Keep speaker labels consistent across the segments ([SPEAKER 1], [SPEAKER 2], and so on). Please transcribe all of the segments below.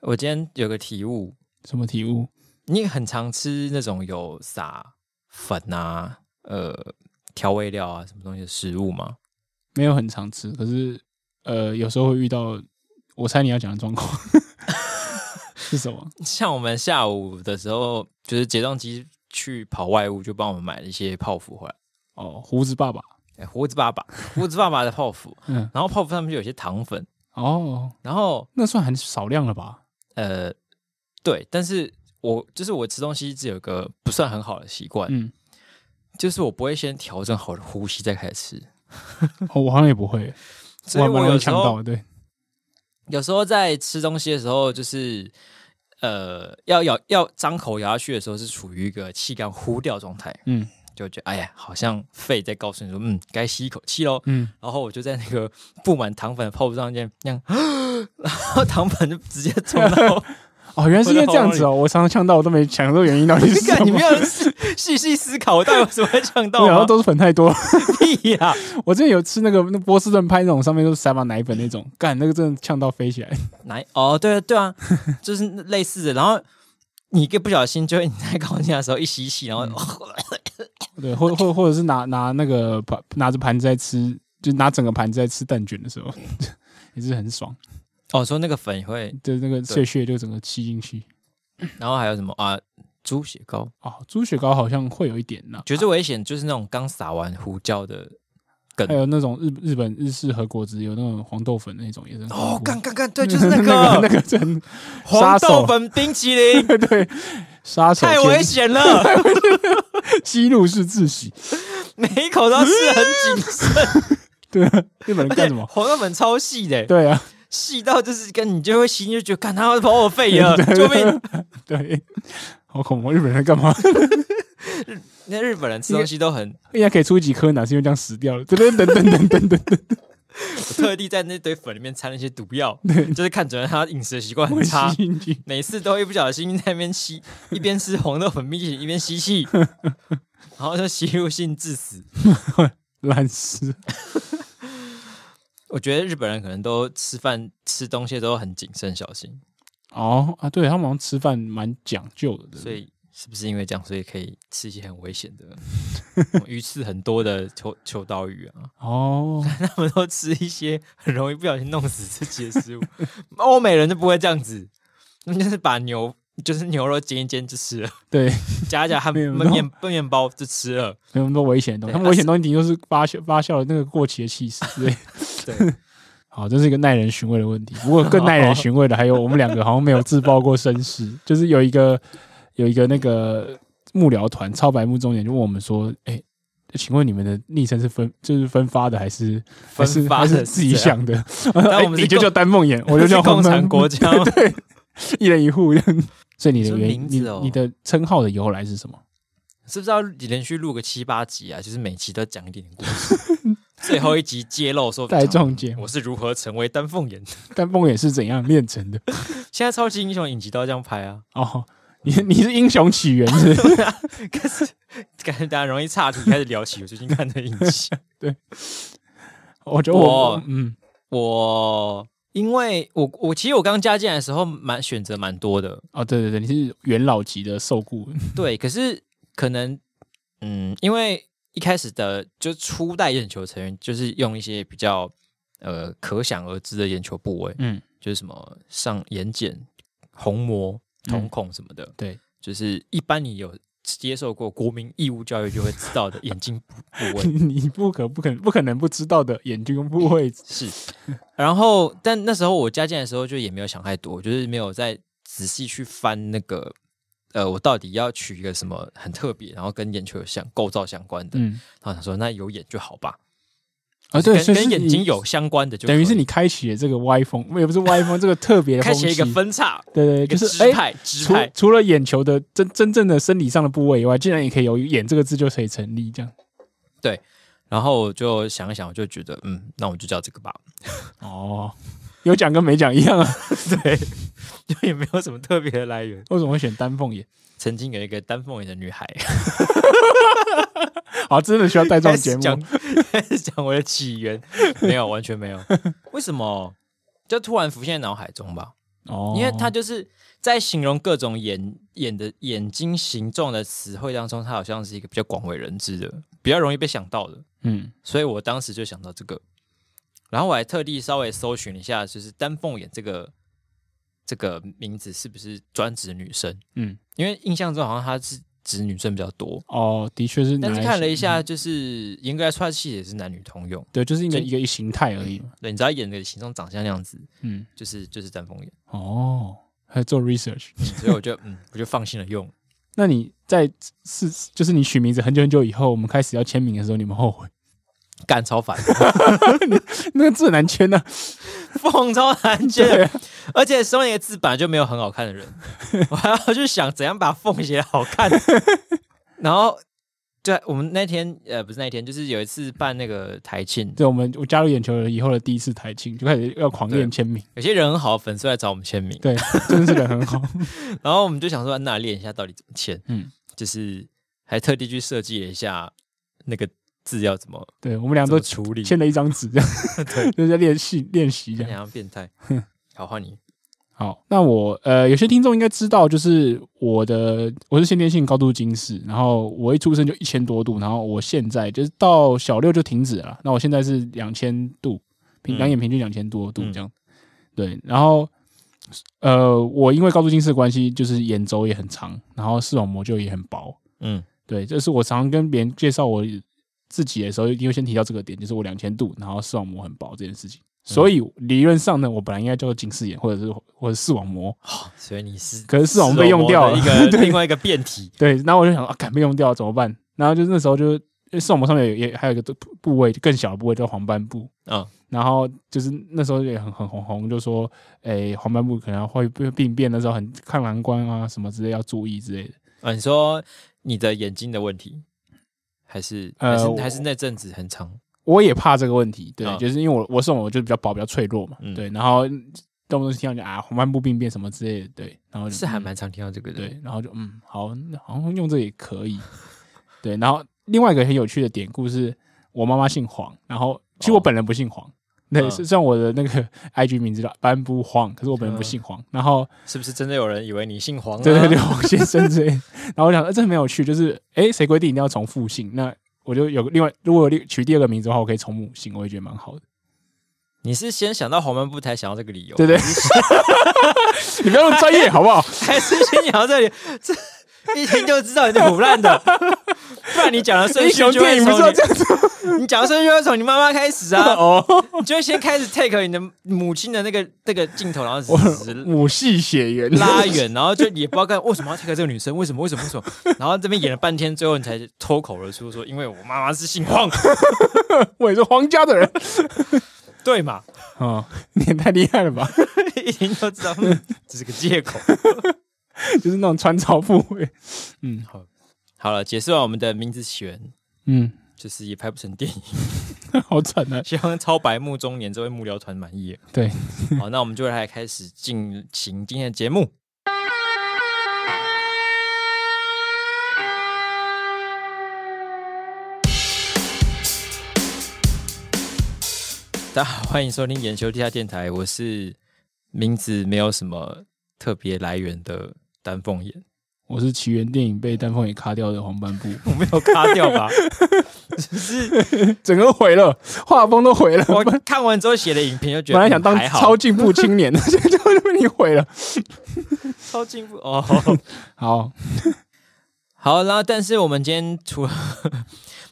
[SPEAKER 1] 我今天有个体悟，
[SPEAKER 2] 什么体悟？
[SPEAKER 1] 你很常吃那种有撒粉啊、呃调味料啊什么东西的食物吗？
[SPEAKER 2] 没有很常吃，可是呃，有时候会遇到。我猜你要讲 的状况 是什么？
[SPEAKER 1] 像我们下午的时候，就是结账机去跑外务，就帮我们买了一些泡芙回来。
[SPEAKER 2] 哦，胡子爸爸。
[SPEAKER 1] 哎胡子爸爸，胡子爸爸的泡芙，
[SPEAKER 2] 嗯，
[SPEAKER 1] 然后泡芙上面就有一些糖粉，
[SPEAKER 2] 哦，
[SPEAKER 1] 然后
[SPEAKER 2] 那算很少量了吧？
[SPEAKER 1] 呃，对，但是我就是我吃东西一直有个不算很好的习惯，
[SPEAKER 2] 嗯，
[SPEAKER 1] 就是我不会先调整好呼吸再开始吃，
[SPEAKER 2] 哦，我好像也不会，我
[SPEAKER 1] 所以
[SPEAKER 2] 还蛮
[SPEAKER 1] 我
[SPEAKER 2] 容易
[SPEAKER 1] 有时
[SPEAKER 2] 呛
[SPEAKER 1] 候
[SPEAKER 2] 到的。对，
[SPEAKER 1] 有时候在吃东西的时候，就是呃要咬要张口咬下去的时候，是处于一个气干呼掉状态，
[SPEAKER 2] 嗯
[SPEAKER 1] 就觉得哎呀，好像肺在告诉你说，嗯，该吸一口气喽。
[SPEAKER 2] 嗯，
[SPEAKER 1] 然后我就在那个布满糖粉的泡芙上面那样， 然后糖粉就直接冲 到我。
[SPEAKER 2] 哦，原来是因为这样子哦，我常常呛到，我都没想这个原因到底 是
[SPEAKER 1] 你
[SPEAKER 2] 什
[SPEAKER 1] 看，
[SPEAKER 2] 么。
[SPEAKER 1] 你没有细细细思考，我到底为什么会呛到
[SPEAKER 2] 我想
[SPEAKER 1] 吗
[SPEAKER 2] 说？都是粉太多 了。
[SPEAKER 1] 屁呀、
[SPEAKER 2] 我之前有吃那个那波士顿派那种，上面都是塞满奶粉那种，干那个真的呛到飞起来。
[SPEAKER 1] 奶哦，对啊对啊，就是类似的。然后你一不小心，就会你在高兴的时候一吸气，然后、
[SPEAKER 2] 嗯对，或或或者是拿拿那个盘拿着盘子在吃，就拿整个盘子在吃蛋卷的时候， 也是很爽。
[SPEAKER 1] 哦说那个粉也会，
[SPEAKER 2] 就是那个碎屑就整个吸进去。
[SPEAKER 1] 然后还有什么啊？猪血糕，
[SPEAKER 2] 哦，猪血糕好像会有一点呢、
[SPEAKER 1] 绝对危险，就是那种刚撒完胡椒的梗
[SPEAKER 2] 还。有那种日日本日式和果子，有那种黄豆粉那种也是很恐
[SPEAKER 1] 哦，
[SPEAKER 2] 怖
[SPEAKER 1] 干干干，对， 就是那
[SPEAKER 2] 那
[SPEAKER 1] 个
[SPEAKER 2] 那个真
[SPEAKER 1] 黄
[SPEAKER 2] 杀手
[SPEAKER 1] 豆粉冰淇 淋，
[SPEAKER 2] 对杀手
[SPEAKER 1] 太危
[SPEAKER 2] 锏
[SPEAKER 1] 险了，
[SPEAKER 2] 吸入式窒息，
[SPEAKER 1] 每一口都要吃得很谨慎。
[SPEAKER 2] 对啊，日本人
[SPEAKER 1] 而
[SPEAKER 2] 干
[SPEAKER 1] 且
[SPEAKER 2] 什么？
[SPEAKER 1] 黄豆粉超细的，
[SPEAKER 2] 对啊，
[SPEAKER 1] 细到就是跟你就会吸，你就觉得，看他要跑我肺 了，救命！
[SPEAKER 2] 对，好恐怖！日本人干嘛？
[SPEAKER 1] 那日本人吃东西都很
[SPEAKER 2] 应该可以出几颗哪是因为这样死掉了？等等等等等等等等，
[SPEAKER 1] 我特地在那堆粉里面掺了一些毒 药，就是看准了他饮食的习惯很
[SPEAKER 2] 会
[SPEAKER 1] 差
[SPEAKER 2] 吸，进去。
[SPEAKER 1] 每次都一不小心在那边吸，一边吃红豆粉冰淇淋一边吸 气，然后就吸入性致死。
[SPEAKER 2] 烂死！
[SPEAKER 1] 我觉得日本人可能都吃饭吃东西都很谨慎小心，
[SPEAKER 2] 哦啊，对他们好像吃饭蛮讲究的，对不对
[SPEAKER 1] 所以是不是因为这样，所以可以吃一些很危险 的鱼刺很多的秋秋刀鱼啊？
[SPEAKER 2] 哦，
[SPEAKER 1] 他们都吃一些很容易不小心弄死自己的 食物。欧美人就不会这样子，他们就是把牛就是牛肉煎一煎就吃了。
[SPEAKER 2] 对，
[SPEAKER 1] 加一加汉
[SPEAKER 2] 没有
[SPEAKER 1] 面面面包就吃了。
[SPEAKER 2] 没有那么多危险的东
[SPEAKER 1] 对
[SPEAKER 2] 西，他们危险的东西就是发酵发酵的那个过期的气势，对。
[SPEAKER 1] 对，
[SPEAKER 2] 好，这是一个耐人寻味的问题。不过更耐人寻味的还有我们两个好像没有自曝过身世，就是有一个有一个那个幕僚团超白目中年就问我们说：“哎、请问你们的昵称是分就是分发的还是还是
[SPEAKER 1] 分发
[SPEAKER 2] 还
[SPEAKER 1] 的
[SPEAKER 2] 是自己
[SPEAKER 1] 是这样
[SPEAKER 2] 想的？” 哎
[SPEAKER 1] 我们是
[SPEAKER 2] 你就
[SPEAKER 1] 共
[SPEAKER 2] 叫丹梦魇，我就叫
[SPEAKER 1] 是
[SPEAKER 2] 红
[SPEAKER 1] 共
[SPEAKER 2] 灯
[SPEAKER 1] 产国 家吗
[SPEAKER 2] 一人一户。所以你的
[SPEAKER 1] 说
[SPEAKER 2] 原
[SPEAKER 1] 名
[SPEAKER 2] 你
[SPEAKER 1] 字哦
[SPEAKER 2] 你的称号的由来是什么？
[SPEAKER 1] 是不是要连续录个七八集啊？就是每集都讲一点点故事，最后一集揭露说
[SPEAKER 2] 带状节
[SPEAKER 1] 我是如何成为丹凤眼的。
[SPEAKER 2] 丹梦魇是怎样炼成的？
[SPEAKER 1] 现在超级英雄影集都要这样拍啊，
[SPEAKER 2] 哦，你你是英雄起源是不 是？
[SPEAKER 1] 可是感觉大家容易岔题，开始聊起我最近看的影集。
[SPEAKER 2] 我觉得我
[SPEAKER 1] 我
[SPEAKER 2] 嗯
[SPEAKER 1] 我因为我我其实我刚加进来的时候蛮选择蛮多的，
[SPEAKER 2] 哦对对对，你是元老级的受雇人，
[SPEAKER 1] 对，可是可能，嗯，因为一开始的就初代眼球成员，就是用一些比较呃可想而知的眼球部位，
[SPEAKER 2] 嗯
[SPEAKER 1] 就是什么上眼睑、虹膜、瞳孔什么的，
[SPEAKER 2] 对。
[SPEAKER 1] 就是一般你有接受过国民义务教育就会知道的眼睛 部部位
[SPEAKER 2] 你不可不可不可能不知道的眼睛部位
[SPEAKER 1] 是。然后，但那时候我加进来的时候，就也没有想太多，就是没有再仔细去翻那个。呃，我到底要取一个什么很特别，然后跟眼球有相构造相关的？
[SPEAKER 2] 嗯
[SPEAKER 1] 然后想说那有眼就好吧，
[SPEAKER 2] 啊，对，
[SPEAKER 1] 跟
[SPEAKER 2] 所以是
[SPEAKER 1] 跟眼
[SPEAKER 2] 你
[SPEAKER 1] 睛有相关的就可以
[SPEAKER 2] 等于是你开启了这个歪风，也不是歪风，这个特别的
[SPEAKER 1] 开
[SPEAKER 2] 风气
[SPEAKER 1] 启一个，分叉，
[SPEAKER 2] 对对，
[SPEAKER 1] 一
[SPEAKER 2] 对
[SPEAKER 1] 个
[SPEAKER 2] 就是
[SPEAKER 1] 支
[SPEAKER 2] 哎，
[SPEAKER 1] 派支
[SPEAKER 2] 除
[SPEAKER 1] 派。
[SPEAKER 2] 除了眼球的真真正的生理上的部位以外，竟然也可以有“眼”这个字就可以成立，这样
[SPEAKER 1] 然后我就想一想，我就觉得嗯，那我就叫这个吧，
[SPEAKER 2] 哦，有讲跟没讲一样啊？
[SPEAKER 1] 对，就也没有什么特别的来源。
[SPEAKER 2] 为什么会选丹凤眼？
[SPEAKER 1] 曾经有一个丹凤眼的女 孩，
[SPEAKER 2] 好，真的需要带这
[SPEAKER 1] 开
[SPEAKER 2] 种
[SPEAKER 1] 始
[SPEAKER 2] 节
[SPEAKER 1] 讲
[SPEAKER 2] 目，
[SPEAKER 1] 开始讲我的起源，没有，完全没有。为什么？就突然浮现在脑海中吧。
[SPEAKER 2] 哦，
[SPEAKER 1] 因为他就是在形容各种眼眼的眼睛形状的词汇当中，他好像是一个比较广为人知的，比较容易被想到的，
[SPEAKER 2] 嗯
[SPEAKER 1] 所以我当时就想到这个，然后我还特地稍微搜寻一下，就是丹凤眼这个这个名字是不是专指女生？
[SPEAKER 2] 嗯
[SPEAKER 1] 因为印象中好像他是指女生比较多，
[SPEAKER 2] 哦，的确是拿
[SPEAKER 1] 但
[SPEAKER 2] 来形，
[SPEAKER 1] 是看了一下，就是严格来说，它其实也是男女通用。
[SPEAKER 2] 对，就是一个
[SPEAKER 1] 就
[SPEAKER 2] 一个形态而已嘛。
[SPEAKER 1] 对，你只要演的形状长相那样子，
[SPEAKER 2] 嗯，
[SPEAKER 1] 就是就是丹凤眼，
[SPEAKER 2] 哦，还做 research。
[SPEAKER 1] 所以我就嗯，我就放心的用。
[SPEAKER 2] 那你在是就是你取名字很久很久以后，我们开始要签名的时候，你们后悔？
[SPEAKER 1] 干超烦，
[SPEAKER 2] 那个字很难签啊呢、
[SPEAKER 1] 凤超难
[SPEAKER 2] 对
[SPEAKER 1] 见，
[SPEAKER 2] 啊，
[SPEAKER 1] 而且松野的字本来就没有很好看的人，我还要去想怎样把凤写得好看。然后，对，我们那天呃不是那天，就是有一次办那个台庆，
[SPEAKER 2] 对，我们我加入眼球以后的第一次台庆，就开始要狂练签名。
[SPEAKER 1] 有些人很好的粉丝来找我们签名，
[SPEAKER 2] 对，真的是人很好。
[SPEAKER 1] 然后我们就想说，那练一下到底怎么签，
[SPEAKER 2] 嗯，
[SPEAKER 1] 就是还特地去设计了一下那个字要怎么
[SPEAKER 2] 对，我们俩
[SPEAKER 1] 怎
[SPEAKER 2] 都
[SPEAKER 1] 么处理，
[SPEAKER 2] 签了一张纸， 这样就是在练习练习这
[SPEAKER 1] 你
[SPEAKER 2] 样。
[SPEAKER 1] 好像变 态。好，换你。
[SPEAKER 2] 好，那我呃，有些听众应该知道，就是我的我是先天性高度近视，然后我一出生就一千多度，然后我现在就是到小六就停止了啦，那我现在是两千度，平
[SPEAKER 1] 嗯
[SPEAKER 2] 两眼平均两千多度
[SPEAKER 1] 嗯
[SPEAKER 2] 这样。对，然后呃，我因为高度近视的关系，就是眼轴也很长，然后视网膜就也很薄。
[SPEAKER 1] 嗯
[SPEAKER 2] 对，这是我常常跟别人介绍我自己的时候，一定会先提到这个点，就是我两千度，然后视网膜很薄这件事情。所以理论上呢，我本来应该叫做近视眼，或者是或者视网膜。
[SPEAKER 1] 嗯所以你是
[SPEAKER 2] 可是视网被用掉了
[SPEAKER 1] 视 网膜的一个另外一个变体。
[SPEAKER 2] 对，然后我就想啊，敢被用掉怎么办？然后就那时候就因为视网膜上面有也还有一个部部位更小的部位叫黄斑部，
[SPEAKER 1] 嗯
[SPEAKER 2] 然后就是那时候也很很红红，就说诶、黄斑部可能会会病变，那时候很看蓝光啊什么之类要注意之类的。
[SPEAKER 1] 啊，你说你的眼睛的问题，还是还
[SPEAKER 2] 呃
[SPEAKER 1] 是
[SPEAKER 2] 我
[SPEAKER 1] 还是那阵子很长？
[SPEAKER 2] 我也怕这个问题，对，
[SPEAKER 1] 嗯
[SPEAKER 2] 就是因为我我视网膜就比较薄，比较脆弱嘛，
[SPEAKER 1] 嗯
[SPEAKER 2] 对，然后动不动就听到就啊黄斑部病变什么之类的，对，然后就是
[SPEAKER 1] 还蛮常听到这个的。
[SPEAKER 2] 对，然后就嗯，好，那好像用这个也可以。对，然后另外一个很有趣的典故是，我妈妈姓黄，然后其实我
[SPEAKER 1] 哦
[SPEAKER 2] 本人不姓黄，对，
[SPEAKER 1] 嗯
[SPEAKER 2] 虽虽然我的那个 IG 名字叫斑布黄，可是我本人不
[SPEAKER 1] 嗯
[SPEAKER 2] 姓黄。然后
[SPEAKER 1] 是不是真的有人以为你姓黄、啊？
[SPEAKER 2] 对对对，黄先生之类。然后我想，呃这很有趣，就是诶，谁规定一定要从父姓？那我就有个另外，如果有另取第二个名字的话，我可以从母姓，我也觉得蛮好的。
[SPEAKER 1] 你是先想到黄斑部才想到这个理由，
[SPEAKER 2] 对对，哦你不要那么专业好不 好？
[SPEAKER 1] 还是先想到这里？这一听就知道你是腐烂 的，不然你讲的顺
[SPEAKER 2] 英
[SPEAKER 1] 序就
[SPEAKER 2] 雄电
[SPEAKER 1] 会
[SPEAKER 2] 影不
[SPEAKER 1] 从
[SPEAKER 2] 是要这样子
[SPEAKER 1] 你你讲的顺序就会从你妈妈开始
[SPEAKER 2] 吗？
[SPEAKER 1] 啊，
[SPEAKER 2] 哦，
[SPEAKER 1] 你就会先开始 take 你的母亲的那个那个镜头，然后
[SPEAKER 2] 我
[SPEAKER 1] 直直
[SPEAKER 2] 母系血缘
[SPEAKER 1] 拉远，然后就也不知道干为什么要 take 这个女生，为什么为什么为什么，然后这边演了半天，最后你才脱口而出说，因为我妈妈是姓 黄，
[SPEAKER 2] 我也是皇家的人。
[SPEAKER 1] 对嘛？
[SPEAKER 2] 哦， 你也太厉害了吧！
[SPEAKER 1] 一听就知道，嗯这是个借口。
[SPEAKER 2] 就是那种穿插部位，嗯
[SPEAKER 1] 好了，解释完我们的名字起源，
[SPEAKER 2] 嗯，
[SPEAKER 1] 就是也拍不成电影，
[SPEAKER 2] 好惨啊！
[SPEAKER 1] 希望超白目中年这位幕僚团满意。
[SPEAKER 2] 对，
[SPEAKER 1] 好，那我们就来开始进行今天的节目。 大家好，欢迎收听研究地下电台，我是名字没有什么特别来源的丹凤眼。
[SPEAKER 2] 我是起源电影被丹凤眼卡掉的黄斑部，
[SPEAKER 1] 我没有卡掉吧？就是
[SPEAKER 2] 整个毁了，画风都毁了。
[SPEAKER 1] 我看完之后写的影评，就觉得
[SPEAKER 2] 本来想当
[SPEAKER 1] 嗯还好
[SPEAKER 2] 超进步青年， 现在就被你毁了。
[SPEAKER 1] 超进步哦。
[SPEAKER 2] 好，
[SPEAKER 1] 好，然后但是我们今天除了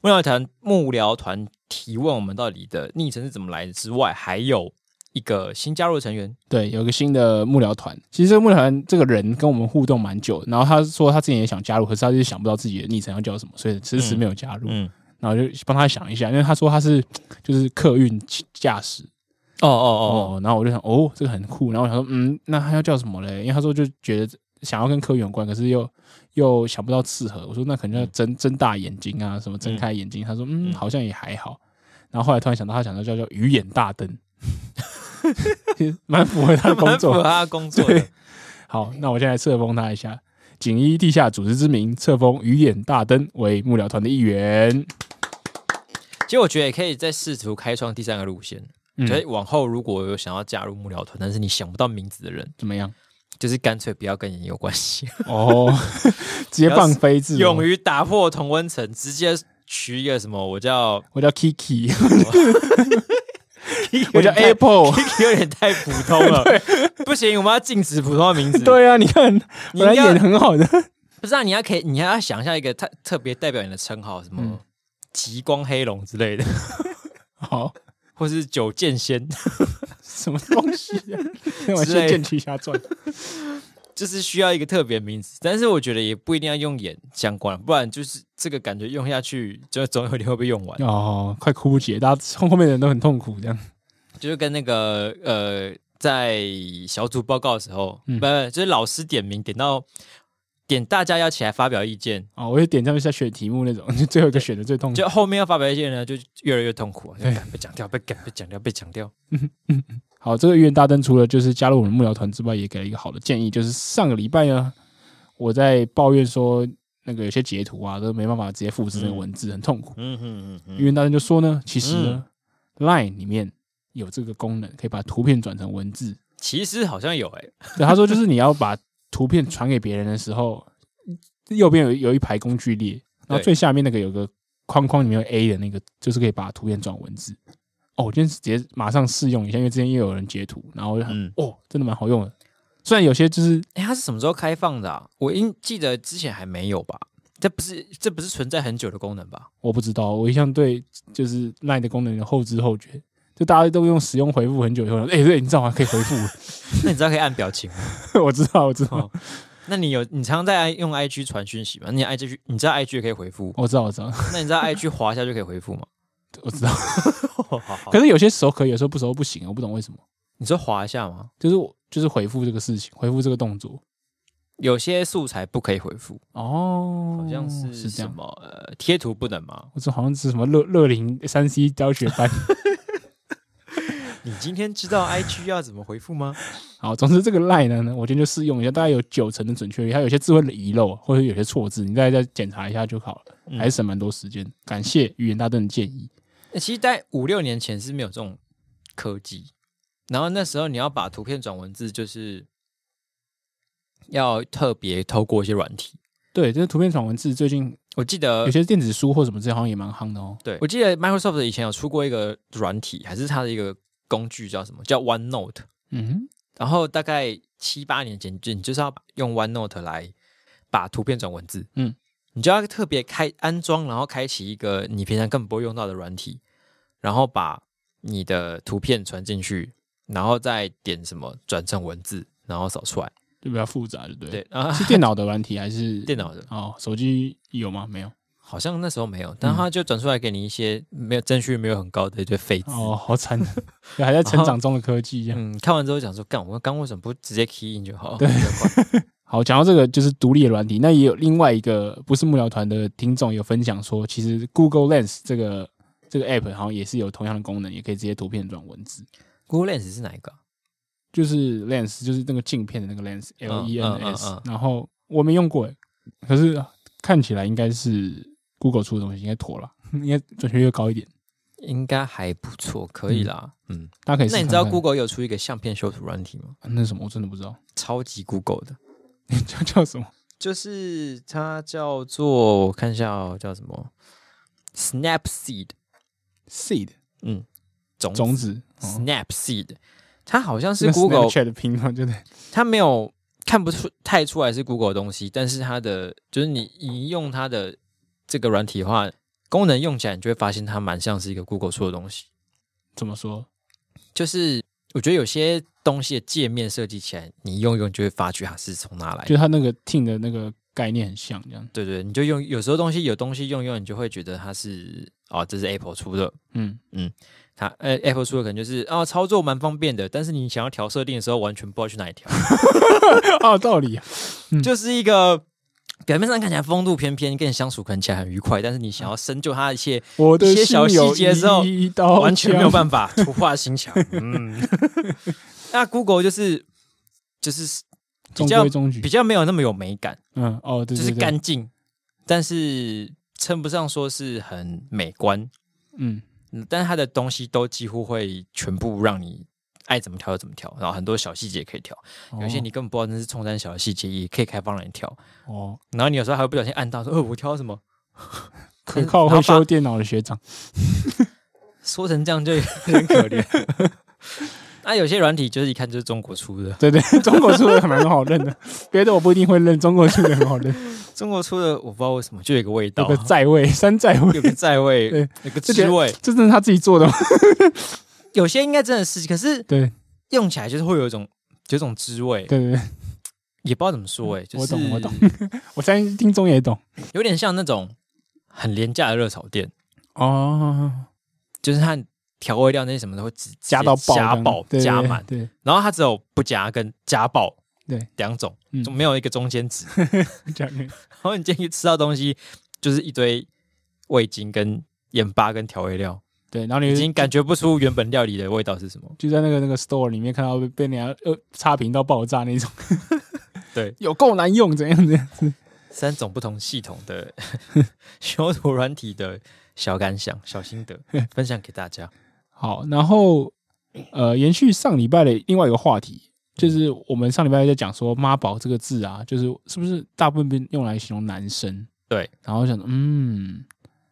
[SPEAKER 1] 幕僚团幕僚团提问我们到底的昵称是怎么来的之外，还有一个新加入的成员，
[SPEAKER 2] 对，有个新的幕僚团。其实这个幕僚团这个人跟我们互动蛮久的，然后他说他之前也想加入，可是他就是想不到自己的昵称要叫什么，所以迟迟没有加入。
[SPEAKER 1] 嗯，
[SPEAKER 2] 然后就帮他想一下，因为他说他是就是客运驾驶，
[SPEAKER 1] 哦哦哦，
[SPEAKER 2] 哦，然后我就想，哦，这个很酷。然后我想说，嗯，那他要叫什么嘞？因为他说就觉得想要跟科员有关，可是又又想不到适合。我说那可能要睁睁大眼睛啊，什么睁开眼睛。他说，嗯，
[SPEAKER 1] 嗯
[SPEAKER 2] 好像也还好。然后后来突然想到，他想到叫叫鱼眼大灯， 其实蛮符合他的工
[SPEAKER 1] 蛮符合
[SPEAKER 2] 作。
[SPEAKER 1] 他的工作的
[SPEAKER 2] 对。好，那我现在册封他一下，锦衣地下组织之名，册封鱼眼大灯为幕僚团的一员。
[SPEAKER 1] 其实我觉得也可以再试图开创第三个路线，
[SPEAKER 2] 嗯
[SPEAKER 1] 所以往后如果有想要加入幕僚团，但是你想不到名字的人，
[SPEAKER 2] 怎么样？
[SPEAKER 1] 就是干脆不要跟演艺有关 系，
[SPEAKER 2] 哦，直接放飞自我
[SPEAKER 1] 勇。于打破同温层，直接取一个什么，我叫
[SPEAKER 2] 我叫 Kiki，我叫
[SPEAKER 1] 有点太
[SPEAKER 2] Apple。
[SPEAKER 1] 有点太普通了，不行，我们要禁止普通的名字。，
[SPEAKER 2] 对啊，你看，
[SPEAKER 1] 你
[SPEAKER 2] 我来
[SPEAKER 1] 要
[SPEAKER 2] 演得很好的。
[SPEAKER 1] 不是啊，你还可以，你还要想一下一个特特别代表你的称号，什
[SPEAKER 2] 嗯
[SPEAKER 1] 么极光黑龙之类的，
[SPEAKER 2] 好，
[SPEAKER 1] 或是九剑仙，
[SPEAKER 2] 什么东西啊？ 那我
[SPEAKER 1] 之类的
[SPEAKER 2] 先剑去瞎转。
[SPEAKER 1] 就是需要一个特别名字。但是我觉得也不一定要用眼相关，不然就是这个感觉用下去，就总有一天会被用完。
[SPEAKER 2] 哦，快哭不解，大家后后面的人都很痛苦，这样。
[SPEAKER 1] 就是跟那个呃，在小组报告的时候，
[SPEAKER 2] 嗯
[SPEAKER 1] 不、就是老师点名点到点大家要起来发表意见，
[SPEAKER 2] 哦，我就点上面下选题目那种， 就最后一个选的最痛苦。
[SPEAKER 1] 就后面要发表意见呢，就越来越痛苦啊，就
[SPEAKER 2] 对
[SPEAKER 1] 被讲掉，被改，被讲掉，被讲掉。
[SPEAKER 2] 好，这个预言大灯除了就是加入我们幕僚团之外，也给了一个好的建议，就是上个礼拜呢，我在抱怨说那个有些截图啊都没办法直接复制那个文字，很痛苦。
[SPEAKER 1] 嗯哼嗯
[SPEAKER 2] 预言大灯就说呢，其实呢、Line 里面有这个功能，可以把图片转成文字。
[SPEAKER 1] 其实好像有哎、
[SPEAKER 2] 对，他说就是你要把图片传给别人的时候，右边有有一排工具列，然后
[SPEAKER 1] 对
[SPEAKER 2] 最下面那个有个框框里面有 A 的那个，就是可以把图片转文字。哦，我今天直接马上试用一下，因为之前又有人截图，然后我就很、
[SPEAKER 1] 嗯
[SPEAKER 2] 哦，真的蛮好用的。虽然有些就是
[SPEAKER 1] 哎、它是什么时候开放的、啊？我应记得之前还没有吧？这不是这不是存在很久的功能吧？
[SPEAKER 2] 我不知道，我一向对就是 LINE 的功能有后知后觉，就大家都用使用回复很久以后，哎、对，你知道吗？可以回复了，
[SPEAKER 1] 那你知道可以按表情吗？
[SPEAKER 2] 我知道，我知道，
[SPEAKER 1] 哦那你有你常常在用 IG 传讯息吗？你 IG 你知道 IG 也可以回复，
[SPEAKER 2] 我知道，我知道，
[SPEAKER 1] 那你知道 IG 滑一下就可以回复吗？
[SPEAKER 2] 我知
[SPEAKER 1] 哦
[SPEAKER 2] 道。
[SPEAKER 1] 好好
[SPEAKER 2] 可，是有些时候可以，有时候不时候不行，我不懂为什么。
[SPEAKER 1] 你说滑一下吗？
[SPEAKER 2] 就是我就是回复这个事情，回复这个动作。
[SPEAKER 1] 有些素材不可以回复，
[SPEAKER 2] 哦，
[SPEAKER 1] 好像是
[SPEAKER 2] 是这
[SPEAKER 1] 什
[SPEAKER 2] 样。
[SPEAKER 1] 么呃贴图不能吗？
[SPEAKER 2] 我这好像是什么乐乐龄三 C 教学班。
[SPEAKER 1] 你今天知道 IG 要怎么回复 吗？
[SPEAKER 2] 好，总之这个 line 呢，我今天就试用一下，大概有九成的准确率，它有些字会遗漏或者有些错字，你大概再检查一下就好了，
[SPEAKER 1] 嗯
[SPEAKER 2] 还省蛮多时间。感谢语言大灯的建议。
[SPEAKER 1] 欸其实，在五六年前是没有这种科技，然后那时候你要把图片转文字，就是要特别透过一些软体。
[SPEAKER 2] 对，这个图片转文字最近
[SPEAKER 1] 我记得
[SPEAKER 2] 有，些电子书或什么这好像也蛮夯的哦。
[SPEAKER 1] 对我记得 Microsoft 以前有出过一个软体，还是它的一个工具叫什么？叫 OneNote。
[SPEAKER 2] 嗯
[SPEAKER 1] 然后大概七八年前，就你就是要用 OneNote 来把图片转文字，
[SPEAKER 2] 嗯，
[SPEAKER 1] 你就要特别开安装，然后开启一个你平常根本不会用到的软体，然后把你的图片传进去，然后再点什么转成文字，然后扫出来。
[SPEAKER 2] 哼，就比较复杂，对不对？
[SPEAKER 1] 对啊，
[SPEAKER 2] 是电脑的软体还是
[SPEAKER 1] 电脑的
[SPEAKER 2] 哦，手机有吗？没有。
[SPEAKER 1] 好像那时候没有，
[SPEAKER 2] 嗯
[SPEAKER 1] 但它就转出来给你一些没有证据没有很高的一堆废字。
[SPEAKER 2] 哦，好惨，还在成长中的科技一啊样。
[SPEAKER 1] 嗯，看完之后想说，干，我刚为什么不直接 key in 就好？对，
[SPEAKER 2] 好，讲到这个就是独立的软体，那也有另外一个不是幕僚团的听众有分享说，其实 Google Lens 这个这个 app 好像也是有同样的功能，也可以直接图片转文字，
[SPEAKER 1] Google Lens 是哪一个啊？
[SPEAKER 2] 就是 Lens 就是那个镜片的那个 Lens，L E N
[SPEAKER 1] 嗯
[SPEAKER 2] S，、
[SPEAKER 1] 嗯嗯
[SPEAKER 2] 然后我没用过欸，可是看起来应该是 Google 出的东西，应该妥了，应该准确率高一点，
[SPEAKER 1] 应该还不错，可以啦。嗯，
[SPEAKER 2] 大家可以试
[SPEAKER 1] 那
[SPEAKER 2] 试
[SPEAKER 1] 你知道
[SPEAKER 2] 看看啊
[SPEAKER 1] Google 有出一个相片修图软体吗？
[SPEAKER 2] 那是什么？我真的不知道，
[SPEAKER 1] 超级 Google 的，
[SPEAKER 2] 叫叫什么？
[SPEAKER 1] 就是它叫做我看一下、哦、叫什么 Snapseed，
[SPEAKER 2] seed
[SPEAKER 1] 嗯，种
[SPEAKER 2] 种子，哦、
[SPEAKER 1] Snapseed，它好像是
[SPEAKER 2] 那
[SPEAKER 1] Google，
[SPEAKER 2] Snapchat 的拼法，对不对？
[SPEAKER 1] 它没有看不出太出来是 Google 的东西，但是它的就是你一用它的这个软体的话，功能用起来，你就会发现它蛮像是一个 Google 出的东西。
[SPEAKER 2] 怎么说？
[SPEAKER 1] 就是我觉得有些东西的界面设计起来，你用一用就会发觉它是从哪来的
[SPEAKER 2] 就它那个 team 的那个概念很像，这样。
[SPEAKER 1] 对对，你就用有时候东西有东西用一用，你就会觉得它是哦，这是 Apple 出的，
[SPEAKER 2] 嗯，
[SPEAKER 1] 它呃 Apple 出的可能就是哦操作蛮方便的，但是你想要调设定的时候完全不知道去哪里调，
[SPEAKER 2] 嗯啊，有道理啊。
[SPEAKER 1] 就是一个表面上看起来风度翩翩，跟你相处可能起来很愉快，但是你想要深究它的一切，
[SPEAKER 2] 我的
[SPEAKER 1] 一些小
[SPEAKER 2] 心有
[SPEAKER 1] 细节之后
[SPEAKER 2] 一刀
[SPEAKER 1] 完全没有
[SPEAKER 2] 枪
[SPEAKER 1] 办法突破心墙。嗯， 那 Google 就是就是比
[SPEAKER 2] 中
[SPEAKER 1] 较
[SPEAKER 2] 规中矩
[SPEAKER 1] 比。较没有那么有美感，
[SPEAKER 2] 嗯，哦，对
[SPEAKER 1] 就
[SPEAKER 2] 对
[SPEAKER 1] 是
[SPEAKER 2] 对
[SPEAKER 1] 干净，但是称不上说是很美观。
[SPEAKER 2] 嗯，
[SPEAKER 1] 嗯但是它的东西都几乎会全部让你爱怎么挑就怎么挑，然后很多小细节可以挑， 有些你根本不知道那是冲山小的细节，也可以开放让你挑。
[SPEAKER 2] 哦，
[SPEAKER 1] 然后你有时候还会不小心按到说，哦，我挑什么？
[SPEAKER 2] 可靠会修电脑的学长，
[SPEAKER 1] 说成这样就有点可怜。那有些软体就是一看就是中国出的，
[SPEAKER 2] 对对， 中国出的还蛮好认的，别的我不一定会认，中国出的很 好认，
[SPEAKER 1] 中国出的我不知道为什么就有一个味道
[SPEAKER 2] 有，个在位山寨位，
[SPEAKER 1] 有个在位
[SPEAKER 2] 对，
[SPEAKER 1] 有个
[SPEAKER 2] 这
[SPEAKER 1] 滋
[SPEAKER 2] 点
[SPEAKER 1] 味。
[SPEAKER 2] 这真的是他自己做的吗？
[SPEAKER 1] 有些应该真的是，可是
[SPEAKER 2] 对
[SPEAKER 1] 用起来就是会有一种有一种滋味，
[SPEAKER 2] 对对对，
[SPEAKER 1] 也不知道怎么说哎、就是
[SPEAKER 2] 我懂我懂，我相信听众也懂
[SPEAKER 1] 有点像那种很廉价的热炒店，
[SPEAKER 2] 哦，
[SPEAKER 1] 就是它调味料那些什么的会只
[SPEAKER 2] 加到爆这
[SPEAKER 1] 加
[SPEAKER 2] 样，
[SPEAKER 1] 爆
[SPEAKER 2] 对对
[SPEAKER 1] 加满，
[SPEAKER 2] 对，
[SPEAKER 1] 然后它只有不加跟加爆
[SPEAKER 2] 对
[SPEAKER 1] 两种，
[SPEAKER 2] 嗯
[SPEAKER 1] 就没有一个中间值。
[SPEAKER 2] 这样
[SPEAKER 1] 然后你进去吃到东西就是一堆味精跟盐巴跟调味料，
[SPEAKER 2] 对，然后
[SPEAKER 1] 已
[SPEAKER 2] 你
[SPEAKER 1] 经感觉不出原本料理的味道是什么。，
[SPEAKER 2] 就在那个那个 store 里面看到被被人家呃差评到爆炸那种
[SPEAKER 1] 对，
[SPEAKER 2] 有够难用，怎样怎样子，
[SPEAKER 1] 三种不同系统的 修图软体的小感想、小心 得分享给大家。
[SPEAKER 2] 好，然后呃，延续上礼拜的另外一个话题，就是我们上礼拜在讲说“妈宝”这个字啊，就是是不是大部分被用来形容男生？
[SPEAKER 1] 对，
[SPEAKER 2] 然后想说，嗯，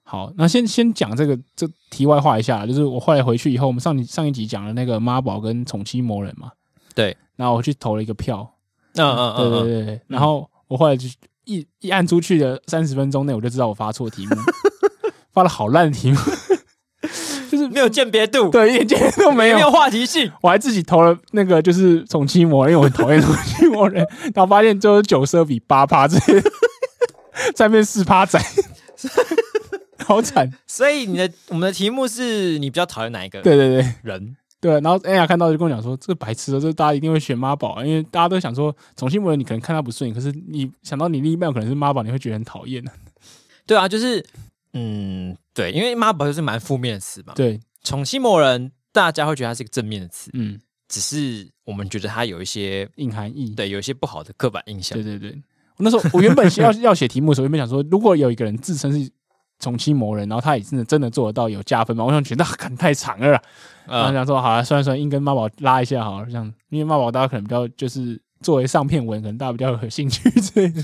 [SPEAKER 2] 好，那先先讲这个这题外话一下，就是我后来回去以后，我们上上一集讲了那个妈宝跟宠妻魔人嘛，
[SPEAKER 1] 对，
[SPEAKER 2] 然后我去投了一个票，
[SPEAKER 1] 嗯嗯
[SPEAKER 2] 对
[SPEAKER 1] 嗯
[SPEAKER 2] 对
[SPEAKER 1] 嗯，
[SPEAKER 2] 对对，然后我后来就一一按出去的三十分钟内，我就知道我发错题目，发了好烂的题目，就是
[SPEAKER 1] 没有鉴别度，
[SPEAKER 2] 对一点建议都没
[SPEAKER 1] 也
[SPEAKER 2] 有
[SPEAKER 1] 没。有话题性。
[SPEAKER 2] 我还自己投了那个就是宠妻魔人，因为我很讨厌宠妻魔人，然后发现就是九十二比八趴这些，在面四趴仔，好惨。
[SPEAKER 1] 所以你的我们的题目是你比较讨厌哪一个
[SPEAKER 2] 对对对
[SPEAKER 1] 人？
[SPEAKER 2] 对，然后恩雅看到就跟我讲说，这个白痴哦，这大家一定会选妈宝啊，因为大家都想说宠妻魔人，你可能看他不顺眼，可是你想到你另一半可能是妈宝，你会觉得很讨厌的。
[SPEAKER 1] 对啊，就是嗯，对，因为妈宝就是蛮负面的词嘛。
[SPEAKER 2] 对，
[SPEAKER 1] 宠妻魔人，大家会觉得它是一个正面的词，
[SPEAKER 2] 嗯，
[SPEAKER 1] 只是我们觉得它有一些
[SPEAKER 2] 硬含义。
[SPEAKER 1] 对有一些不好的刻板印象
[SPEAKER 2] 对。对对，我那时候我原本 是要要写题目的时候，原本想说，如果有一个人自称是宠妻魔人，然后他也真的真的做得到有加分嘛，我想觉得看太长了啦，然后
[SPEAKER 1] 嗯，
[SPEAKER 2] 想说好了，算了算了，硬跟妈宝拉一下好了，这样，因为妈宝大家可能比较就是作为上片文，可能大家比较有兴趣之类 的，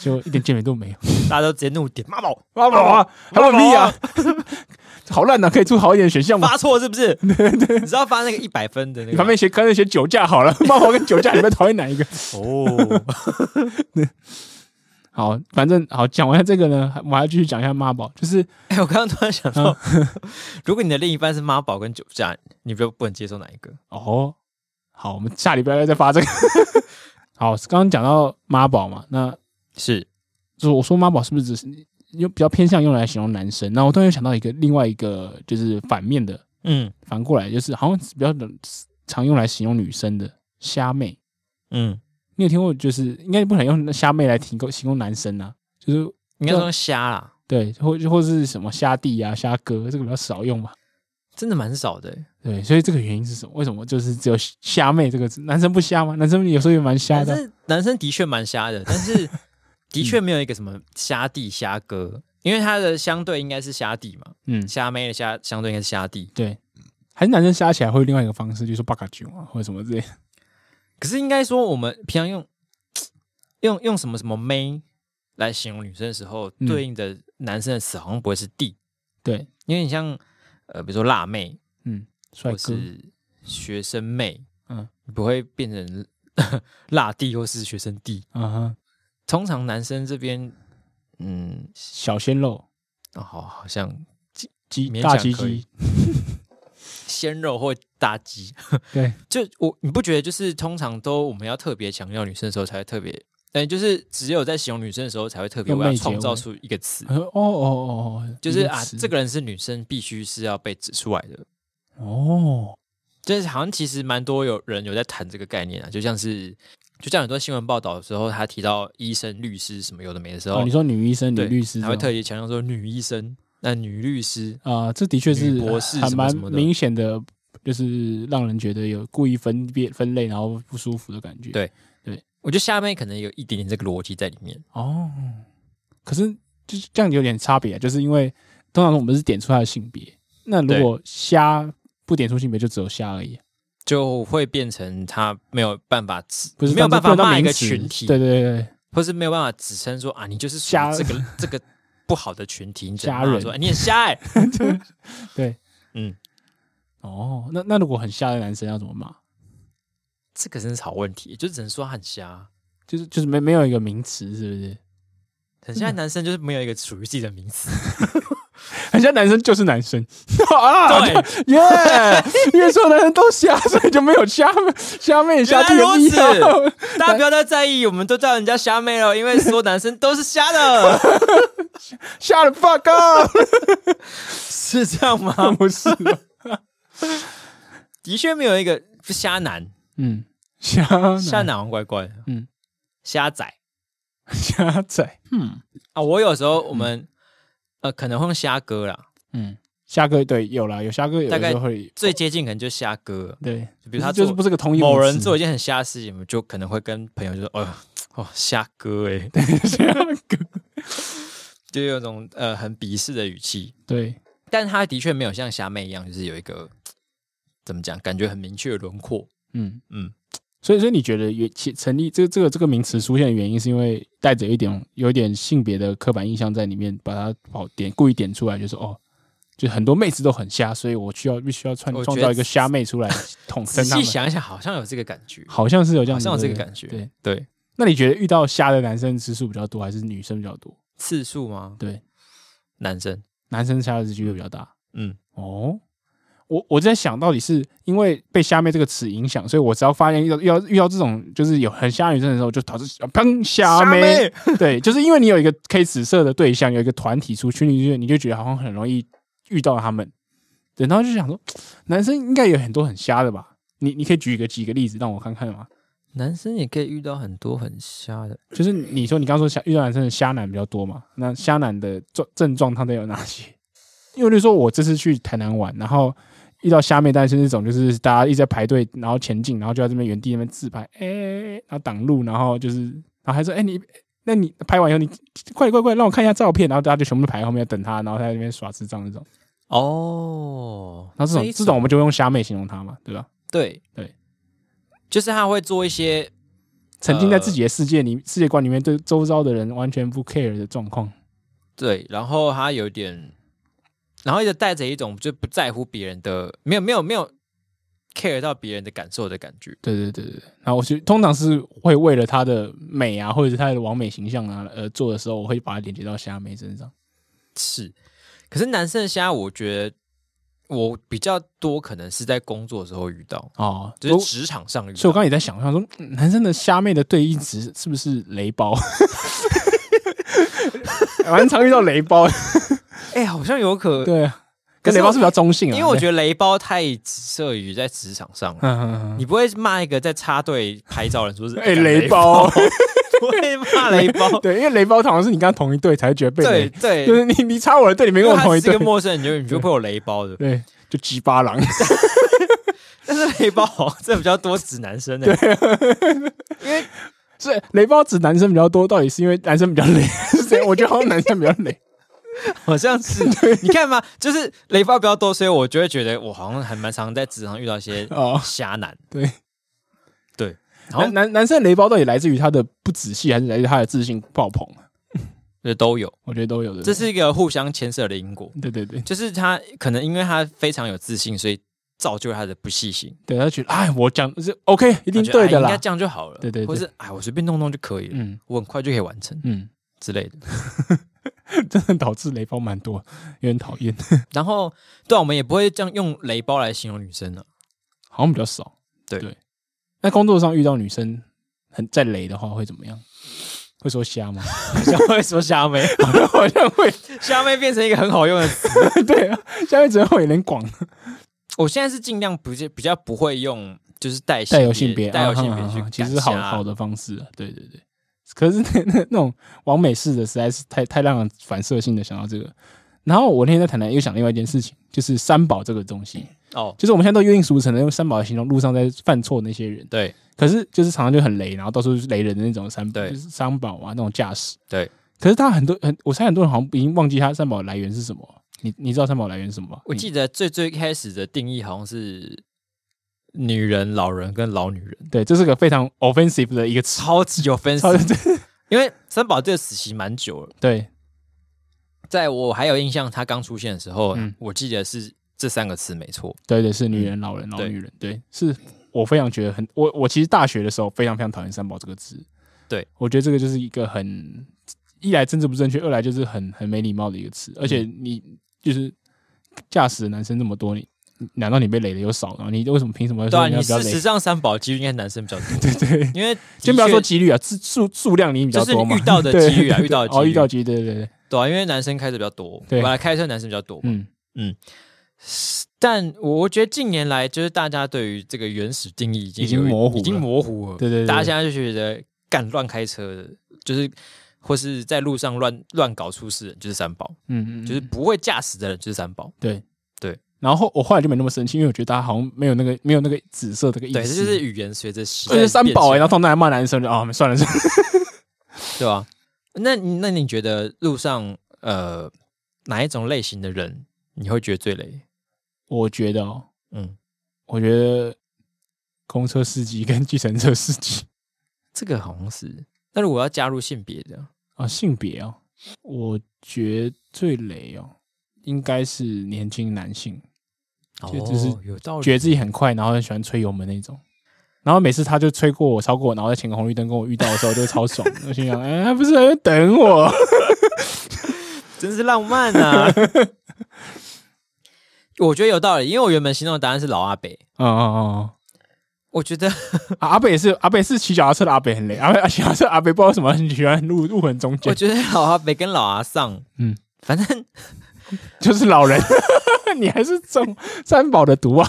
[SPEAKER 2] 就一点鉴别都没有。
[SPEAKER 1] 大家都直接怒点妈宝
[SPEAKER 2] 妈宝啊，还问屁啊， 好烂啊呐、可以出好一点的选项吗？
[SPEAKER 1] 发错是不 是？你知道发那个一百分的那
[SPEAKER 2] 你
[SPEAKER 1] 个
[SPEAKER 2] 旁边写干脆写酒驾 好了，妈宝跟酒驾，你们讨厌哪一个？
[SPEAKER 1] 哦，
[SPEAKER 2] 好，反正好讲完了这个呢，还我还要继续讲一下妈宝，就是
[SPEAKER 1] 哎、我刚刚突然想到，
[SPEAKER 2] 嗯
[SPEAKER 1] 如果你的另一半是妈宝跟酒驾，你不不能接受哪一个？
[SPEAKER 2] 哦，好，我们下礼拜再发这个。 好，刚刚讲到妈宝嘛，那
[SPEAKER 1] 是
[SPEAKER 2] 就是我说妈宝是不是只是用比较偏向用来形容男生？那我突然又想到一个另外一个就是反面的，
[SPEAKER 1] 嗯
[SPEAKER 2] 反过来就是好像比较常用来形容女生的虾妹。
[SPEAKER 1] 嗯，
[SPEAKER 2] 你有听过？就是应该不可能用虾妹来提供形容男生啊，就是
[SPEAKER 1] 应该说瞎啦，
[SPEAKER 2] 对，或或是什么虾弟啊、虾哥，这个比较少用嘛。
[SPEAKER 1] 真的蛮少的、欸。
[SPEAKER 2] 对，所以这个原因是什么？为什么就是只有虾妹这个字？男生不虾吗？男生有时候也蛮虾
[SPEAKER 1] 男
[SPEAKER 2] 的啊。
[SPEAKER 1] 生男生的确蛮瞎 的，但是的确没有一个什么瞎弟瞎哥，因为他的相对应该是瞎弟嘛，
[SPEAKER 2] 嗯，
[SPEAKER 1] 瞎妹的瞎相对应该是瞎弟。
[SPEAKER 2] 对，还是男生瞎起来会有另外一个方式，就是说八嘎囧啊，或者什么之类的。
[SPEAKER 1] 可是应该说我们平常用用用什么什么妹来形容女生的时候，
[SPEAKER 2] 嗯
[SPEAKER 1] 对应的男生的词好像不会是弟，
[SPEAKER 2] 对，
[SPEAKER 1] 因为你像呃比如说辣妹，
[SPEAKER 2] 嗯，帅
[SPEAKER 1] 或
[SPEAKER 2] 哥，
[SPEAKER 1] 是学生妹，嗯
[SPEAKER 2] 嗯，
[SPEAKER 1] 不会变成 辣弟或是学生弟。
[SPEAKER 2] 啊哈，
[SPEAKER 1] 通常男生这边，嗯，
[SPEAKER 2] 小鲜肉，
[SPEAKER 1] 哦好，好像
[SPEAKER 2] 鸡
[SPEAKER 1] 勉
[SPEAKER 2] 大
[SPEAKER 1] 强
[SPEAKER 2] 鸡
[SPEAKER 1] 可以
[SPEAKER 2] 鸡，
[SPEAKER 1] 鲜肉或大鸡，
[SPEAKER 2] 对，
[SPEAKER 1] 就我你不觉得就是通常都我们要特别强调女生的时候才会特别，哎、就是只有在形容女生的时候才会特别
[SPEAKER 2] 用
[SPEAKER 1] 我要
[SPEAKER 2] 媚
[SPEAKER 1] 创
[SPEAKER 2] 结
[SPEAKER 1] 造
[SPEAKER 2] 尾
[SPEAKER 1] 出一个 词，
[SPEAKER 2] 呃哦哦哦哦，
[SPEAKER 1] 就是啊，这
[SPEAKER 2] 个
[SPEAKER 1] 个人是女生，必须是要被指出来的。
[SPEAKER 2] 哦，
[SPEAKER 1] 就是好像其实蛮多有人有在谈这个概念啊，就像是就像很多新闻报道的时候，他提到医生、律师什么有的没的时候，
[SPEAKER 2] 哦，你说女医生、女
[SPEAKER 1] 对
[SPEAKER 2] 律师这
[SPEAKER 1] 他
[SPEAKER 2] 种，
[SPEAKER 1] 会特别强调说女医生、那女律师，
[SPEAKER 2] 啊，这的确
[SPEAKER 1] 女
[SPEAKER 2] 是
[SPEAKER 1] 博士
[SPEAKER 2] 还
[SPEAKER 1] 什么
[SPEAKER 2] 蛮
[SPEAKER 1] 什么的
[SPEAKER 2] 明显的，就是让人觉得有故意分别分类，然后不舒服的感觉。
[SPEAKER 1] 对我觉得下面可能有一点点这个逻辑在里面。
[SPEAKER 2] 哦，啊可是就是这样有点差别，就是因为通常我们是点出他的性别，那如
[SPEAKER 1] 对
[SPEAKER 2] 果虾不点出性别，就只有虾而已，啊
[SPEAKER 1] 就会变成他没有办法指，
[SPEAKER 2] 不是
[SPEAKER 1] 没有办法
[SPEAKER 2] 当作不能当
[SPEAKER 1] 骂一个
[SPEAKER 2] 名词
[SPEAKER 1] 群体，
[SPEAKER 2] 对对对，
[SPEAKER 1] 或是没有办法指称说啊，你就是属于
[SPEAKER 2] 虾
[SPEAKER 1] 这个这个不好的群体，你只能
[SPEAKER 2] 虾
[SPEAKER 1] 骂
[SPEAKER 2] 人
[SPEAKER 1] 说、哎你很瞎哎、
[SPEAKER 2] 对，
[SPEAKER 1] 嗯，
[SPEAKER 2] 哦，那那如果很瞎的男生要怎么骂？
[SPEAKER 1] 这个真是好问题，就只能说他很瞎。
[SPEAKER 2] 就是就是没没有一个名词，是不是？
[SPEAKER 1] 很像
[SPEAKER 2] 嗯
[SPEAKER 1] 男生就是没有一个属于自己的名词，
[SPEAKER 2] 很像男生就是男生 啊，
[SPEAKER 1] 对，
[SPEAKER 2] 耶！因为所有男人都瞎，所以就没有瞎妹瞎妹瞎弟啊的必
[SPEAKER 1] 原来
[SPEAKER 2] 要。
[SPEAKER 1] 大家不要再在意，我们都叫人家瞎妹了，因为所有男生都是瞎 的，
[SPEAKER 2] 瞎了 fuck up，
[SPEAKER 1] 是这样吗？
[SPEAKER 2] 不是？
[SPEAKER 1] 的确没有一个瞎男，
[SPEAKER 2] 嗯，瞎
[SPEAKER 1] 瞎
[SPEAKER 2] 男
[SPEAKER 1] 男好像怪怪的，
[SPEAKER 2] 嗯
[SPEAKER 1] 嗯，瞎仔
[SPEAKER 2] 瞎仔，嗯
[SPEAKER 1] 啊，我有时候我们呃可能会用瞎哥啦，
[SPEAKER 2] 嗯，虾哥对有啦，有虾哥有
[SPEAKER 1] 大
[SPEAKER 2] 的
[SPEAKER 1] 概
[SPEAKER 2] 时候会
[SPEAKER 1] 最接近可能就瞎哥，
[SPEAKER 2] 对，
[SPEAKER 1] 就比如他
[SPEAKER 2] 就是
[SPEAKER 1] 做
[SPEAKER 2] 就是不是个同义名词
[SPEAKER 1] 某人做一件很瞎的事情，我们就可能会跟朋友就说：“哦哦，瞎哥哎、欸
[SPEAKER 2] 虾哥，，
[SPEAKER 1] 就有一种呃很鄙视的语气。
[SPEAKER 2] 对，
[SPEAKER 1] 但他的确没有像虾妹一样，就是有一个怎么讲，感觉很明确的轮廓。
[SPEAKER 2] 嗯嗯
[SPEAKER 1] 嗯。
[SPEAKER 2] 所以，所以你觉得原其成立这个这个这个名词出现的原因，是因为带着一点有一点性别的刻板印象在里面，把它跑点故意点出来，就是哦，就很多妹子都很瞎，所以我需要必须要创
[SPEAKER 1] 我觉
[SPEAKER 2] 创
[SPEAKER 1] 得
[SPEAKER 2] 造一个瞎 妹出来统
[SPEAKER 1] 仔
[SPEAKER 2] 称
[SPEAKER 1] 细
[SPEAKER 2] 他们，
[SPEAKER 1] 想一想，好像有这个感觉。
[SPEAKER 2] 好像是有这样子的，
[SPEAKER 1] 好像有这个感觉
[SPEAKER 2] 对，
[SPEAKER 1] 对，
[SPEAKER 2] 那你觉得遇到瞎的男生次数比较多，还是女生比较多？
[SPEAKER 1] 次数吗？
[SPEAKER 2] 对，
[SPEAKER 1] 男生，
[SPEAKER 2] 男生瞎的几率会比较大。
[SPEAKER 1] 嗯，
[SPEAKER 2] 哦，我我在想到底是因为被“虾妹”这个词影响，所以我只要发现遇到遇到遇到这种就是有很虾女生的时候，就导致啊砰虾妹。对，就是因为你有一个可以紫色的对象，有一个团体出群体出，你就觉得好像很容易遇到他们。等到就想说，男生应该有很多很瞎的吧？你你可以举一个几个例子让我看看吗？
[SPEAKER 1] 男生也可以遇到很多很瞎的。
[SPEAKER 2] 就是你说你刚说虾遇到男生的虾男比较多嘛？那虾男的状症状他都有哪些？因为就说我这次去台南玩，然后遇到虾妹，但是那种就是大家一直在排队，然后前进，然后就在这边原地那边自拍，哎、然后挡路，然后就是，然后还说，哎、你，那你拍完以后你快点快点快点让我看一下照片，然后大家就全部都排在后面等他，然后他在那边耍智障那种。
[SPEAKER 1] 哦，
[SPEAKER 2] 然后这种这种我们就会用虾妹形容他嘛，对吧？
[SPEAKER 1] 对
[SPEAKER 2] 对，
[SPEAKER 1] 就是他会做一些
[SPEAKER 2] 沉浸在自己的世界里、世界观里面，对周遭的人完全不 care 的状况。
[SPEAKER 1] 对，然后他有点，然后一直带着一种就不在乎别人的，没有没有没有 care 到别人的感受的感觉。
[SPEAKER 2] 对对对对，对然后我就通常是会为了她的美啊，或者是她的完美形象啊而做的时候，我会把它连接到虾妹身上。
[SPEAKER 1] 是，可是男生的虾，我觉得我比较多可能是在工作的时候遇到，
[SPEAKER 2] 哦，
[SPEAKER 1] 就是
[SPEAKER 2] 我
[SPEAKER 1] 职场上遇
[SPEAKER 2] 所以我刚
[SPEAKER 1] 到。
[SPEAKER 2] 刚也在想，我想说嗯男生的虾妹的对应词是不是雷 包？蛮常遇到雷包，
[SPEAKER 1] 哎、好像有可，
[SPEAKER 2] 对啊，
[SPEAKER 1] 可
[SPEAKER 2] 跟
[SPEAKER 1] 是
[SPEAKER 2] 雷
[SPEAKER 1] 我
[SPEAKER 2] 包是比较中性
[SPEAKER 1] 因
[SPEAKER 2] 啊，
[SPEAKER 1] 为我
[SPEAKER 2] 对
[SPEAKER 1] 觉得雷包太设于在职场上了。
[SPEAKER 2] 嗯嗯嗯，
[SPEAKER 1] 你不会骂一个在插队拍照的人说是
[SPEAKER 2] 哎
[SPEAKER 1] 干
[SPEAKER 2] 雷包，
[SPEAKER 1] 包， 不会骂雷包
[SPEAKER 2] 对，因为雷包好像是你跟他同一队才会觉得被
[SPEAKER 1] 对
[SPEAKER 2] 雷，
[SPEAKER 1] 对，
[SPEAKER 2] 就是你你插我的队，你没
[SPEAKER 1] 因为
[SPEAKER 2] 跟我
[SPEAKER 1] 他
[SPEAKER 2] 同一
[SPEAKER 1] 是
[SPEAKER 2] 队
[SPEAKER 1] 个，陌生人，你就你就会有雷包的。
[SPEAKER 2] 对，就鸡巴狼，
[SPEAKER 1] 但是雷包好像真的比较多指男生呢、欸
[SPEAKER 2] 啊是雷包指男生比较多，到底是因为男生比较雷， 是这样？我觉得好像男生比较 雷。
[SPEAKER 1] 好像 是。你看嘛，就是雷包比较多，所以我就会觉得我好像还蛮常在职场遇到一些
[SPEAKER 2] 哦，
[SPEAKER 1] 瞎男。
[SPEAKER 2] 对
[SPEAKER 1] 对，然后
[SPEAKER 2] 男男男生的雷包到底来自于他的不仔细，还是来自他的自信爆棚？
[SPEAKER 1] 这都有，
[SPEAKER 2] 我觉得都有的。
[SPEAKER 1] 这是一个互相牵涉的因果。
[SPEAKER 2] 对对对
[SPEAKER 1] 就是他可能因为他非常有自信，所以造就了他的不细心，
[SPEAKER 2] 对，他觉得哎，我讲是 OK，一
[SPEAKER 1] 一
[SPEAKER 2] 定对的
[SPEAKER 1] 啊哎应
[SPEAKER 2] 啦
[SPEAKER 1] 该。这样就好了。
[SPEAKER 2] 对对对
[SPEAKER 1] 或是哎，我随便弄弄就可以了，
[SPEAKER 2] 嗯
[SPEAKER 1] 我很快就可以完成
[SPEAKER 2] 嗯，
[SPEAKER 1] 之类的。
[SPEAKER 2] 真的导致雷包蛮多，有点讨厌，
[SPEAKER 1] 然后，对、啊，我们也不会这样用雷包来形容女 生了、啊
[SPEAKER 2] 好像比较少。
[SPEAKER 1] 对
[SPEAKER 2] 对，那工作上遇到女生很在雷的话会怎么样？会说瞎吗？
[SPEAKER 1] 好像 会说虾妹，
[SPEAKER 2] 好像会，
[SPEAKER 1] 虾妹变成一个很好用的词。
[SPEAKER 2] 对啊，下面只会有点广。
[SPEAKER 1] 我现在是尽量不是比较不会用，就是带
[SPEAKER 2] 带有性别，
[SPEAKER 1] 带有性
[SPEAKER 2] 啊
[SPEAKER 1] 别
[SPEAKER 2] 啊啊
[SPEAKER 1] 去
[SPEAKER 2] 啊
[SPEAKER 1] 赶
[SPEAKER 2] 其
[SPEAKER 1] 虾，
[SPEAKER 2] 实是好好的方式啊。对对对，可是 那那那种完美式的实在是太太让人反射性的想到这个。然后我那天在台南又想另外一件事情，就是三宝这个东西，
[SPEAKER 1] 哦，
[SPEAKER 2] 就是我们现在都约定俗成的用三宝来形容路上在犯错的那些人，
[SPEAKER 1] 对
[SPEAKER 2] 可是就是常常就很雷，然后到处雷人的那种三宝，
[SPEAKER 1] 对
[SPEAKER 2] 就是三宝啊那种驾驶。
[SPEAKER 1] 对，
[SPEAKER 2] 可是他很多很，我猜很多人好像已经忘记他三宝的来源是什么。你你知道三宝来源是什么吗？
[SPEAKER 1] 我记得最最开始的定义好像是女人、老人跟老女人，
[SPEAKER 2] 你对，这是个非常 offensive 的一个词。
[SPEAKER 1] 超级有分
[SPEAKER 2] 超
[SPEAKER 1] e 因为三宝这个死期蛮久了，
[SPEAKER 2] 对，
[SPEAKER 1] 在我还有印象，他刚出现的时候，
[SPEAKER 2] 嗯
[SPEAKER 1] 我记得是这三个词没错。
[SPEAKER 2] 对对，是女人、老人、老
[SPEAKER 1] 嗯对
[SPEAKER 2] 女人，对，是我非常觉得很，我我其实大学的时候非常非常讨厌“三宝”这个字，
[SPEAKER 1] 对
[SPEAKER 2] 我觉得这个就是一个很一来政治不正确，二来就是很很没礼貌的一个词，而且
[SPEAKER 1] 嗯
[SPEAKER 2] 你就是驾驶的男生这么多，你你难道你被雷的又少吗？你为什么凭什么
[SPEAKER 1] 对
[SPEAKER 2] 说
[SPEAKER 1] 啊，
[SPEAKER 2] 人
[SPEAKER 1] 你
[SPEAKER 2] 家比较
[SPEAKER 1] 事
[SPEAKER 2] 雷？
[SPEAKER 1] 实上三宝几率应该男生比较多，
[SPEAKER 2] 对对，
[SPEAKER 1] 因为的
[SPEAKER 2] 先不要说
[SPEAKER 1] 确
[SPEAKER 2] 几率啊，数数数量你比较
[SPEAKER 1] 就是
[SPEAKER 2] 多嘛，
[SPEAKER 1] 遇到的
[SPEAKER 2] 对
[SPEAKER 1] 几率啊
[SPEAKER 2] 对
[SPEAKER 1] 遇到的
[SPEAKER 2] 对哦，
[SPEAKER 1] 几
[SPEAKER 2] 遇到
[SPEAKER 1] 率
[SPEAKER 2] 几率，对对对，
[SPEAKER 1] 对啊，因为男生开车比较多，
[SPEAKER 2] 对
[SPEAKER 1] 本来开车男生比较多嘛。
[SPEAKER 2] 嗯，
[SPEAKER 1] 但我我觉得近年来就是大家对于这个原始定义已经
[SPEAKER 2] 已经
[SPEAKER 1] 有
[SPEAKER 2] 模糊
[SPEAKER 1] 已经
[SPEAKER 2] 了
[SPEAKER 1] 模糊了。
[SPEAKER 2] 对对对，
[SPEAKER 1] 大家
[SPEAKER 2] 对
[SPEAKER 1] 现在就觉得干乱开车的，就是或是在路上乱乱搞出事的人就是三宝，
[SPEAKER 2] 嗯嗯，
[SPEAKER 1] 就是
[SPEAKER 2] 嗯
[SPEAKER 1] 不会驾驶的人就是三宝。
[SPEAKER 2] 对
[SPEAKER 1] 对。
[SPEAKER 2] 然后我后来就没那么生气，因为我觉得大家好像没有那个没有那个紫色这个意思，
[SPEAKER 1] 对，这就是语言随着时
[SPEAKER 2] 而
[SPEAKER 1] 代
[SPEAKER 2] 且三
[SPEAKER 1] 变
[SPEAKER 2] 宝哎、
[SPEAKER 1] 迁
[SPEAKER 2] 然后通常还骂男生就啊、算了算了，
[SPEAKER 1] 对吧、那你那你觉得路上呃哪一种类型的人你会觉得最累？
[SPEAKER 2] 我觉得哦，
[SPEAKER 1] 嗯，
[SPEAKER 2] 我觉得公车司机跟计程车司机
[SPEAKER 1] 这个好像是。那如果要加入性别的，
[SPEAKER 2] 啊，性别哦，我觉得最雷哦，应该是年轻男性，就就是
[SPEAKER 1] 哦、有道理，
[SPEAKER 2] 觉得自己很快，然后很喜欢吹油门那种。然后每次他就吹过我，超过我，然后在前个红绿灯跟我遇到的时候，就超爽 的。我心想，哎，他不是还在等我？ 哦
[SPEAKER 1] 真是浪漫啊！ 我觉得有道理，因为我原本心中的答案是老阿北，
[SPEAKER 2] 嗯嗯嗯
[SPEAKER 1] 我觉得
[SPEAKER 2] 嗯，啊阿北也是，阿北是骑脚踏车的阿北很累，阿北骑脚踏车的阿北不知道为什么 很喜欢路路很中
[SPEAKER 1] 我
[SPEAKER 2] 间，
[SPEAKER 1] 觉得老阿北跟老阿丧，
[SPEAKER 2] 嗯
[SPEAKER 1] 嗯，反正
[SPEAKER 2] 就是老人， 你还是中三宝的毒啊！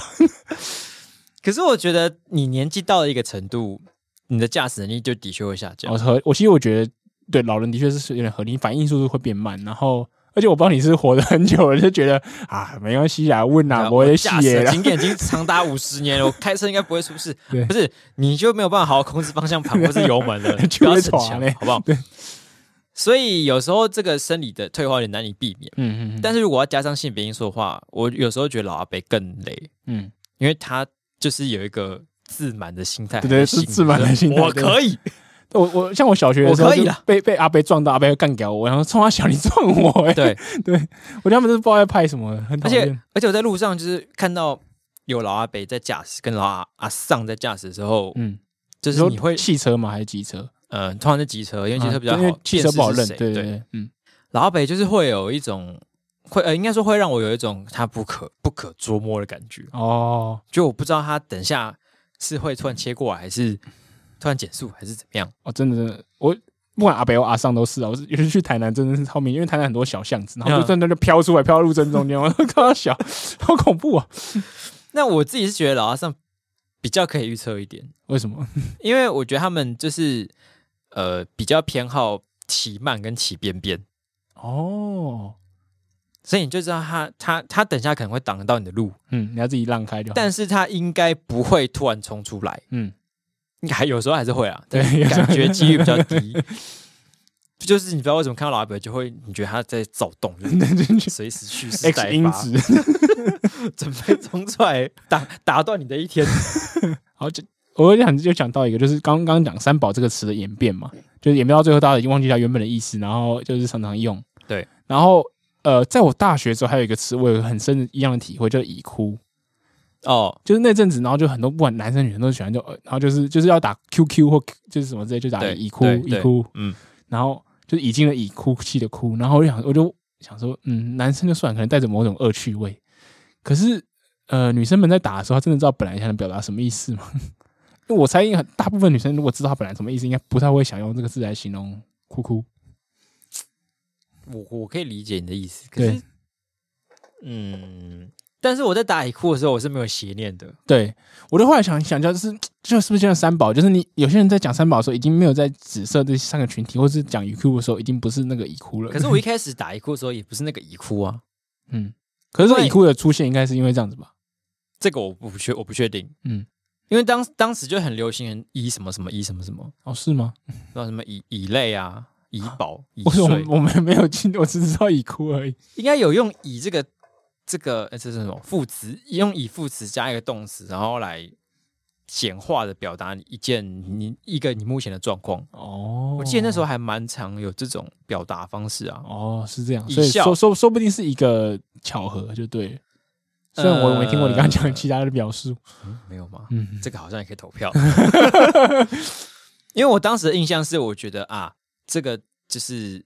[SPEAKER 1] 可是我觉得你年纪到了一个程度，你的驾驶能力就的确会下降。
[SPEAKER 2] 我和我其实我觉得，对老人的确是有点合理，反应速度会变慢，然后而且我不知道你是活得很久了，就觉得啊没关系啦，问
[SPEAKER 1] 对
[SPEAKER 2] 啦，
[SPEAKER 1] 啊
[SPEAKER 2] 我
[SPEAKER 1] 我
[SPEAKER 2] 的
[SPEAKER 1] 驾
[SPEAKER 2] 戏
[SPEAKER 1] 驶的
[SPEAKER 2] 啦，
[SPEAKER 1] 经验已经长达五十 年了，我开车应该不会出事
[SPEAKER 2] 对。
[SPEAKER 1] 不是，你就没有办法好好控制方向盘或是油 门了，你
[SPEAKER 2] 就
[SPEAKER 1] 不
[SPEAKER 2] 会
[SPEAKER 1] 要逞
[SPEAKER 2] 闯
[SPEAKER 1] 强
[SPEAKER 2] 嘞，
[SPEAKER 1] 好不好
[SPEAKER 2] 对？
[SPEAKER 1] 所以有时候这个生理的退化有点难以避免，
[SPEAKER 2] 嗯嗯，
[SPEAKER 1] 但是如果要加上性别因素的话，我有时候觉得老阿伯更累，
[SPEAKER 2] 嗯
[SPEAKER 1] 因为他就是有一个自满的心态，
[SPEAKER 2] 对对
[SPEAKER 1] 还心理
[SPEAKER 2] 是自满的心态
[SPEAKER 1] 我
[SPEAKER 2] 对
[SPEAKER 1] 可 以，
[SPEAKER 2] 我我像我小学的时候
[SPEAKER 1] 我可以啊
[SPEAKER 2] 就
[SPEAKER 1] 啦
[SPEAKER 2] 被被阿北撞到，阿北会干掉我，然后冲他小你撞我、欸，
[SPEAKER 1] 对，
[SPEAKER 2] 我觉得他们都是不知道在拍什么，很讨
[SPEAKER 1] 而
[SPEAKER 2] 厌
[SPEAKER 1] 且。而且我在路上就是看到有老阿伯在驾驶，跟老阿阿上在驾驶的时候，
[SPEAKER 2] 嗯，
[SPEAKER 1] 就
[SPEAKER 2] 你
[SPEAKER 1] 是
[SPEAKER 2] 说
[SPEAKER 1] 你会
[SPEAKER 2] 汽车吗？还是机车？
[SPEAKER 1] 呃，通常是机车，因为机车比较
[SPEAKER 2] 啊因为
[SPEAKER 1] 好，
[SPEAKER 2] 汽车不好认
[SPEAKER 1] 辨识。是谁
[SPEAKER 2] 对
[SPEAKER 1] 对
[SPEAKER 2] 对，嗯，
[SPEAKER 1] 老阿北就是会有一种会呃，应该说会让我有一种他不可不可捉摸的感觉，
[SPEAKER 2] 哦
[SPEAKER 1] 就我不知道他等下是会突然切过来，还是突然减速，还是怎么样。
[SPEAKER 2] 哦，真的真的，我不管阿北或阿上都是啊，我是尤其去台南真的是超明，因为台南很多小巷子，然后
[SPEAKER 1] 嗯
[SPEAKER 2] 就真的就飘出来，飘到路正中间，我都看到小，好恐怖啊！
[SPEAKER 1] 那我自己是觉得老阿上比较可以预测一点，
[SPEAKER 2] 为什么？
[SPEAKER 1] 因为我觉得他们就是呃比较偏好骑慢跟骑边边。
[SPEAKER 2] 哦，
[SPEAKER 1] 所以你就知道他他他等一下可能会挡得到你的路，
[SPEAKER 2] 嗯，你要自己让开就好。
[SPEAKER 1] 但是他应该不会突然冲出来，
[SPEAKER 2] 嗯，
[SPEAKER 1] 应该还有时候还是会 啊，
[SPEAKER 2] 对
[SPEAKER 1] 但是感觉几率比较低。就是你不知道为什么看到老阿伯就会，你觉得他在躁动， 就是随时蓄势
[SPEAKER 2] X
[SPEAKER 1] 待
[SPEAKER 2] 因
[SPEAKER 1] 发，
[SPEAKER 2] 子，
[SPEAKER 1] 准备冲出来打打断你的一天。
[SPEAKER 2] 好，就我想就讲到一个，就是刚刚讲“三宝”这个词的演变嘛，就是演变到最后，大家已经忘记它原本的意思，然后就是常常用。
[SPEAKER 1] 对，
[SPEAKER 2] 然后呃，在我大学之后，还有一个词，我有很深的一样的体会，就是“已哭”。
[SPEAKER 1] 哦，
[SPEAKER 2] 就是那阵子，然后就很多不管男生女生都喜欢就，呃然后就是就是要打 QQ 或 Q- 就是什么之类，就打
[SPEAKER 1] 对
[SPEAKER 2] 已哭
[SPEAKER 1] 对
[SPEAKER 2] 已
[SPEAKER 1] 对
[SPEAKER 2] 哭，
[SPEAKER 1] 嗯，
[SPEAKER 2] 然后就是已经的已哭泣的哭，然后我就想我就想说，嗯，男生就算了可能带着某种恶趣味，可是呃，女生们在打的时候，她真的知道本来想表达什么意思吗？ 因为我猜，很大部分女生如果知道她本来什么意思，应该不太会想用这个字来形容哭哭。
[SPEAKER 1] 我我可以理解你的意思，可
[SPEAKER 2] 对
[SPEAKER 1] 是，嗯，但是我在打野哭的时候，我是没有邪念的，
[SPEAKER 2] 对我就后来想想，就是就是不是就像三宝，就是你有些人在讲三宝的时候，已经没有在紫色这三个群体，或是讲语库的时候，已经不是那个已哭了。
[SPEAKER 1] 可是我一开始打野哭的时候，也不是那个野哭啊，
[SPEAKER 2] 嗯，可是这个
[SPEAKER 1] 对
[SPEAKER 2] 已哭的出现，应该是因为这样子吧？
[SPEAKER 1] 这个我不确我不确定，
[SPEAKER 2] 嗯
[SPEAKER 1] 嗯，因为当当时就很流行一什么什么一什么什么，
[SPEAKER 2] 哦，是吗？
[SPEAKER 1] 那什么乙乙类啊，乙宝、乙
[SPEAKER 2] 我说我
[SPEAKER 1] 水
[SPEAKER 2] 们，我们没有进，我只知道已哭而已。
[SPEAKER 1] 应该有用乙这个这个呃这是什么副词？用乙副词加一个动词，然后来简化的表达你一件你一个你目前的状况。
[SPEAKER 2] 哦
[SPEAKER 1] 我记得那时候还蛮常有这种表达方式啊。
[SPEAKER 2] 哦是这样，
[SPEAKER 1] 以
[SPEAKER 2] 所以
[SPEAKER 1] 笑
[SPEAKER 2] 说说说不定是一个巧合，就对了。虽然我
[SPEAKER 1] 呃
[SPEAKER 2] 没听过你刚刚讲其他的表述，
[SPEAKER 1] 没有吗？
[SPEAKER 2] 嗯，
[SPEAKER 1] 这个好像也可以投票。 因为我当时的印象是，我觉得啊，这个就是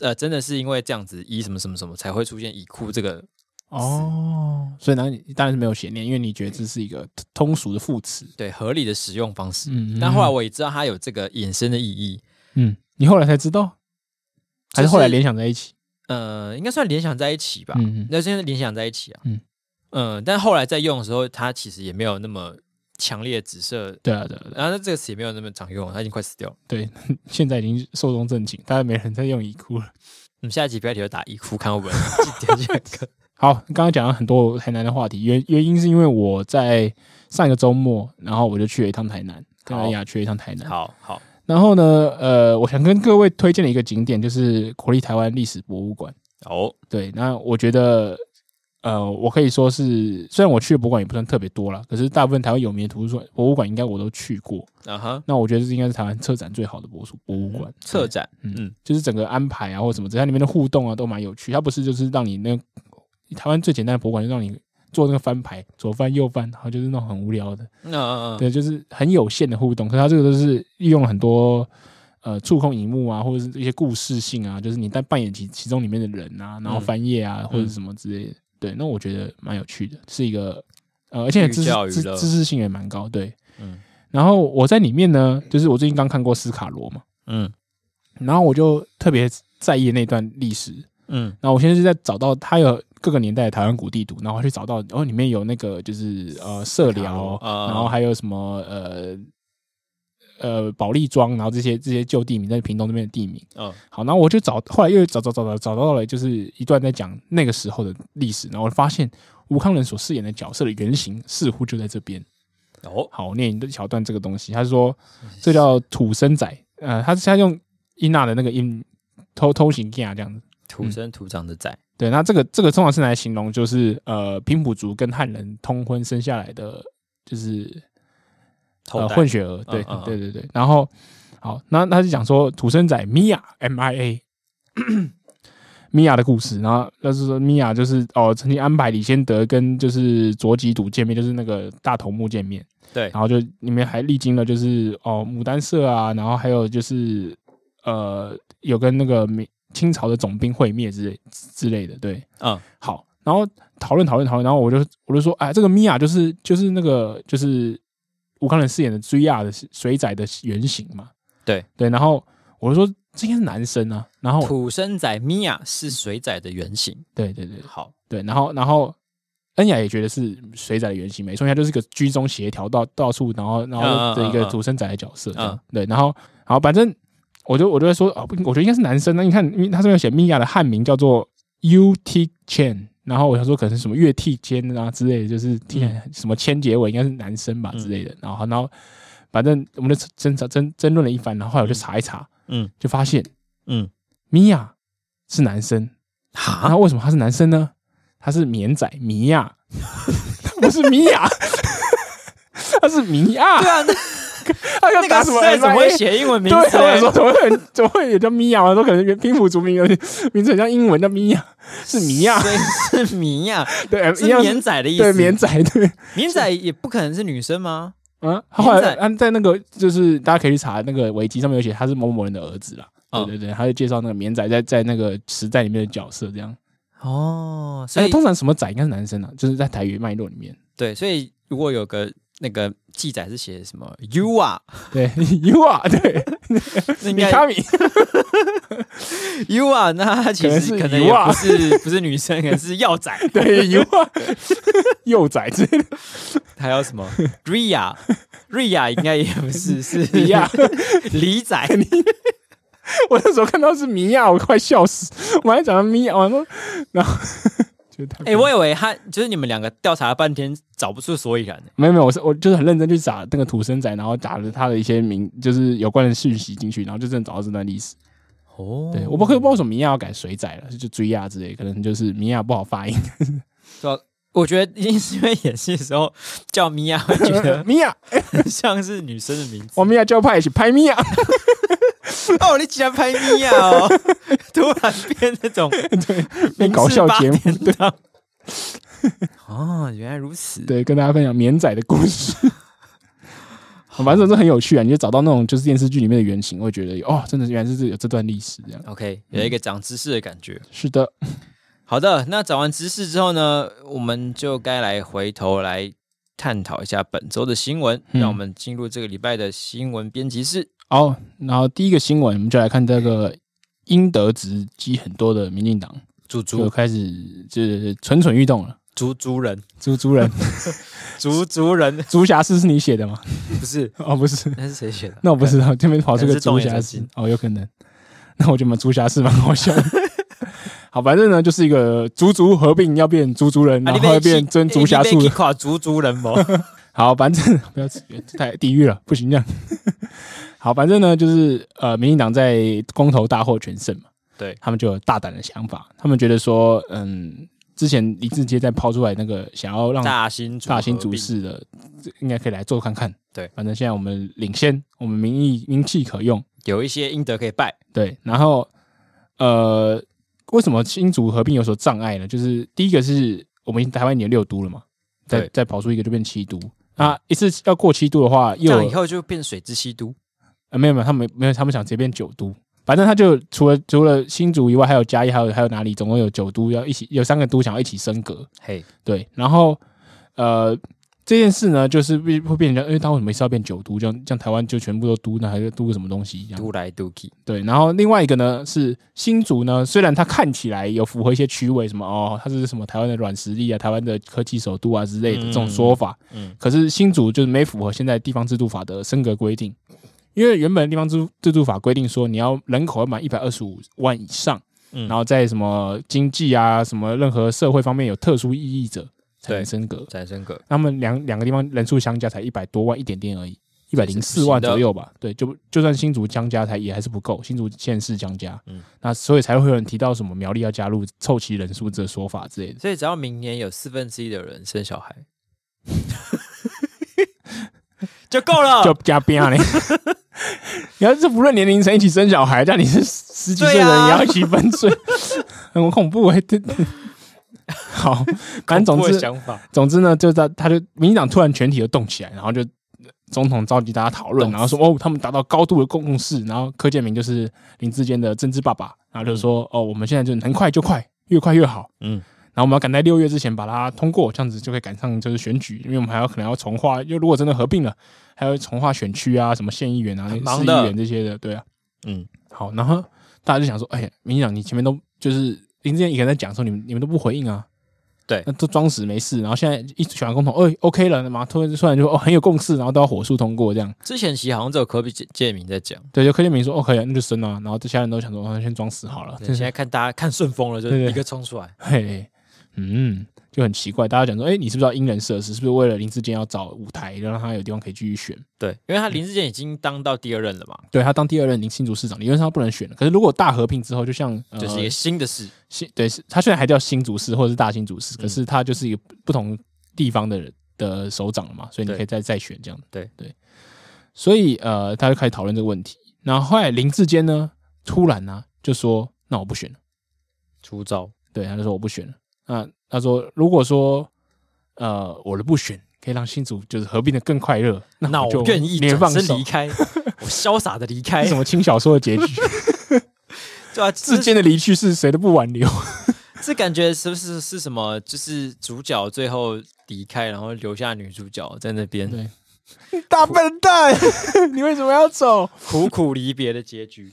[SPEAKER 1] 呃，真的是因为这样子，E 以什么什么什么才会出现以哭这个
[SPEAKER 2] 哦，所以呢，你当然是没有悬念，因为你觉得这是一个通俗的副词。
[SPEAKER 1] 对合理的使用方式。
[SPEAKER 2] 嗯
[SPEAKER 1] 但后来我也知道它有这个衍生的意义，
[SPEAKER 2] 嗯，你后来才知道，还是后来联想在一起？
[SPEAKER 1] 呃，应该算联想在一起吧。
[SPEAKER 2] 嗯嗯
[SPEAKER 1] 那现在联想在一起啊，
[SPEAKER 2] 嗯
[SPEAKER 1] 嗯但后来在用的时候，它其实也没有那么强烈紫色，
[SPEAKER 2] 对啊，对啊，对啊
[SPEAKER 1] 然后那这个词也没有那么常用，它已经快死掉了。
[SPEAKER 2] 对， 现在已经寿终正寝，大概没人在用已哭了。
[SPEAKER 1] 我嗯们下一集标题就打一哭，看会不会记得这 个。
[SPEAKER 2] 好，刚刚讲了很多台南的话题，原原因是因为我在上一个周末，然后我就去了一趟台南，跟
[SPEAKER 1] 好
[SPEAKER 2] 阿雅去了一趟台南。
[SPEAKER 1] 好好，
[SPEAKER 2] 然后呢，呃，我想跟各位推荐的一个景点就是国立台湾历史博物馆。
[SPEAKER 1] 哦，
[SPEAKER 2] 对，那我觉得，呃，我可以说是，虽然我去的博物馆也不算特别多啦，可是大部分台湾有名的图书馆、博物馆应该我都去过。
[SPEAKER 1] 啊哈，
[SPEAKER 2] 那我觉得这应该是台湾策展最好的博物博物馆。
[SPEAKER 1] 策展，
[SPEAKER 2] 嗯
[SPEAKER 1] 嗯，
[SPEAKER 2] 就是整个安排啊，或什么，它里面的互动啊，都蛮有趣。它不是就是让你那台湾最简单的博物馆，就让你做那个翻牌，左翻右翻，然后就是那种很无聊的，
[SPEAKER 1] 那、嗯嗯
[SPEAKER 2] 对，就是很有限的互动。可是它这个都是利用了很多呃触控荧幕啊，或者是一些故事性啊，就是你在扮演其其中里面的人啊，然后
[SPEAKER 1] 嗯
[SPEAKER 2] 翻页啊，或者是什么之类的。对，那我觉得蛮有趣的，是一个呃，而且
[SPEAKER 1] 寓
[SPEAKER 2] 知识
[SPEAKER 1] 教于
[SPEAKER 2] 知
[SPEAKER 1] 乐
[SPEAKER 2] 知识性也蛮高。对，
[SPEAKER 1] 嗯
[SPEAKER 2] 然后我在里面呢，就是我最近刚看过斯卡罗嘛。
[SPEAKER 1] 嗯
[SPEAKER 2] 然后我就特别在意那段历史。
[SPEAKER 1] 嗯，
[SPEAKER 2] 然后我现在是在找到它有各个年代的台湾古地图，然后去找到，然、哦后里面有那个就是呃社
[SPEAKER 1] 卡
[SPEAKER 2] 寮，
[SPEAKER 1] 罗啊
[SPEAKER 2] 然后还有什么呃呃保利庄，然后这些这些旧地名在屏东那边的地名。
[SPEAKER 1] 哦，
[SPEAKER 2] 好，然后我就找，后来又找找找找找到了，就是一段在讲那个时候的历史，然后我发现吴康仁所饰演的角色的原型似乎就在这边。
[SPEAKER 1] 哦，
[SPEAKER 2] 好，我念一小段这个东西。他说，这叫土生仔，呃，他是他用伊娜的那个音偷偷形啊这样子。
[SPEAKER 1] 土生土长的仔，
[SPEAKER 2] 对，那这个这个通常是拿来形容就是呃平埔族跟汉人通婚生下来的，就是
[SPEAKER 1] 头
[SPEAKER 2] 呃
[SPEAKER 1] 戴
[SPEAKER 2] 混血儿。对、
[SPEAKER 1] 嗯嗯
[SPEAKER 2] 对对对。然后好，那他就讲说土生仔米娅 M I A 米娅的故事，然后那是说米娅就是哦曾经安排李先德跟就是卓吉笃见面，就是那个大头目见面。
[SPEAKER 1] 对，
[SPEAKER 2] 然后就里面还历经了就是哦牡丹社啊，然后还有就是呃有跟那个明清朝的总兵会面之类之类的，对，
[SPEAKER 1] 嗯，
[SPEAKER 2] 好，然后讨论讨论讨论，然后我就我就说，哎，这个米娅就是就是那个就是吴康仁饰演的追亚的水仔的原型嘛，
[SPEAKER 1] 对
[SPEAKER 2] 对，然后我就说这应该是男生啊，然后
[SPEAKER 1] 土生仔米娅是水仔的原型，
[SPEAKER 2] 对对对
[SPEAKER 1] 好，
[SPEAKER 2] 对，然后然后。恩雅也觉得是水仔的原型，没错，因为他就是个居中协调到到处，然后然后的一个
[SPEAKER 1] 嗯嗯嗯嗯
[SPEAKER 2] 独生仔的角色这样，
[SPEAKER 1] 嗯
[SPEAKER 2] 对，然后然后反正我就我就会说，哦，不我觉得应该是男生。那你看，因为他这边有写米娅的汉名叫做 U T Chen，然后我想说可能是什么月替间啊之类的，就是听起来什么千结尾应该是男生吧
[SPEAKER 1] 嗯
[SPEAKER 2] 之类的。然后然后反正我们就争争争争论了一番，然后后来我就查一查，
[SPEAKER 1] 嗯
[SPEAKER 2] 就发现
[SPEAKER 1] 嗯，
[SPEAKER 2] 米娅是男生，
[SPEAKER 1] 哈啊
[SPEAKER 2] 那，为什么他是男生呢？他是绵仔米娅， 他不是米娅， 他是米娅。
[SPEAKER 1] 对啊，那
[SPEAKER 2] 他要
[SPEAKER 1] 那
[SPEAKER 2] 打
[SPEAKER 1] 个
[SPEAKER 2] 什
[SPEAKER 1] 时
[SPEAKER 2] 么
[SPEAKER 1] 代
[SPEAKER 2] M
[SPEAKER 1] 怎
[SPEAKER 2] I
[SPEAKER 1] 么
[SPEAKER 2] A？
[SPEAKER 1] 会写英文名
[SPEAKER 2] 对，我
[SPEAKER 1] 字啊？
[SPEAKER 2] 想说怎么会有人怎么会也叫米娅？我说可能原拼谱族名有点名字很像英文叫米娅，是米娅，
[SPEAKER 1] 所以是米娅，
[SPEAKER 2] 对，
[SPEAKER 1] 是
[SPEAKER 2] 一样
[SPEAKER 1] 绵仔的意思。
[SPEAKER 2] 对绵仔对。
[SPEAKER 1] 绵仔也不可能是女生吗？
[SPEAKER 2] 嗯，他后来
[SPEAKER 1] 绵仔
[SPEAKER 2] 按在那个就是大家可以去查那个维基上面有写他是某某人的儿子啦，对
[SPEAKER 1] 嗯
[SPEAKER 2] 对对，他就介绍那个绵仔在在那个时代里面的角色这样。
[SPEAKER 1] 哦，所
[SPEAKER 2] 哎，
[SPEAKER 1] 以
[SPEAKER 2] 通常什么仔应该是男生啊，就是在台语脉络里面。
[SPEAKER 1] 对，所以如果有个那个记载是写什么 “you are”，
[SPEAKER 2] 对 ，you are 对，
[SPEAKER 1] 那应
[SPEAKER 2] 米
[SPEAKER 1] 该
[SPEAKER 2] 卡米
[SPEAKER 1] “you are”，那它其实
[SPEAKER 2] 可
[SPEAKER 1] 可
[SPEAKER 2] 能是
[SPEAKER 1] 能
[SPEAKER 2] “you
[SPEAKER 1] 也不
[SPEAKER 2] are”
[SPEAKER 1] 是不是女生，可能是药仔，
[SPEAKER 2] 对 you are 幼崽之类的
[SPEAKER 1] 还有什么 “ria”。瑞亚应该也不 是，是
[SPEAKER 2] 米娅，
[SPEAKER 1] 李 仔，
[SPEAKER 2] 我那时候看到是米娅，我快笑死，我还讲到米娅，我说然后 觉得太
[SPEAKER 1] 哎，我以为他就是你们两个调查了半天找不出所以然，
[SPEAKER 2] 没有没有，我是我就是很认真去找那个土生仔，然后打了他的一些名，就是有关的讯息进去，然后就真的找到这段历史。
[SPEAKER 1] 哦，
[SPEAKER 2] 对，我不可不知道为什么米亚要改水仔了，就追亚之类，可能就是米亚不好发音。
[SPEAKER 1] 说，我觉得一定是因为演戏的时候叫米娅，会觉 得
[SPEAKER 2] 米亚，
[SPEAKER 1] 很像是女生的名 字。
[SPEAKER 2] 我米亚就要拍一起拍米 亚，
[SPEAKER 1] 哦，你竟然拍米娅 哦！突然变那种
[SPEAKER 2] 变搞笑节目。
[SPEAKER 1] 对啊。哦，原来如此。
[SPEAKER 2] 对，跟大家分享绵仔的故事。 反正是很有趣啊，你就找到那种就是电视剧里面的原型，会觉得哦，真的原来是有这段历史这样。
[SPEAKER 1] OK，有
[SPEAKER 2] 嗯
[SPEAKER 1] 一个长知识的感觉。
[SPEAKER 2] 是的，
[SPEAKER 1] 好的，那长完知识之后呢，我们就该来回头来探讨一下本周的新闻。
[SPEAKER 2] 嗯
[SPEAKER 1] 让我们进入这个礼拜的新闻编辑室。
[SPEAKER 2] 好，然后第一个新闻我们就来看这个英德值积很多的民进党
[SPEAKER 1] 猪
[SPEAKER 2] 就开始就是蠢蠢欲动了。
[SPEAKER 1] 猪猪人，
[SPEAKER 2] 猪 猪人，
[SPEAKER 1] 猪猪人
[SPEAKER 2] 猪侠士是你写的吗？
[SPEAKER 1] 不是？
[SPEAKER 2] 哦， 不是，
[SPEAKER 1] 那是谁写的？啊
[SPEAKER 2] 那我不知道，这边跑出个猪
[SPEAKER 1] 可能是
[SPEAKER 2] 侠士
[SPEAKER 1] 动眼神经，
[SPEAKER 2] 哦，有可能。那我觉得猪侠士蛮好笑的。 好，反正呢，就是一个族族合并要变族族人，
[SPEAKER 1] 啊
[SPEAKER 2] 然
[SPEAKER 1] 你
[SPEAKER 2] 后要变真
[SPEAKER 1] 猪
[SPEAKER 2] 族侠术。
[SPEAKER 1] 垮猪猪人 吗？
[SPEAKER 2] 好，反正不要太地狱了，不行这样。 好，反正呢，就是呃，民进党在公投大获全胜嘛，
[SPEAKER 1] 对
[SPEAKER 2] 他们就有大胆的想法，他们觉得说，嗯，之前林志杰在抛出来那个想要让
[SPEAKER 1] 大新
[SPEAKER 2] 嗯大型主
[SPEAKER 1] 事，
[SPEAKER 2] 事的，这应该可以来做看看。
[SPEAKER 1] 对
[SPEAKER 2] 反正现在我们领先，我们民意名气可用。
[SPEAKER 1] 有一些应得可以拜。
[SPEAKER 2] 对，然后呃，为什么新竹合并有所障碍呢？就是第一个是我们台湾已经六都了嘛，再
[SPEAKER 1] 对
[SPEAKER 2] 再跑出一个就变七都。啊，一次要过七都的话，
[SPEAKER 1] 这
[SPEAKER 2] 又
[SPEAKER 1] 样以
[SPEAKER 2] 有、
[SPEAKER 1] 后就变水之西都，
[SPEAKER 2] 呃、没有没有，他们没有，他们想直接变九都。反正他就除了除了新竹以外，还有嘉义，还有还有哪里，总共有九都要一起，有三个都想要一起升格。
[SPEAKER 1] 嘿，
[SPEAKER 2] 对，然后呃，这件事呢，就是会会变成，哎因为他为什么一次要变九都？这样这样台湾就全部都都，那还是都个什么东西一样？
[SPEAKER 1] 都来都去，
[SPEAKER 2] 对，然后另外一个呢是新竹呢，虽然它看起来有符合一些区位什么哦，它是什么台湾的软实力啊、台湾的科技首都啊之类的这种说法，
[SPEAKER 1] 嗯嗯
[SPEAKER 2] 可是新竹就是没符合现在地方制度法的升格规定，因为原本地方制度制度法规定说你要人口要满一百二十五万以上，
[SPEAKER 1] 嗯
[SPEAKER 2] 然后在什么经济啊、什么任何社会方面有特殊意义者才能
[SPEAKER 1] 对
[SPEAKER 2] 升格，
[SPEAKER 1] 产生个
[SPEAKER 2] 他们两两个地方人数相加才一百多万一点点而已，一百零四万左右吧。对，就就算新竹相加才也还是不够，新竹县市相加，
[SPEAKER 1] 嗯
[SPEAKER 2] 那所以才会有人提到什么苗栗要加入凑齐人数这个说法之类的。
[SPEAKER 1] 所以只要明年有四分之一的人生小孩，就够了。
[SPEAKER 2] 就加边啊你， 你要是不论年龄层一起生小孩，但你是十几岁的
[SPEAKER 1] 对
[SPEAKER 2] 人
[SPEAKER 1] 啊
[SPEAKER 2] 也要一起分岁， 很恐怖哎、 对对好，反正总
[SPEAKER 1] 我
[SPEAKER 2] 之
[SPEAKER 1] 的想法，
[SPEAKER 2] 总之呢，就在他就民进党突然全体就动起来，然后就呃总统召集大家讨论，
[SPEAKER 1] 动
[SPEAKER 2] 然后说哦，他们达到高度的共识，然后柯建明就是林志坚的政治爸爸，然后就说、哦，我们现在就能快就快，越快越好，
[SPEAKER 1] 嗯，
[SPEAKER 2] 然后我们要赶在六月之前把它通过，这样子就可以赶上就是选举，因为我们还要可能要重划，又如果真的合并了，还要重划选区啊，什么县议员啊、
[SPEAKER 1] 很
[SPEAKER 2] 市
[SPEAKER 1] 忙
[SPEAKER 2] 议
[SPEAKER 1] 的
[SPEAKER 2] 员这些的，对啊，
[SPEAKER 1] 嗯，
[SPEAKER 2] 好，然后大家就想说，哎呀，民进党你前面都就是林志坚一个人在讲的时候，你们你们都不回应啊，
[SPEAKER 1] 对
[SPEAKER 2] 那都装死没事，然后现在一选完公投，哎、，OK 了，马上突然突然就说哦很有共识，然后都要火速通过这样，
[SPEAKER 1] 之前其实好像只有科比建建明在讲，
[SPEAKER 2] 对，就柯建明说 OK 了，那就生啊，然后这些人都想说，哦、先装死好了，
[SPEAKER 1] 对
[SPEAKER 2] 真
[SPEAKER 1] 现
[SPEAKER 2] 是
[SPEAKER 1] 在看大家看顺风了，就
[SPEAKER 2] 对对
[SPEAKER 1] 一个冲出来，
[SPEAKER 2] 嘿，嗯，就很奇怪，大家讲说，哎、你是不是要因人设施？是不是为了林志坚要找舞台，让他有地方可以继续选？
[SPEAKER 1] 对，因为他林志坚已经当到第二任了嘛，
[SPEAKER 2] 对他当第二任林新竹市长，理论上他不能选了。可是如果大合并之后，就像、呃、
[SPEAKER 1] 就是一个新的事，
[SPEAKER 2] 新对，是他虽然还叫新竹市或者是大新竹市，
[SPEAKER 1] 嗯
[SPEAKER 2] 可是他就是一个不同地方的人的首长了嘛，所以你
[SPEAKER 1] 对
[SPEAKER 2] 可以再再选这样。
[SPEAKER 1] 对
[SPEAKER 2] 对，所以呃，他就开始讨论这个问题。然后后来林志坚呢，突然呢、就说：“那我不选了。
[SPEAKER 1] 出招，”
[SPEAKER 2] 对，他就说我不选了。那他说，如果说呃我的不选可以让新竹就是合并的更快乐，
[SPEAKER 1] 那
[SPEAKER 2] 就
[SPEAKER 1] 我愿意
[SPEAKER 2] 连
[SPEAKER 1] 转
[SPEAKER 2] 放
[SPEAKER 1] 身
[SPEAKER 2] 手
[SPEAKER 1] 离。 开，我潇洒的离开
[SPEAKER 2] 是，什么轻小说的 结局？
[SPEAKER 1] 对啊，
[SPEAKER 2] 志
[SPEAKER 1] 这
[SPEAKER 2] 坚的离去是谁都不挽留。
[SPEAKER 1] 这感觉是不是是什么？就是主角最后离开，然后留下女主角在那边
[SPEAKER 2] 对大笨蛋， 你为什么要走？
[SPEAKER 1] 苦苦离别的结局。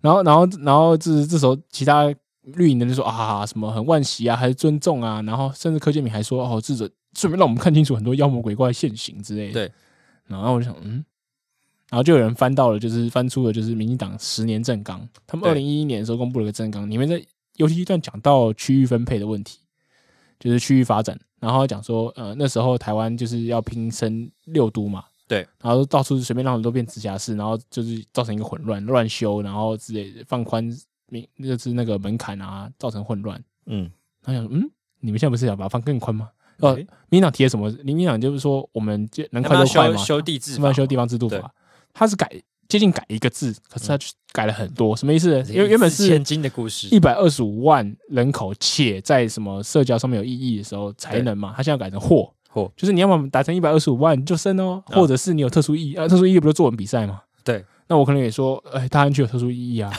[SPEAKER 2] 然后，然后，然后这这时候其他绿营的就说啊，什么很惋惜啊，还是尊重啊，然后甚至柯建明还说哦，智者顺便让我们看清楚很多妖魔鬼怪的现形之类的。
[SPEAKER 1] 对，
[SPEAKER 2] 然后我就想，嗯，然后就有人翻到了，就是翻出了就是民进党十年政纲，他们二
[SPEAKER 1] 对
[SPEAKER 2] 零一一年的时候公布了个政纲，里面在尤其一段讲到区域分配的问题，就是区域发展，然后讲说呃那时候台湾就是要拼升六都嘛，
[SPEAKER 1] 对，
[SPEAKER 2] 然后到处随便让都变直辖市，然后就是造成一个混乱，乱修，然后之类的放宽民就是那个门槛啊，造成混乱。
[SPEAKER 1] 嗯，
[SPEAKER 2] 他想，嗯，你们现在不是想把它放更宽吗？哦，民进党提了什么？民进党就是说，我们就能
[SPEAKER 1] 他
[SPEAKER 2] 快
[SPEAKER 1] 们要
[SPEAKER 2] 就快
[SPEAKER 1] 修
[SPEAKER 2] 嘛，
[SPEAKER 1] 修地制
[SPEAKER 2] 他们要
[SPEAKER 1] 法，嗯
[SPEAKER 2] 修地方制度
[SPEAKER 1] 对
[SPEAKER 2] 法，它是改接近改一个字，可是它去改了很多，什么意思呢？原原本是
[SPEAKER 1] 千金的故事
[SPEAKER 2] 一，百二十五万人口，且在什么社交上面有意义的时候才能嘛？他现在改成或
[SPEAKER 1] 或
[SPEAKER 2] 就是你要么达成一百二十五万你就升哦，
[SPEAKER 1] 嗯
[SPEAKER 2] 或者是你有特殊意义啊，特殊意义不就作文比赛吗？
[SPEAKER 1] 对，
[SPEAKER 2] 那我可能也说，哎，大安区有特殊意义 啊，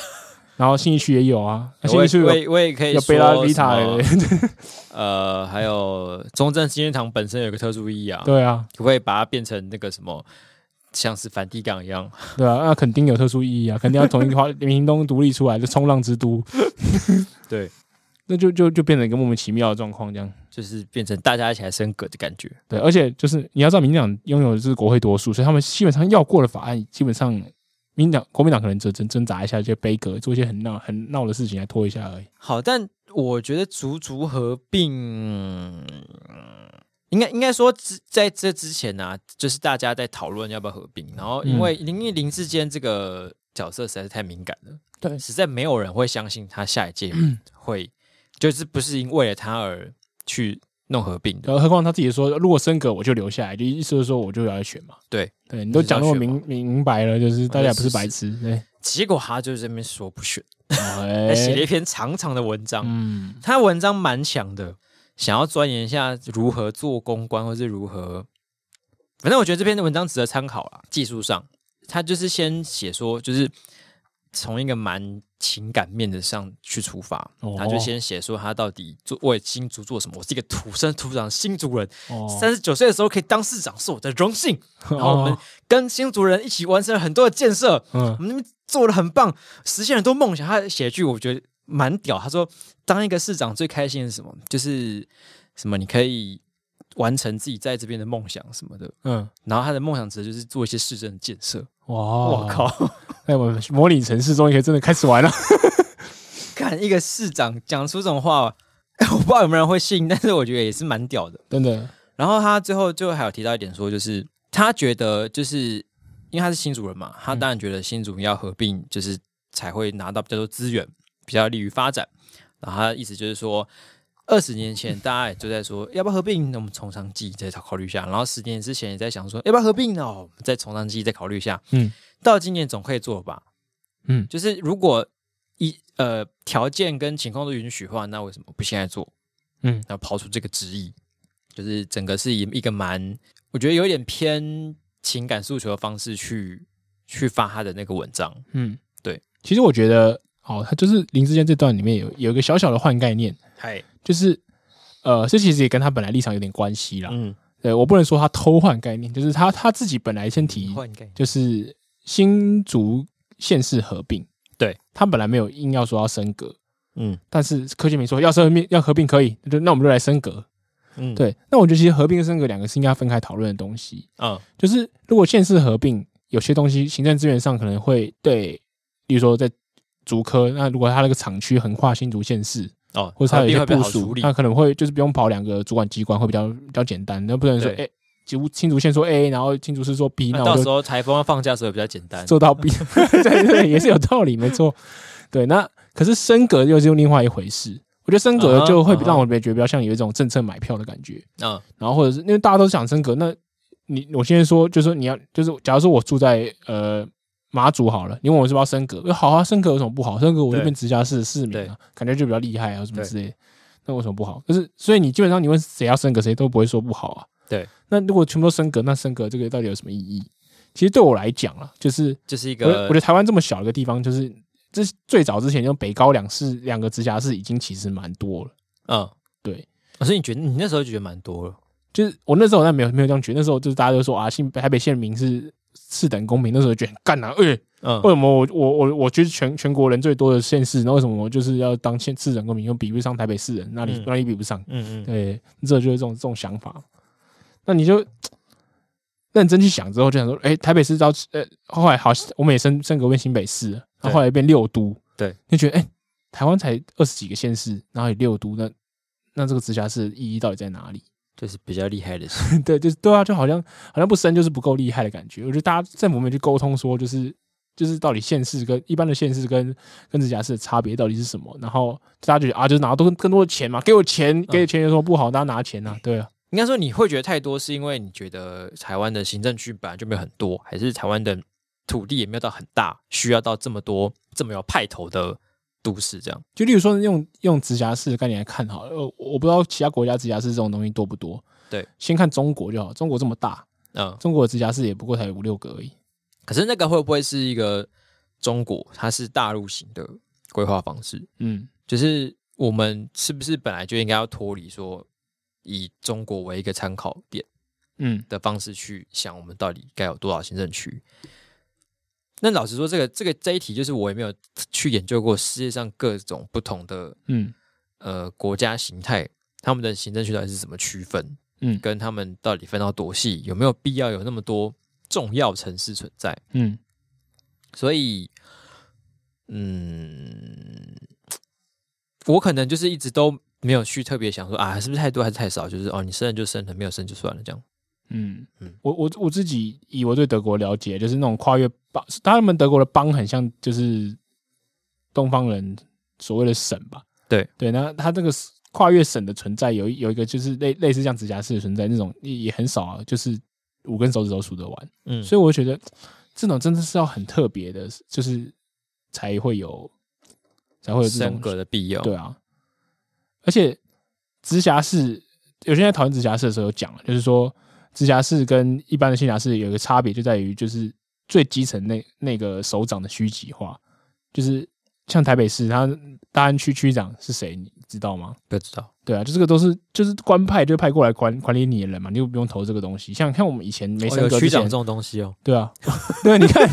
[SPEAKER 2] 然后信义区也有啊，那信
[SPEAKER 1] 我
[SPEAKER 2] 义区
[SPEAKER 1] 也我
[SPEAKER 2] 有
[SPEAKER 1] 也我也可以
[SPEAKER 2] 有
[SPEAKER 1] 说
[SPEAKER 2] 贝拉维
[SPEAKER 1] 什么
[SPEAKER 2] 塔
[SPEAKER 1] 啊
[SPEAKER 2] 的，
[SPEAKER 1] 呃，还有中正纪念堂本身有个特殊意义啊，
[SPEAKER 2] 对啊，
[SPEAKER 1] 可不可以把它变成那个什么，像是梵蒂冈一样？
[SPEAKER 2] 对啊，那肯定有特殊意义啊，肯定要从一个花 明东独立出来的冲浪之都，
[SPEAKER 1] 对，
[SPEAKER 2] 那就就就变成一个莫名其妙的状况这样。
[SPEAKER 1] 就是变成大家一起来升格的感觉。
[SPEAKER 2] 对，而且就是你要知道，民进党拥有的是国会多数，所以他们基本上要过的法案，基本上民进党、国民党可能只挣挣扎一下就杯葛，做一些很闹、很闹的事情来拖一下而已。
[SPEAKER 1] 好，但我觉得族族合并，应该应该说之在这之前呢、啊，就是大家在讨论要不要合并，然
[SPEAKER 2] 嗯
[SPEAKER 1] 后因为林一林志坚这个角色实在是太敏感了，
[SPEAKER 2] 对嗯
[SPEAKER 1] 实在没有人会相信他下一届会，就是不是因为了他而去弄合并的。
[SPEAKER 2] 然后何况他自己说，如果升格我就留下来，就意思是说我就要来选嘛。
[SPEAKER 1] 对，
[SPEAKER 2] 对你都讲那么明明白了，就是大家也不是白痴，对，
[SPEAKER 1] 结果他就这边说不选，还
[SPEAKER 2] 哎
[SPEAKER 1] 写了一篇长长的文章，
[SPEAKER 2] 嗯，
[SPEAKER 1] 他文章蛮强的，想要钻研一下如何做公关，或是如何，反正我觉得这篇的文章值得参考啦。技术上，他就是先写说，就是从一个蛮情感面的上去出发，
[SPEAKER 2] 哦
[SPEAKER 1] 他就先写说他到底做为新竹做什么。我是一个土生土长的新竹人，
[SPEAKER 2] 哦，
[SPEAKER 1] 三十九岁的时候可以当市长是我的荣 幸。然后我们
[SPEAKER 2] 哦
[SPEAKER 1] 跟新竹人一起完成了很多的建设，
[SPEAKER 2] 嗯
[SPEAKER 1] 我们那边做的很棒，实现很多梦想。他写一句我觉得蛮屌，他说：“当一个市长最开心的是什么？就是什么你可以完成自己在这边的梦想什么的。
[SPEAKER 2] 嗯，”
[SPEAKER 1] 然后他的梦想指的就是做一些市政的建设。
[SPEAKER 2] 哇，
[SPEAKER 1] 我
[SPEAKER 2] 我！
[SPEAKER 1] 靠，
[SPEAKER 2] 哎，我们模拟城市终于可以真的开始玩了。
[SPEAKER 1] 看一个市长讲出这种话， 我不知道有没有人会信，但是我觉得也是蛮屌的。
[SPEAKER 2] 真的，
[SPEAKER 1] 然后他最后最后还有提到一点说，就是他觉得就是因为他是新主人
[SPEAKER 2] 嗯
[SPEAKER 1] 嘛，他当然觉得新主人要合并，就是才会拿到比较多资源，比较利于发展。然后他的意思就是说，二十年前大家也就在说要不要合并，那我们从长计议再考虑一下。然后十年之前也在想说要不要合并呢，我们再从长计议再考虑一下。
[SPEAKER 2] 嗯，
[SPEAKER 1] 到今年总可以做了吧？
[SPEAKER 2] 嗯
[SPEAKER 1] 就是如果一呃条件跟情况都允许的话，那为什么不现在做？
[SPEAKER 2] 嗯
[SPEAKER 1] 然后抛出这个质疑，就是整个是以一个蛮，我觉得有点偏情感诉求的方式去去发他的那个文章。
[SPEAKER 2] 嗯，
[SPEAKER 1] 对。
[SPEAKER 2] 其实我觉得，哦，他就是林志坚这段里面有有一个小小的换概念，
[SPEAKER 1] 嗨，
[SPEAKER 2] 就是呃，这其实也跟他本来立场有点关系啦。
[SPEAKER 1] 嗯，
[SPEAKER 2] 对我不能说他偷换概念，就是他他自己本来先提，
[SPEAKER 1] 换一个，
[SPEAKER 2] 就是新竹县市合并，
[SPEAKER 1] 对
[SPEAKER 2] 他本来没有硬要说要升格，
[SPEAKER 1] 嗯
[SPEAKER 2] 但是柯建明说要合并要合并可以，那就那我们就来升格。
[SPEAKER 1] 嗯，，
[SPEAKER 2] 对，那我觉得其实合并跟升格两个是应该分开讨论的东西。
[SPEAKER 1] 嗯
[SPEAKER 2] 就是如果县市合并，有些东西行政资源上可能会对，例如说在竹科，那如果它那个厂区横跨新竹县市，
[SPEAKER 1] 哦，
[SPEAKER 2] 或者它有一些
[SPEAKER 1] 合并
[SPEAKER 2] 部
[SPEAKER 1] 会比较好
[SPEAKER 2] 署
[SPEAKER 1] 处，理
[SPEAKER 2] 那可能会就是不用跑两个主管机关，会比较比较简单。那不能说哎
[SPEAKER 1] 对，
[SPEAKER 2] 几乎新竹县说 A，然后新竹市说 B，
[SPEAKER 1] 那
[SPEAKER 2] 那
[SPEAKER 1] 到
[SPEAKER 2] 我
[SPEAKER 1] 时
[SPEAKER 2] 就
[SPEAKER 1] 候台风放假的时候也比较简单。
[SPEAKER 2] 做 到 B，对对，也是有道理，没错。对，那可是升格又是另外一回事。我觉得升
[SPEAKER 1] 嗯
[SPEAKER 2] 格
[SPEAKER 1] 哼
[SPEAKER 2] 就会
[SPEAKER 1] 嗯哼
[SPEAKER 2] 让我觉得比较像有一种政策买票的感觉。
[SPEAKER 1] 嗯
[SPEAKER 2] 然后或者是因为大家都想升格，那你我现在说就是说你要就是假如说我住在呃马祖好了，你问我是不是要升格，那好啊，升格有什么不好？升格我就
[SPEAKER 1] 对
[SPEAKER 2] 变直辖市的市民
[SPEAKER 1] 对
[SPEAKER 2] 啊，感觉就比较厉害啊，什么
[SPEAKER 1] 对
[SPEAKER 2] 之类的，那为什么不好？就是所以你基本上你问谁要升格，谁都不会说不好啊。
[SPEAKER 1] 对，
[SPEAKER 2] 那如果全部都升格，那升格这个到底有什么意义？其实对我来讲啊，就是
[SPEAKER 1] 就是一
[SPEAKER 2] 我觉得
[SPEAKER 1] 个
[SPEAKER 2] 我觉得台湾这么小的一个地方，就是这最早之前，就北高两市两个直辖市已经其实蛮多了，
[SPEAKER 1] 嗯，
[SPEAKER 2] 对。
[SPEAKER 1] 哦所以你觉得你那时候就觉得蛮多了，
[SPEAKER 2] 就是我那时候好像没有没有这样觉得，那时候就是大家都说啊，新台北县民是四等公平，那时候觉得很干啊，哎、
[SPEAKER 1] 嗯
[SPEAKER 2] 为什么我我我我就是全全国人最多的县市，那为什么我就是要当县四等公平，又比不上台北市人，那里
[SPEAKER 1] 嗯
[SPEAKER 2] 那里比不上？
[SPEAKER 1] 嗯嗯，
[SPEAKER 2] 对，这就是这种这种想法。那你就认真去想之后，就想说，哎、台北市到呃，后来好，我们也升升格为新北市了，然后
[SPEAKER 1] 对
[SPEAKER 2] 后来变六都，
[SPEAKER 1] 对，
[SPEAKER 2] 就觉得哎、诶台湾才二十几个县市，然后有六都，那那这个直辖市的意义到底在哪里？
[SPEAKER 1] 就是比较厉害的事。
[SPEAKER 2] 对，就是对啊，就好像好像不生就是不够厉害的感觉。我觉得大家政府没有去沟通说，就是就是到底县市跟一般的县市跟跟直辖市的差别到底是什么？然后大家就觉得啊，就是拿多更多的钱嘛，给我钱，给我钱也说不好，大家拿钱啊，对啊，
[SPEAKER 1] 应该说你会觉得太多，是因为你觉得台湾的行政区本来就没有很多，还是台湾的土地也没有到很大，需要到这么多这么有派头的都市这样？
[SPEAKER 2] 就例如说用用直辖市的概念来看好了，呃，我不知道其他国家直辖市这种东西多不多。
[SPEAKER 1] 对，
[SPEAKER 2] 先看中国就好，中国这么大，
[SPEAKER 1] 嗯，
[SPEAKER 2] 中国的直辖市也不过才五六个而已。
[SPEAKER 1] 可是那个会不会是一个中国，它是大陆型的规划方式？
[SPEAKER 2] 嗯，
[SPEAKER 1] 就是我们是不是本来就应该要脱离说以中国为一个参考点
[SPEAKER 2] 嗯，
[SPEAKER 1] 的方式去想，我们到底该有多少行政区？那老实说，这个这个这一题，就是我也没有去研究过世界上各种不同的
[SPEAKER 2] 嗯，
[SPEAKER 1] 呃国家形态，他们的行政区到底是怎么区分？
[SPEAKER 2] 嗯
[SPEAKER 1] 跟他们到底分到多细，有没有必要有那么多重要城市存在？
[SPEAKER 2] 嗯，
[SPEAKER 1] 所以，嗯，我可能就是一直都没有去特别想说啊，是不是太多还是太少？就是哦，你生了就生了，没有生就算了这样。
[SPEAKER 2] 嗯
[SPEAKER 1] 嗯，
[SPEAKER 2] 我我我自己以我对德国了解，就是那种跨越邦，他们德国的邦很像就是东方人所谓的省吧。
[SPEAKER 1] 对
[SPEAKER 2] 对，那他这个 s- 跨越省的存在有一有一个就是类类似像直辖市的存在，那种也也很少啊，就是五根手指头数得完。
[SPEAKER 1] 嗯，
[SPEAKER 2] 所以我觉得这种真的是要很特别的，就是才会有才会有这
[SPEAKER 1] 升
[SPEAKER 2] 种
[SPEAKER 1] 格的必要。
[SPEAKER 2] 对啊，而且直辖市，有些人在讨论直辖市的时候有讲了，啊就是说直辖市跟一般的县辖市有一个差别，就在于就是最基层那那个首长的虚极化，就是像台北市，他大安区区长是谁，你知道吗？
[SPEAKER 1] 不知道。
[SPEAKER 2] 对啊，就这个都是就是官派就派过来管管理你的人嘛，你又不用投这个东西。像像我们以前没
[SPEAKER 1] 哦
[SPEAKER 2] 升
[SPEAKER 1] 有
[SPEAKER 2] 格
[SPEAKER 1] 区
[SPEAKER 2] 之
[SPEAKER 1] 长这
[SPEAKER 2] 前，
[SPEAKER 1] 种东西哦，
[SPEAKER 2] 对啊， 对，你看，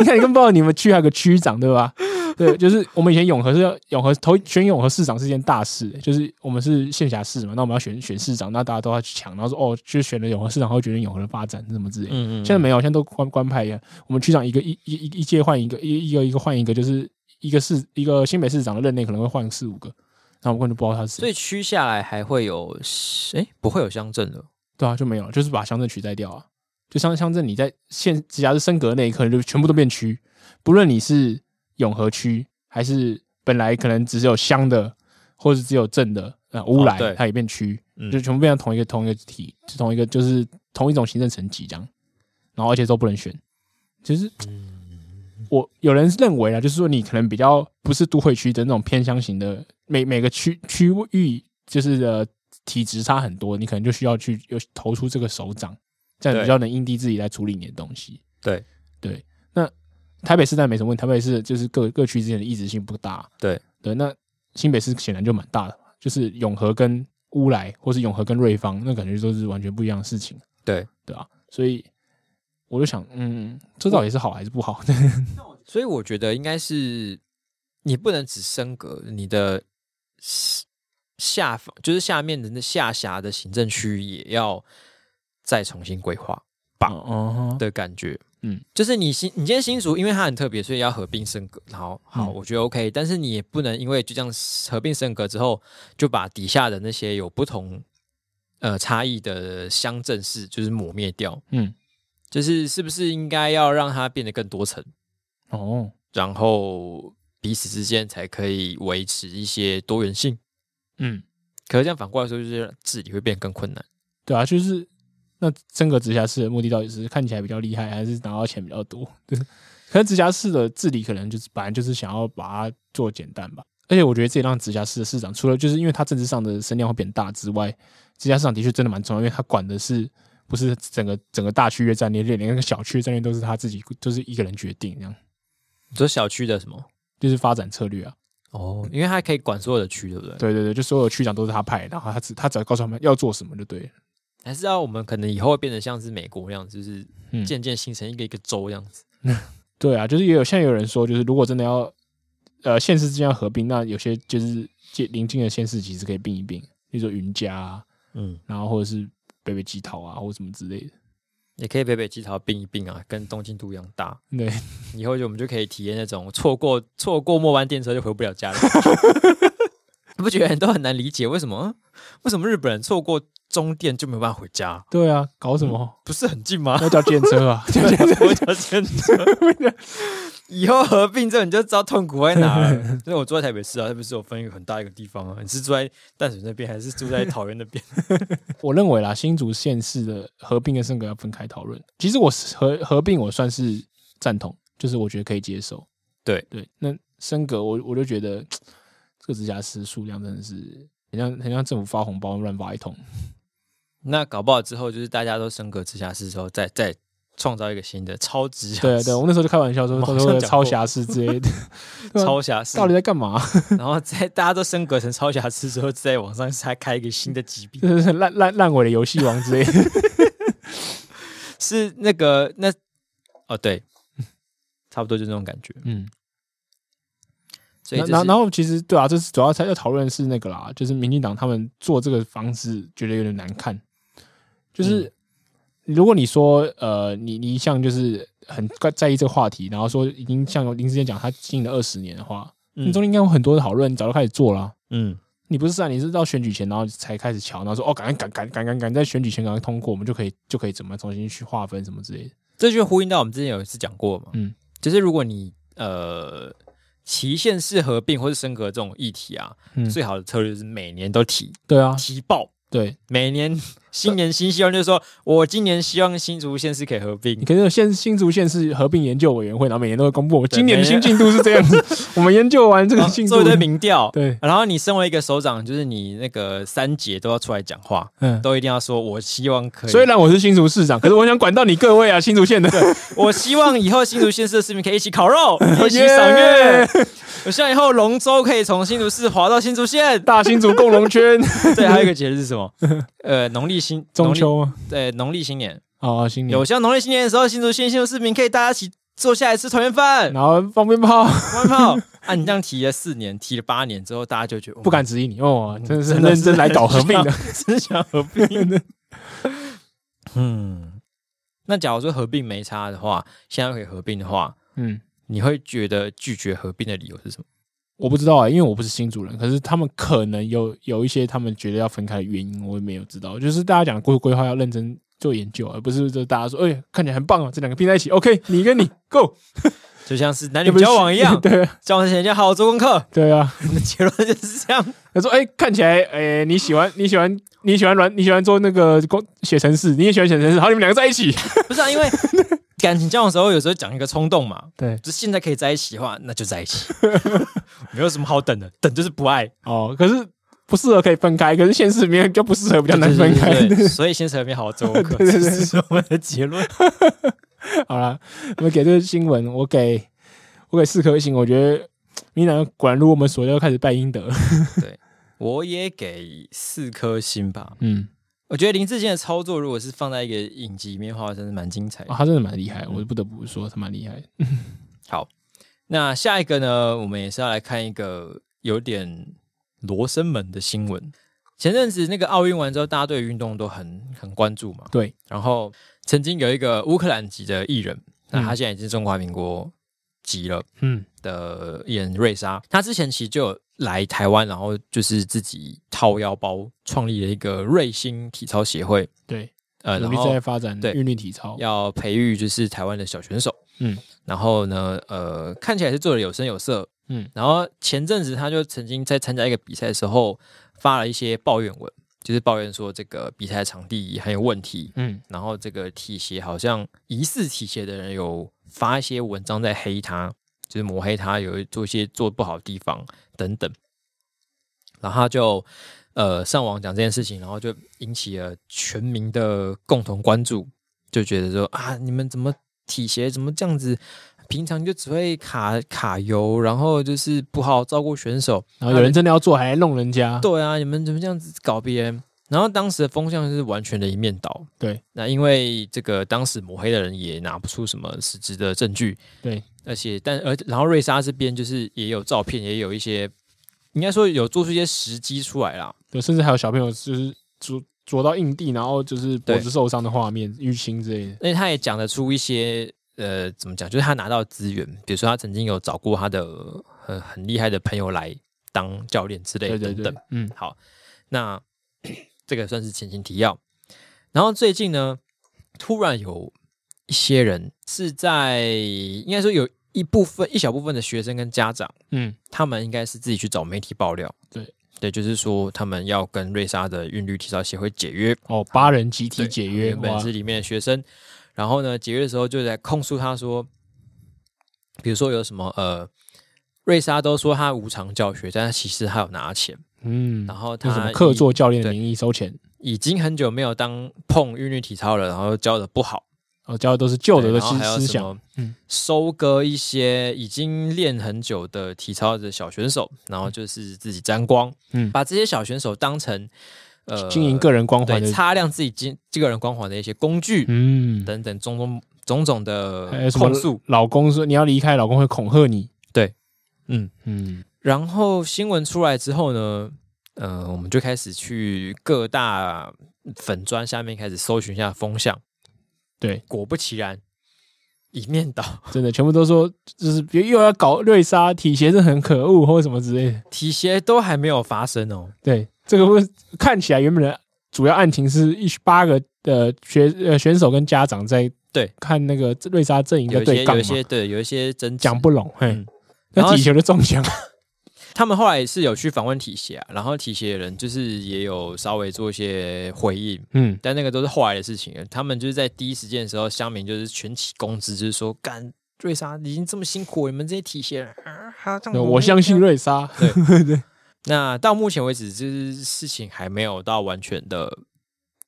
[SPEAKER 2] 你看，你根本不知道你们区还有个区长，对吧？对，就是我们以前永和是要永和投选永和市长是件大事，欸就是我们是县辖市嘛，那我们要选选市长，那大家都要去抢，然后说哦，就选了永和市长，会决定永和的发展什么之类的。
[SPEAKER 1] 嗯嗯，
[SPEAKER 2] 现在没有，现在都官官派一样，我们区长一个一一一一届换一个，一一个一个换一个，就是一个市一个新北市长的任内可能会换四五个，那我们根本就不知道他是
[SPEAKER 1] 所
[SPEAKER 2] 谁，
[SPEAKER 1] 以区下来还会有，哎，不会有乡镇了。
[SPEAKER 2] 对啊，就没有了，就是把乡镇取代掉啊。就乡乡镇你在县直辖市升格那一刻，就全部都变区，不论你是永和区还是本来可能只有乡的，或者只有镇的，呃，乌来、
[SPEAKER 1] 哦对
[SPEAKER 2] 它也变区，
[SPEAKER 1] 嗯
[SPEAKER 2] 就全部变成同一个同一个体，就同一个就是同一种行政层级这样，然后而且都不能选，就是
[SPEAKER 1] 嗯
[SPEAKER 2] 我有人认为啊，就是说你可能比较不是都会区的那种偏乡型的，每每个区区域就是呃体质差很多，你可能就需要去有投出这个首长，这样
[SPEAKER 1] 对
[SPEAKER 2] 比较能因地制宜来处理你的东西。
[SPEAKER 1] 对
[SPEAKER 2] 对，那台北市但没什么问题，台北市就是各各区之间的一致性不大。
[SPEAKER 1] 对
[SPEAKER 2] 对，那新北市显然就蛮大的嘛，就是永和跟乌来，或是永和跟瑞芳，那感觉都是完全不一样的事情，
[SPEAKER 1] 对，
[SPEAKER 2] 对啊，所以我就想，嗯，这到底是好还是不好？
[SPEAKER 1] 所以我觉得应该是你不能只升格，你的下下方就是下面的那下辖的行政区也要再重新规划吧
[SPEAKER 2] 哦，
[SPEAKER 1] 的感觉。
[SPEAKER 2] 嗯，
[SPEAKER 1] 就是你新你今天新竹，因为它很特别，所以要合并升格。好好，
[SPEAKER 2] 嗯
[SPEAKER 1] 我觉得 OK，但是你也不能因为就这样合并升格之后，就把底下的那些有不同呃差异的乡镇市就是抹灭掉。
[SPEAKER 2] 嗯，
[SPEAKER 1] 就是是不是应该要让它变得更多层？
[SPEAKER 2] 哦，
[SPEAKER 1] 然后彼此之间才可以维持一些多元性。
[SPEAKER 2] 嗯，
[SPEAKER 1] 可是这样反过来说，就是治理会变得更困难。
[SPEAKER 2] 对啊，就是那升格直辖市的目的到底是看起来比较厉害，还是拿到钱比较多？ 对，可能直辖市的治理可能就是本来就是想要把它做简单吧。而且我觉得这也让直辖市的市长，除了就是因为他政治上的声量会变大之外，直辖市长的确真的蛮重要，因为他管的是不是整个整个大区域战略，连那个小区域战略都是他自己就是一个人决定，这样
[SPEAKER 1] 你说小区的什么？
[SPEAKER 2] 就是发展策略啊。
[SPEAKER 1] 哦，因为它可以管所有的区，对不对？
[SPEAKER 2] 对对对，就所有区长都是他派，然后他只他只要告诉他们要做什么就对了。
[SPEAKER 1] 还是啊要我们可能以后会变得像是美国那样子，就是
[SPEAKER 2] 嗯
[SPEAKER 1] 渐渐形成一个一个州这样子。
[SPEAKER 2] 对啊，就是也有现在有人说，就是如果真的要呃县市之间要合并，那有些就是接邻近的县市其实可以并一并，比如说云家、啊，
[SPEAKER 1] 嗯，
[SPEAKER 2] 然后或者是北北基桃啊，或什么之类的。
[SPEAKER 1] 也可以北北基桃并一并啊，跟东京都一样大。
[SPEAKER 2] 对，
[SPEAKER 1] 以 后就我们就可以体验那种错过错过末班电车就回不了家了。不不觉得很都很难理解为什么？为什么日本人错过终电就没办法回家？
[SPEAKER 2] 对啊，搞什么？
[SPEAKER 1] 不是很近吗？
[SPEAKER 2] 要叫电车啊！
[SPEAKER 1] 我脚牵车， 以后合并之后你就知道痛苦在哪了。 因为我住在台北市啊，台北市有分一个很大一个地方啊。你是住在淡水那边，还是住在桃园那边？
[SPEAKER 2] 我认为啦，新竹县市的合并跟升格要分开讨论。其实我是合合并我算是赞同，就是我觉得可以接受。
[SPEAKER 1] 对
[SPEAKER 2] 对，那升格我我就觉得这个直辖市数量真的是很像很像政府发红包乱发一通。
[SPEAKER 1] 那搞不好之后就是大家都升格直辖市之后，再再创造一个新的超直辖
[SPEAKER 2] 对啊
[SPEAKER 1] 市，
[SPEAKER 2] 对啊，我那时候就开玩笑说，
[SPEAKER 1] 我好
[SPEAKER 2] 都
[SPEAKER 1] 像
[SPEAKER 2] 是为了
[SPEAKER 1] 讲
[SPEAKER 2] 超
[SPEAKER 1] 过
[SPEAKER 2] 辖市之 类的，对啊
[SPEAKER 1] 超辖市
[SPEAKER 2] 到，底在干嘛？
[SPEAKER 1] 然后再大家都升格成超辖市之后，再往上再开一个新的级 别。
[SPEAKER 2] 就是烂烂烂尾的游戏王之类的。
[SPEAKER 1] 是那个那哦对， 差不多就这种感觉。
[SPEAKER 2] 嗯，
[SPEAKER 1] 所以
[SPEAKER 2] 然
[SPEAKER 1] 这
[SPEAKER 2] 然
[SPEAKER 1] 是
[SPEAKER 2] 然后其实对啊，这是主要才要讨论的是那个啦，就是民进党他们做这个方式觉得有点难看，
[SPEAKER 1] 嗯
[SPEAKER 2] 就是、如果你说呃，你你一向就是很在意这个话题，然后说已经像林志坚讲他经营了二十年的话，你中间应该有很多的讨论，你早就开始做了啊、
[SPEAKER 1] 嗯
[SPEAKER 2] 你不是啊，你是到选举前，然后才开始瞧，然后说哦，赶赶赶赶赶赶，在选举前赶快通过，我们就可以就可以怎么重新去划分什么之类的。
[SPEAKER 1] 这就呼应到我们之前有一次讲过嘛，
[SPEAKER 2] 嗯，
[SPEAKER 1] 就是如果你呃期限是合并或是升格这种议题啊，
[SPEAKER 2] 嗯
[SPEAKER 1] 最好的策略就是每年都提
[SPEAKER 2] 对啊，
[SPEAKER 1] 提报，
[SPEAKER 2] 对，
[SPEAKER 1] 每年新年新希望，就是说我今年希望新竹县是可以合并
[SPEAKER 2] 你，可以说现新竹县是合并研究委员会，然后每年都会公布我们
[SPEAKER 1] 对
[SPEAKER 2] 今年的
[SPEAKER 1] 每
[SPEAKER 2] 新
[SPEAKER 1] 年
[SPEAKER 2] 进度是这样子， 我们研究完这
[SPEAKER 1] 然
[SPEAKER 2] 个
[SPEAKER 1] 后
[SPEAKER 2] 进
[SPEAKER 1] 哦做
[SPEAKER 2] 度
[SPEAKER 1] 一，堆民调。
[SPEAKER 2] 对，
[SPEAKER 1] 然后你身为一个首长，就是你那个三节都要出来讲话，
[SPEAKER 2] 嗯。
[SPEAKER 1] 都一定要说，我希望可以。
[SPEAKER 2] 虽然我是新竹市长，可是我想管到你各位啊，新竹县的。
[SPEAKER 1] 我希望以后新竹县市的市民可以一起烤肉，一起赏月。我希望以后龙舟可以从新竹市滑到新竹县。
[SPEAKER 2] 大新竹共 荣圈，
[SPEAKER 1] 对，还有一个节日是 什么？呃，农历新
[SPEAKER 2] 中，秋吗？
[SPEAKER 1] 农历对，农历新年。
[SPEAKER 2] 哦，新年
[SPEAKER 1] 有，，希望农历新年的时候，新竹县新竹市民可以大家一起坐下来吃团圆饭、
[SPEAKER 2] 然后放鞭炮，
[SPEAKER 1] 玩炮。啊，你这样提了四年，提了八年之后，大家就觉得
[SPEAKER 2] 不敢质疑你哦，真的是
[SPEAKER 1] 嗯真
[SPEAKER 2] 很
[SPEAKER 1] 的
[SPEAKER 2] 认
[SPEAKER 1] 是
[SPEAKER 2] 真来搞合 并 的。
[SPEAKER 1] 真想合并。 嗯，那假如说合并没差的话，现在可以合并的话，
[SPEAKER 2] 嗯，
[SPEAKER 1] 你会觉得拒绝合并的理由是什么？
[SPEAKER 2] 我不知道啊、因为我不是新主人，可是他们可能有有一些他们觉得要分开的原因，我也没有知道。就是大家讲规规划要认真做研究，而不是就大家说，哎、看起来很棒啊，这两个拼在一起，OK，你跟你 Go，
[SPEAKER 1] 就像是男
[SPEAKER 2] 也
[SPEAKER 1] 女
[SPEAKER 2] 不是
[SPEAKER 1] 交往一样，
[SPEAKER 2] 对啊
[SPEAKER 1] 交往之前要好好做功课。
[SPEAKER 2] 对啊。
[SPEAKER 1] 我们的结论就是这样。
[SPEAKER 2] 他说，哎、看起来，哎、你喜欢你喜欢你喜欢软，你喜欢做那个工写程式，你也喜欢写程式，好，你们两个在一起，
[SPEAKER 1] 不是啊，因 为感情交往的时候，有时候讲一个冲动嘛，
[SPEAKER 2] 对，
[SPEAKER 1] 就现在可以在一起的话，那就在一起， 没有什么好等的，等就是不爱，
[SPEAKER 2] 哦，可是不适合可以分开，可是现实里面就不适合，比较难分开。
[SPEAKER 1] 对对 对所以先扯没好好做功课，
[SPEAKER 2] 对对对
[SPEAKER 1] 这是我们的结论。
[SPEAKER 2] 好了，我给这个新闻，我给我给四颗星，我觉得。米兰果然如我们所料，开始拜英德。
[SPEAKER 1] 我也给四颗星吧。
[SPEAKER 2] 嗯，
[SPEAKER 1] 我觉得林志坚的操作，如果是放在一个影集里面的话，真是蛮精彩的
[SPEAKER 2] 啊，。他真的蛮厉害，我不得不说他蛮厉害的。
[SPEAKER 1] 好，那下一个呢，我们也是要来看一个有点罗生门的新闻。前阵子那个奥运完之后，大家对运动都很很关注嘛。
[SPEAKER 2] 对，
[SPEAKER 1] 然后曾经有一个乌克兰籍的艺人，那他
[SPEAKER 2] 嗯
[SPEAKER 1] 现在已经是中华民国籍了
[SPEAKER 2] 嗯
[SPEAKER 1] 的艺人瑞莎，他之前其实就有来台湾，然后就是自己掏腰包创立了一个瑞星体操协会，
[SPEAKER 2] 对，
[SPEAKER 1] 呃，
[SPEAKER 2] 努
[SPEAKER 1] 然
[SPEAKER 2] 力
[SPEAKER 1] 后
[SPEAKER 2] 在发展
[SPEAKER 1] 对
[SPEAKER 2] 韵律体操。
[SPEAKER 1] 要培育就是台湾的小选手，
[SPEAKER 2] 嗯，
[SPEAKER 1] 然后呢，呃，看起来是做的有声有色，
[SPEAKER 2] 嗯，
[SPEAKER 1] 然后前阵子他就曾经在参加一个比赛的时候发了一些抱怨文，就是抱怨说这个比赛场地很有问题，
[SPEAKER 2] 嗯
[SPEAKER 1] 然后这个体协好像疑似体协的人有发一些文章在黑他，就是抹黑他，有做一些做不好的地方等等。然后他就呃上网讲这件事情，然后就引起了全民的共同关注，就觉得说啊，你们怎么体协怎么这样子？平常就只会卡卡油，然后就是不好好照顾选手。
[SPEAKER 2] 然后有人真的要做，还来弄人 家。
[SPEAKER 1] 对啊，你们怎么这样子搞别人？然后当时的风向是完全的一面倒。
[SPEAKER 2] 对，
[SPEAKER 1] 那因为这个当时抹黑的人也拿不出什么实质的证据。
[SPEAKER 2] 对，
[SPEAKER 1] 而且但而然后瑞莎这边就是也有照片，也有一些应该说有做出一些时机出来啦。
[SPEAKER 2] 对，甚至还有小朋友就是着着到硬地，然后就是脖子
[SPEAKER 1] 对
[SPEAKER 2] 受伤的画面、淤青之类的。
[SPEAKER 1] 而且他也讲得出一些呃怎么讲，就是他拿到资源，比如说他曾经有找过他的呃很厉害的朋友来当教练之类
[SPEAKER 2] 对
[SPEAKER 1] 的
[SPEAKER 2] 对
[SPEAKER 1] 等
[SPEAKER 2] 对
[SPEAKER 1] 等。，
[SPEAKER 2] 嗯，
[SPEAKER 1] 好，那 这个算是前情提要。然后最近呢，突然有一些人是在，应该说有一部分一小部分的学生跟家长，
[SPEAKER 2] 嗯，
[SPEAKER 1] 他们应该是自己去找媒体爆料。
[SPEAKER 2] 对
[SPEAKER 1] 对，就是说他们要跟瑞莎的韵律体操协会解约，
[SPEAKER 2] 哦，八人集体
[SPEAKER 1] 对
[SPEAKER 2] 解
[SPEAKER 1] 他们
[SPEAKER 2] 约，
[SPEAKER 1] 原本
[SPEAKER 2] 哇
[SPEAKER 1] 是，里面的学生，然后呢，解约的时候就在控诉他说，比如说有什么呃，瑞莎都说他无偿教学，但其实他有拿钱，
[SPEAKER 2] 嗯，
[SPEAKER 1] 然后
[SPEAKER 2] 用什
[SPEAKER 1] 他
[SPEAKER 2] 么客
[SPEAKER 1] 已
[SPEAKER 2] 座教练的
[SPEAKER 1] 对
[SPEAKER 2] 名义收钱，
[SPEAKER 1] 已经很久没有当碰韵律体操了，然后教的不好，
[SPEAKER 2] 哦，教的都是旧的
[SPEAKER 1] 对
[SPEAKER 2] 的
[SPEAKER 1] 然后
[SPEAKER 2] 思
[SPEAKER 1] 还有
[SPEAKER 2] 思
[SPEAKER 1] 什
[SPEAKER 2] 想，
[SPEAKER 1] 么
[SPEAKER 2] 嗯
[SPEAKER 1] 收割一些已经练很久的体操的小选手，然后就是自己沾光，
[SPEAKER 2] 嗯
[SPEAKER 1] 把这些小选手当成呃
[SPEAKER 2] 经营个人光环
[SPEAKER 1] 对
[SPEAKER 2] 的，
[SPEAKER 1] 擦亮自己经个人光环的一些工具、
[SPEAKER 2] 嗯，
[SPEAKER 1] 等等种种种种的
[SPEAKER 2] 还有什么
[SPEAKER 1] 控诉，
[SPEAKER 2] 老公说你要离开，老公会恐吓你，
[SPEAKER 1] 嗯，
[SPEAKER 2] 嗯，
[SPEAKER 1] 然后新闻出来之后呢，呃，我们就开始去各大粉砖下面开始搜寻一下风向。
[SPEAKER 2] 对，
[SPEAKER 1] 果不其然，一面倒。
[SPEAKER 2] 真的全部都说就是别又要搞瑞莎体协是很可恶或者什么之类的，
[SPEAKER 1] 提鞋都还没有发生哦，
[SPEAKER 2] 对，这个问看起来原本的主要案情是一八个呃学呃选手跟家长在
[SPEAKER 1] 对
[SPEAKER 2] 看那个瑞莎阵营
[SPEAKER 1] 有
[SPEAKER 2] 的
[SPEAKER 1] 一些
[SPEAKER 2] 对杠
[SPEAKER 1] 有一
[SPEAKER 2] 嘛，
[SPEAKER 1] 些对有一些争执
[SPEAKER 2] 讲不拢，嘿
[SPEAKER 1] 嗯，然
[SPEAKER 2] 那
[SPEAKER 1] 后
[SPEAKER 2] 体球就中奖，
[SPEAKER 1] 他们后来是有去访问体协、啊，然后体协的人就是也有稍微做一些回应，
[SPEAKER 2] 嗯，
[SPEAKER 1] 但那个都是后来的事情了。他们就是在第一时间的时候，乡民就是群起攻之，就是说干瑞莎已经这么辛苦了，你们这些体协人啊，还要这样
[SPEAKER 2] 我相信
[SPEAKER 1] 这样
[SPEAKER 2] 瑞莎，
[SPEAKER 1] 那到目前为止，就是事情还没有到完全的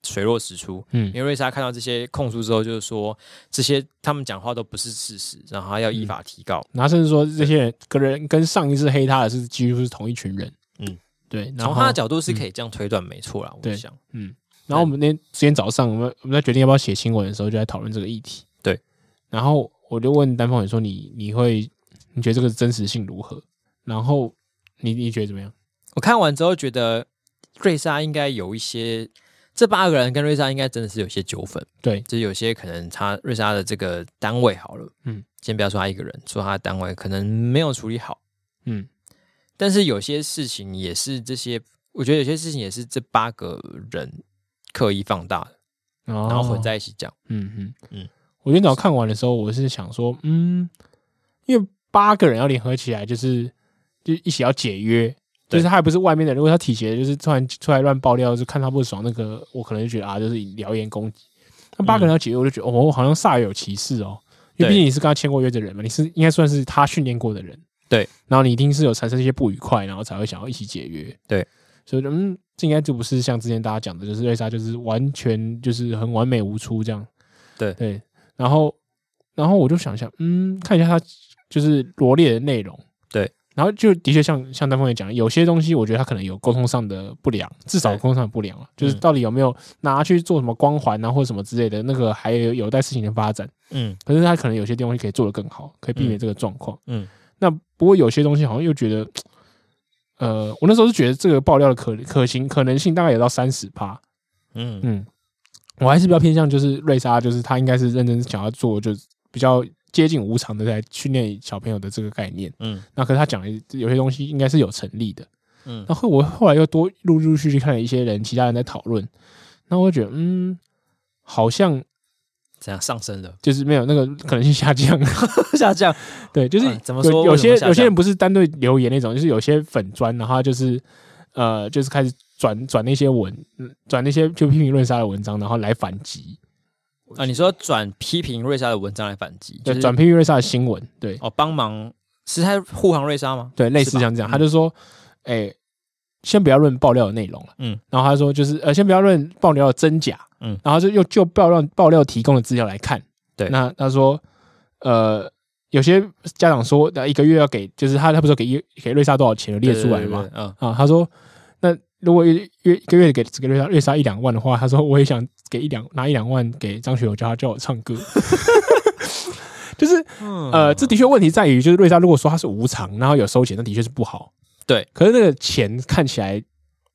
[SPEAKER 1] 水落石出，
[SPEAKER 2] 嗯
[SPEAKER 1] 因为瑞莎看到这些控诉之后，就是说这些他们讲话都不是事实，然后她要依
[SPEAKER 2] 嗯
[SPEAKER 1] 法提告。
[SPEAKER 2] 然后甚至说这些人跟人跟上一次黑他的是几乎是同一群人，
[SPEAKER 1] 嗯，
[SPEAKER 2] 对，然
[SPEAKER 1] 从
[SPEAKER 2] 后嗯
[SPEAKER 1] 她的角度是可以这样推断，没错啦。我
[SPEAKER 2] 对
[SPEAKER 1] 想，
[SPEAKER 2] 嗯，然后我们那天今天早上，我们我们在决定要不要写新闻的时候，就在讨论这个议题。
[SPEAKER 1] 对，
[SPEAKER 2] 然后我就问丹凤也说你：“你会你觉得这个真实性如何？”然后你你觉得怎么样？
[SPEAKER 1] 我看完之后觉得瑞莎应该有一些，这八个人跟瑞莎应该真的是有些纠纷。
[SPEAKER 2] 对
[SPEAKER 1] 就是有些可能他瑞莎的这个单位好了，
[SPEAKER 2] 嗯
[SPEAKER 1] 嗯，先不要说他一个人，说他的单位可能没有处理好，
[SPEAKER 2] 嗯，
[SPEAKER 1] 但是有些事情也是这些，我觉得有些事情也是这八个人刻意放大的，
[SPEAKER 2] 然
[SPEAKER 1] 然后混，在一起讲，
[SPEAKER 2] 嗯嗯嗯
[SPEAKER 1] 嗯。
[SPEAKER 2] 我今天早上看完的时候，我是想说，嗯，因为八个人要联合起来，就是就一起要解约。就
[SPEAKER 1] 对
[SPEAKER 2] 是他还不是外面的人，如果他体协就是突然出来乱爆料，就看他不爽，那个我可能就觉得啊，就是以谣言攻击。那八个人要解约，我就觉得、哦，我好像煞有其事哦，因为
[SPEAKER 1] 嗯对
[SPEAKER 2] 毕竟你是跟他签过约的人嘛，你是应该算是他训练过的人，
[SPEAKER 1] 对，
[SPEAKER 2] 然后你一定是有产生一些不愉快，然后才会想要一起解约，
[SPEAKER 1] 对，
[SPEAKER 2] 所以我觉得嗯，这应该就不是像之前大家讲的，就是瑞莎就是完全就是很完美无出这样，
[SPEAKER 1] 对
[SPEAKER 2] 对，然后然后我就想一下，嗯，看一下他就是罗列的内容，
[SPEAKER 1] 对。
[SPEAKER 2] 然后就的确像像丹峰也讲，有些东西我觉得他可能有沟通上的不良，至少
[SPEAKER 1] 对
[SPEAKER 2] 沟通上的不良啊，就是
[SPEAKER 1] 嗯
[SPEAKER 2] 到底有没有拿去做什么光环啊，或者什么之类的，那个还有有待事情的发展。
[SPEAKER 1] 嗯
[SPEAKER 2] 可是他可能有些东西可以做得更好，可以避
[SPEAKER 1] 嗯
[SPEAKER 2] 免这个状况。
[SPEAKER 1] 嗯，
[SPEAKER 2] 那不过有些东西好像又觉得，呃，我那时候是觉得这个爆料的可可行可能性大概有到三十趴，
[SPEAKER 1] 嗯嗯
[SPEAKER 2] 嗯，我还是比较偏向就是瑞莎，就是她应该是认真想要做，就是比较接近无偿的在训练小朋友的这个概念。
[SPEAKER 1] 嗯
[SPEAKER 2] 那可是他讲的有些东西应该是有成立的。
[SPEAKER 1] 嗯
[SPEAKER 2] 然后我后来又多陆陆续续看了一些人，其他人在讨论，那我就觉得嗯，好像
[SPEAKER 1] 怎样上升 了
[SPEAKER 2] 就是没有那个可能性下降。 啊
[SPEAKER 1] 下降？
[SPEAKER 2] 对，就是、
[SPEAKER 1] 嗯怎么说
[SPEAKER 2] 有
[SPEAKER 1] 为
[SPEAKER 2] 有
[SPEAKER 1] 什么
[SPEAKER 2] 些
[SPEAKER 1] 下降
[SPEAKER 2] 有些人不是单对留言那种，就是有些粉砖，然后他就是呃，就是开始转转那些文，嗯转那些就批评论莎的文章，然后来反击，
[SPEAKER 1] 啊，你说转批评瑞莎的文章来反击，就
[SPEAKER 2] 对，
[SPEAKER 1] 是
[SPEAKER 2] 转批评论莎的新闻，对
[SPEAKER 1] 哦帮忙是他护航瑞莎吗？
[SPEAKER 2] 对，类似
[SPEAKER 1] 是吧嗯
[SPEAKER 2] 像这样，他就说，哎、先不要论爆料的内容了，
[SPEAKER 1] 嗯，
[SPEAKER 2] 然后他说就是呃，先不要论爆料的真假，
[SPEAKER 1] 嗯，
[SPEAKER 2] 然后就又就爆料爆料提供的资料来看，
[SPEAKER 1] 对
[SPEAKER 2] 那他说呃。有些家长说，呃那一个月要给，就是他他不是有给给瑞莎多少钱有列出来
[SPEAKER 1] 对？对
[SPEAKER 2] 吗？
[SPEAKER 1] 对对嗯，
[SPEAKER 2] 啊，他说那如果月月一个月给只给月莎月莎一两万的话，他说我也想给一两拿一两万给张学友，叫他叫我唱 歌。 就是
[SPEAKER 1] 嗯
[SPEAKER 2] 呃，这的确问题在于，就是瑞莎如果说他是无偿，然后有收钱，那的确是不好。
[SPEAKER 1] 对，
[SPEAKER 2] 可是那个钱看起来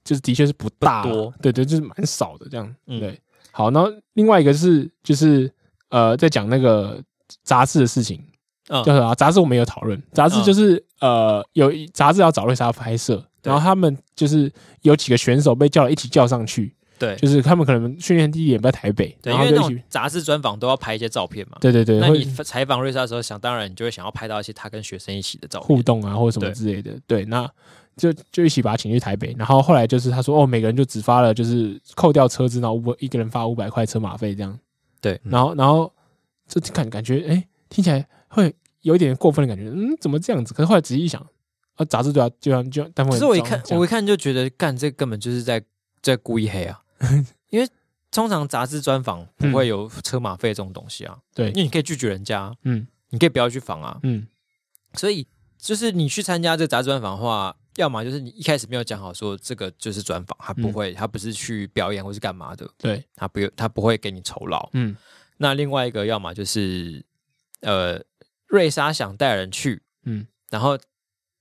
[SPEAKER 2] 就是的确是不大，
[SPEAKER 1] 不多
[SPEAKER 2] 对对，就是蛮少的这样。
[SPEAKER 1] 嗯
[SPEAKER 2] 对，好，然后另外一个是就是呃，在讲那个杂志的事情，
[SPEAKER 1] 嗯
[SPEAKER 2] 叫什么啊？杂志我们有讨论，杂志就是、呃，有一杂志要找瑞莎拍摄，然后他们就是有几个选手被叫一起叫上去，
[SPEAKER 1] 对
[SPEAKER 2] 就是他们可能训练地点在台北，
[SPEAKER 1] 对，
[SPEAKER 2] 然
[SPEAKER 1] 因
[SPEAKER 2] 后
[SPEAKER 1] 为
[SPEAKER 2] 就
[SPEAKER 1] 那
[SPEAKER 2] 一
[SPEAKER 1] 种
[SPEAKER 2] 起，
[SPEAKER 1] 杂志专访都要拍一些照片嘛。
[SPEAKER 2] 对对对，
[SPEAKER 1] 那
[SPEAKER 2] 会
[SPEAKER 1] 你采访瑞莎的时候，想当然你就会想要拍到一些她跟学生一起的照
[SPEAKER 2] 互
[SPEAKER 1] 片。
[SPEAKER 2] 动啊，或者什么
[SPEAKER 1] 对
[SPEAKER 2] 之类的。对，那就就一起把他请去台北。然后后来就是他说，哦，每个人就只发了，就是扣掉车资，然后五一个人发五百块车马费这样。
[SPEAKER 1] 对，嗯
[SPEAKER 2] 然后然后就感感觉，哎、听起来会有一点过分的感觉，嗯，怎么这样子？可是后来仔细一想，啊，杂志对啊，就像就像单
[SPEAKER 1] 可
[SPEAKER 2] 位很
[SPEAKER 1] 是
[SPEAKER 2] 脏，
[SPEAKER 1] 我一看，
[SPEAKER 2] 这样
[SPEAKER 1] 我一看就觉得，干这根本就是在在故意黑啊！
[SPEAKER 2] 嗯
[SPEAKER 1] 因为通常杂志专访不会有车马费这种东西啊，
[SPEAKER 2] 对
[SPEAKER 1] 因，为你可以拒绝人家，啊
[SPEAKER 2] 嗯
[SPEAKER 1] 你可以不要去访啊。
[SPEAKER 2] 嗯，
[SPEAKER 1] 所以就是你去参加这个杂志专访的话，要么就是你一开始没有讲好说这个就是专访，他
[SPEAKER 2] 嗯
[SPEAKER 1] 不会，他不是去表演或是干嘛的，
[SPEAKER 2] 对，
[SPEAKER 1] 他不他不会给你酬劳。
[SPEAKER 2] 嗯
[SPEAKER 1] 那另外一个，要么就是呃，瑞莎想带人去，
[SPEAKER 2] 嗯，
[SPEAKER 1] 然后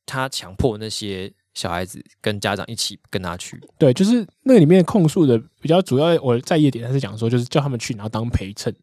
[SPEAKER 1] 他强迫那些小孩子跟家长一起跟他去，
[SPEAKER 2] 对，就是那个里面控诉的比较主要，我在意的点还是讲说，就是叫他们去，然后当陪衬。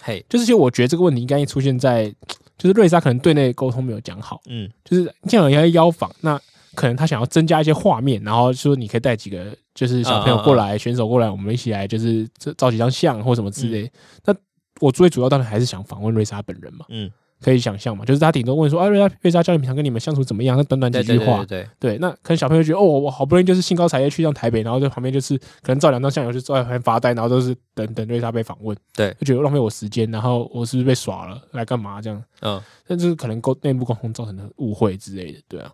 [SPEAKER 1] 嘿，
[SPEAKER 2] 就是其实我觉得这个问题应该出现在，就是瑞莎可能对内沟通没有讲好，
[SPEAKER 1] 嗯，
[SPEAKER 2] 就是这样要邀访，那可能他想要增加一些画面，然后说你可以带几个就是小朋友过
[SPEAKER 1] 啊
[SPEAKER 2] 来，选手过来，我们一起来就是这照几张相或什么之
[SPEAKER 1] 嗯
[SPEAKER 2] 类。那我最主要当然还是想访问瑞莎本人嘛，
[SPEAKER 1] 嗯，
[SPEAKER 2] 可以想象嘛，就是他顶多问说啊，瑞莎瑞莎教练平常跟你们相处怎么样？那短短几
[SPEAKER 1] 对
[SPEAKER 2] 句
[SPEAKER 1] 对对
[SPEAKER 2] 话
[SPEAKER 1] 对，对，
[SPEAKER 2] 对，那可能小朋友觉得哦，我我好不容易就是兴高采烈去趟台北，然后在旁边就是可能照两张相，有就坐在旁边发呆，然后都是等等瑞莎被访问，
[SPEAKER 1] 对
[SPEAKER 2] 就觉得浪费我时间，然后我是不是被耍了，来干嘛这样？
[SPEAKER 1] 嗯，
[SPEAKER 2] 但是可能沟内部沟通造成的误会之类的，对啊，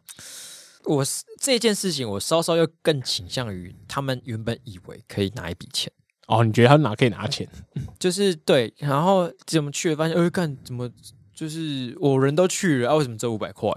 [SPEAKER 1] 我是这件事情，我稍稍又更倾向于他们原本以为可以拿一笔钱，
[SPEAKER 2] 哦，你觉得他哪可以拿钱？
[SPEAKER 1] 就是对，然后怎么去了发现，哎，干怎么就是我人都去了，啊，为什么这五百块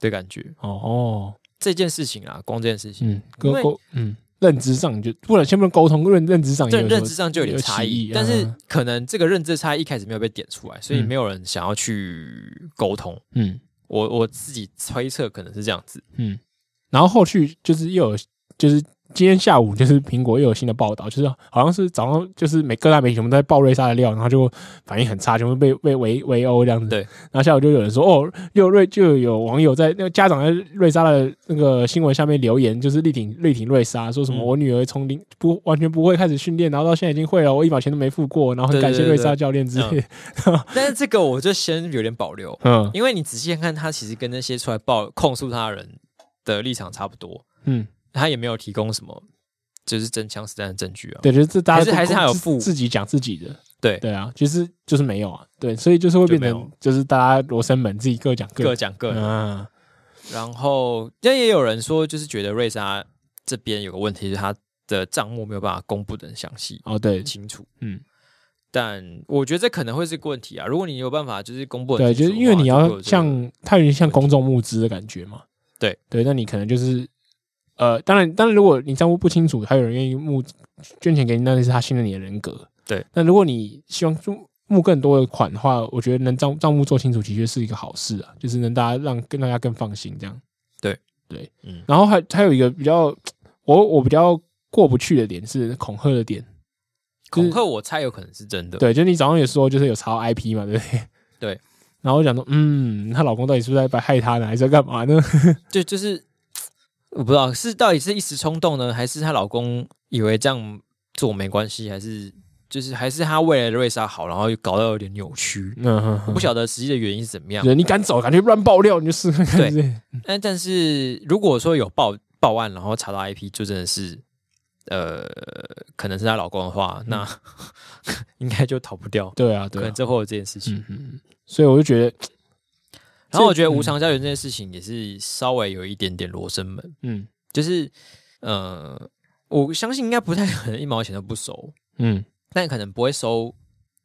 [SPEAKER 1] 的感觉？
[SPEAKER 2] 哦，
[SPEAKER 1] 这件事情啊，光这件事情，
[SPEAKER 2] 嗯，沟
[SPEAKER 1] 因为
[SPEAKER 2] 沟嗯，认知上你就不能先不能沟通，认认知上也
[SPEAKER 1] 对
[SPEAKER 2] 有
[SPEAKER 1] 认
[SPEAKER 2] 什
[SPEAKER 1] 知
[SPEAKER 2] 么
[SPEAKER 1] 上就有点
[SPEAKER 2] 有
[SPEAKER 1] 差
[SPEAKER 2] 歧
[SPEAKER 1] 异
[SPEAKER 2] 义，
[SPEAKER 1] 但是
[SPEAKER 2] 嗯
[SPEAKER 1] 可能这个认知差异一开始没有被点出来，所以
[SPEAKER 2] 嗯
[SPEAKER 1] 没有人想要去沟通。
[SPEAKER 2] 嗯
[SPEAKER 1] 我我自己推测可能是这样子，
[SPEAKER 2] 嗯，然后后续就是又有就是。今天下午就是苹果又有新的报道，就是好像是早上就是每各大媒体全部在爆瑞莎的料，然后就反应很差，全部被被围围殴这样子。
[SPEAKER 1] 对
[SPEAKER 2] 然后下午就有人说哦，又瑞就有网友在那个家长在瑞莎的那个新闻下面留言，就是力挺力挺瑞莎，说什
[SPEAKER 1] 嗯
[SPEAKER 2] 么我女儿从零不完全不会开始训练，然后到现在已经会了，我一毛钱都没付过，然后很
[SPEAKER 1] 对
[SPEAKER 2] 感谢
[SPEAKER 1] 对
[SPEAKER 2] 瑞
[SPEAKER 1] 对
[SPEAKER 2] 莎教练之类的。
[SPEAKER 1] 但是这个我就先有点保留，
[SPEAKER 2] 嗯
[SPEAKER 1] 因为你仔细看看，他其实跟那些出来报控诉他的人的立场差不多，
[SPEAKER 2] 嗯，
[SPEAKER 1] 他也没有提供什么就是真枪实弹的证据啊。
[SPEAKER 2] 对，就是这大
[SPEAKER 1] 还
[SPEAKER 2] 家
[SPEAKER 1] 是还是他有
[SPEAKER 2] 自
[SPEAKER 1] 付
[SPEAKER 2] 自己讲自己的，
[SPEAKER 1] 对
[SPEAKER 2] 对啊，就是就是没有啊，对，所以就是会变
[SPEAKER 1] 就没
[SPEAKER 2] 成
[SPEAKER 1] 有
[SPEAKER 2] 就是大家罗生门自己各讲
[SPEAKER 1] 各
[SPEAKER 2] 各
[SPEAKER 1] 讲各
[SPEAKER 2] 嗯
[SPEAKER 1] 的，
[SPEAKER 2] 啊，
[SPEAKER 1] 然后但也有人说，就是觉得瑞莎这边有个问题，是她的账目没有办法公布的很详细，
[SPEAKER 2] 哦对
[SPEAKER 1] 清楚，
[SPEAKER 2] 嗯
[SPEAKER 1] 嗯。但我觉得这可能会是个问题啊。如果你有办法就是公布很
[SPEAKER 2] 对，就
[SPEAKER 1] 清楚的
[SPEAKER 2] 是
[SPEAKER 1] 话，
[SPEAKER 2] 因为你
[SPEAKER 1] 就
[SPEAKER 2] 要
[SPEAKER 1] 有这个
[SPEAKER 2] 像它有点像公众募资的感觉嘛，
[SPEAKER 1] 对
[SPEAKER 2] 对，那你可能就是呃，当然当然，如果你账目不清楚，还有人愿意募捐钱给你，那是他信任你的人格，
[SPEAKER 1] 对，
[SPEAKER 2] 那如果你希望募募更多的款的话，我觉得能账账目做清楚，的确是一个好事啊，就是能大家让更大家更放心这样。
[SPEAKER 1] 嗯
[SPEAKER 2] 然后还还有一个比较我我比较过不去的点是恐吓的点，
[SPEAKER 1] 恐吓，我猜有可能是真的。
[SPEAKER 2] 对，就是你早上也说就是有查到 IP 嘛，对不对？
[SPEAKER 1] 对。
[SPEAKER 2] 然后我想说，嗯，她老公到底是不是在害她呢，还是在干嘛呢？
[SPEAKER 1] 就就是我不知道是到底是一时冲动呢，还是她老公以为这样做没关系，还是就是还是她为了瑞莎好，然后又搞到有点扭曲。
[SPEAKER 2] 嗯哼
[SPEAKER 1] 我
[SPEAKER 2] 哼
[SPEAKER 1] 不，晓得实际的原因是怎么样
[SPEAKER 2] 就。是你敢走，感觉乱爆料，你就试看看。
[SPEAKER 1] 对
[SPEAKER 2] 对，
[SPEAKER 1] 哎但但是如果说有报报案，然后查到 IP，就真的是呃，可能是她老公的话，那 应该就逃不掉。
[SPEAKER 2] 对啊，
[SPEAKER 1] 可
[SPEAKER 2] 嗯对
[SPEAKER 1] 能
[SPEAKER 2] 啊，
[SPEAKER 1] 这会有这件事情。
[SPEAKER 2] 嗯嗯。所以我就觉得，
[SPEAKER 1] 然后我觉得
[SPEAKER 2] 嗯
[SPEAKER 1] 无偿教育这件事情也是稍微有一点点罗生门，
[SPEAKER 2] 嗯
[SPEAKER 1] 就是呃，我相信应该不太可能一毛钱都不收，
[SPEAKER 2] 嗯，
[SPEAKER 1] 但可能不会收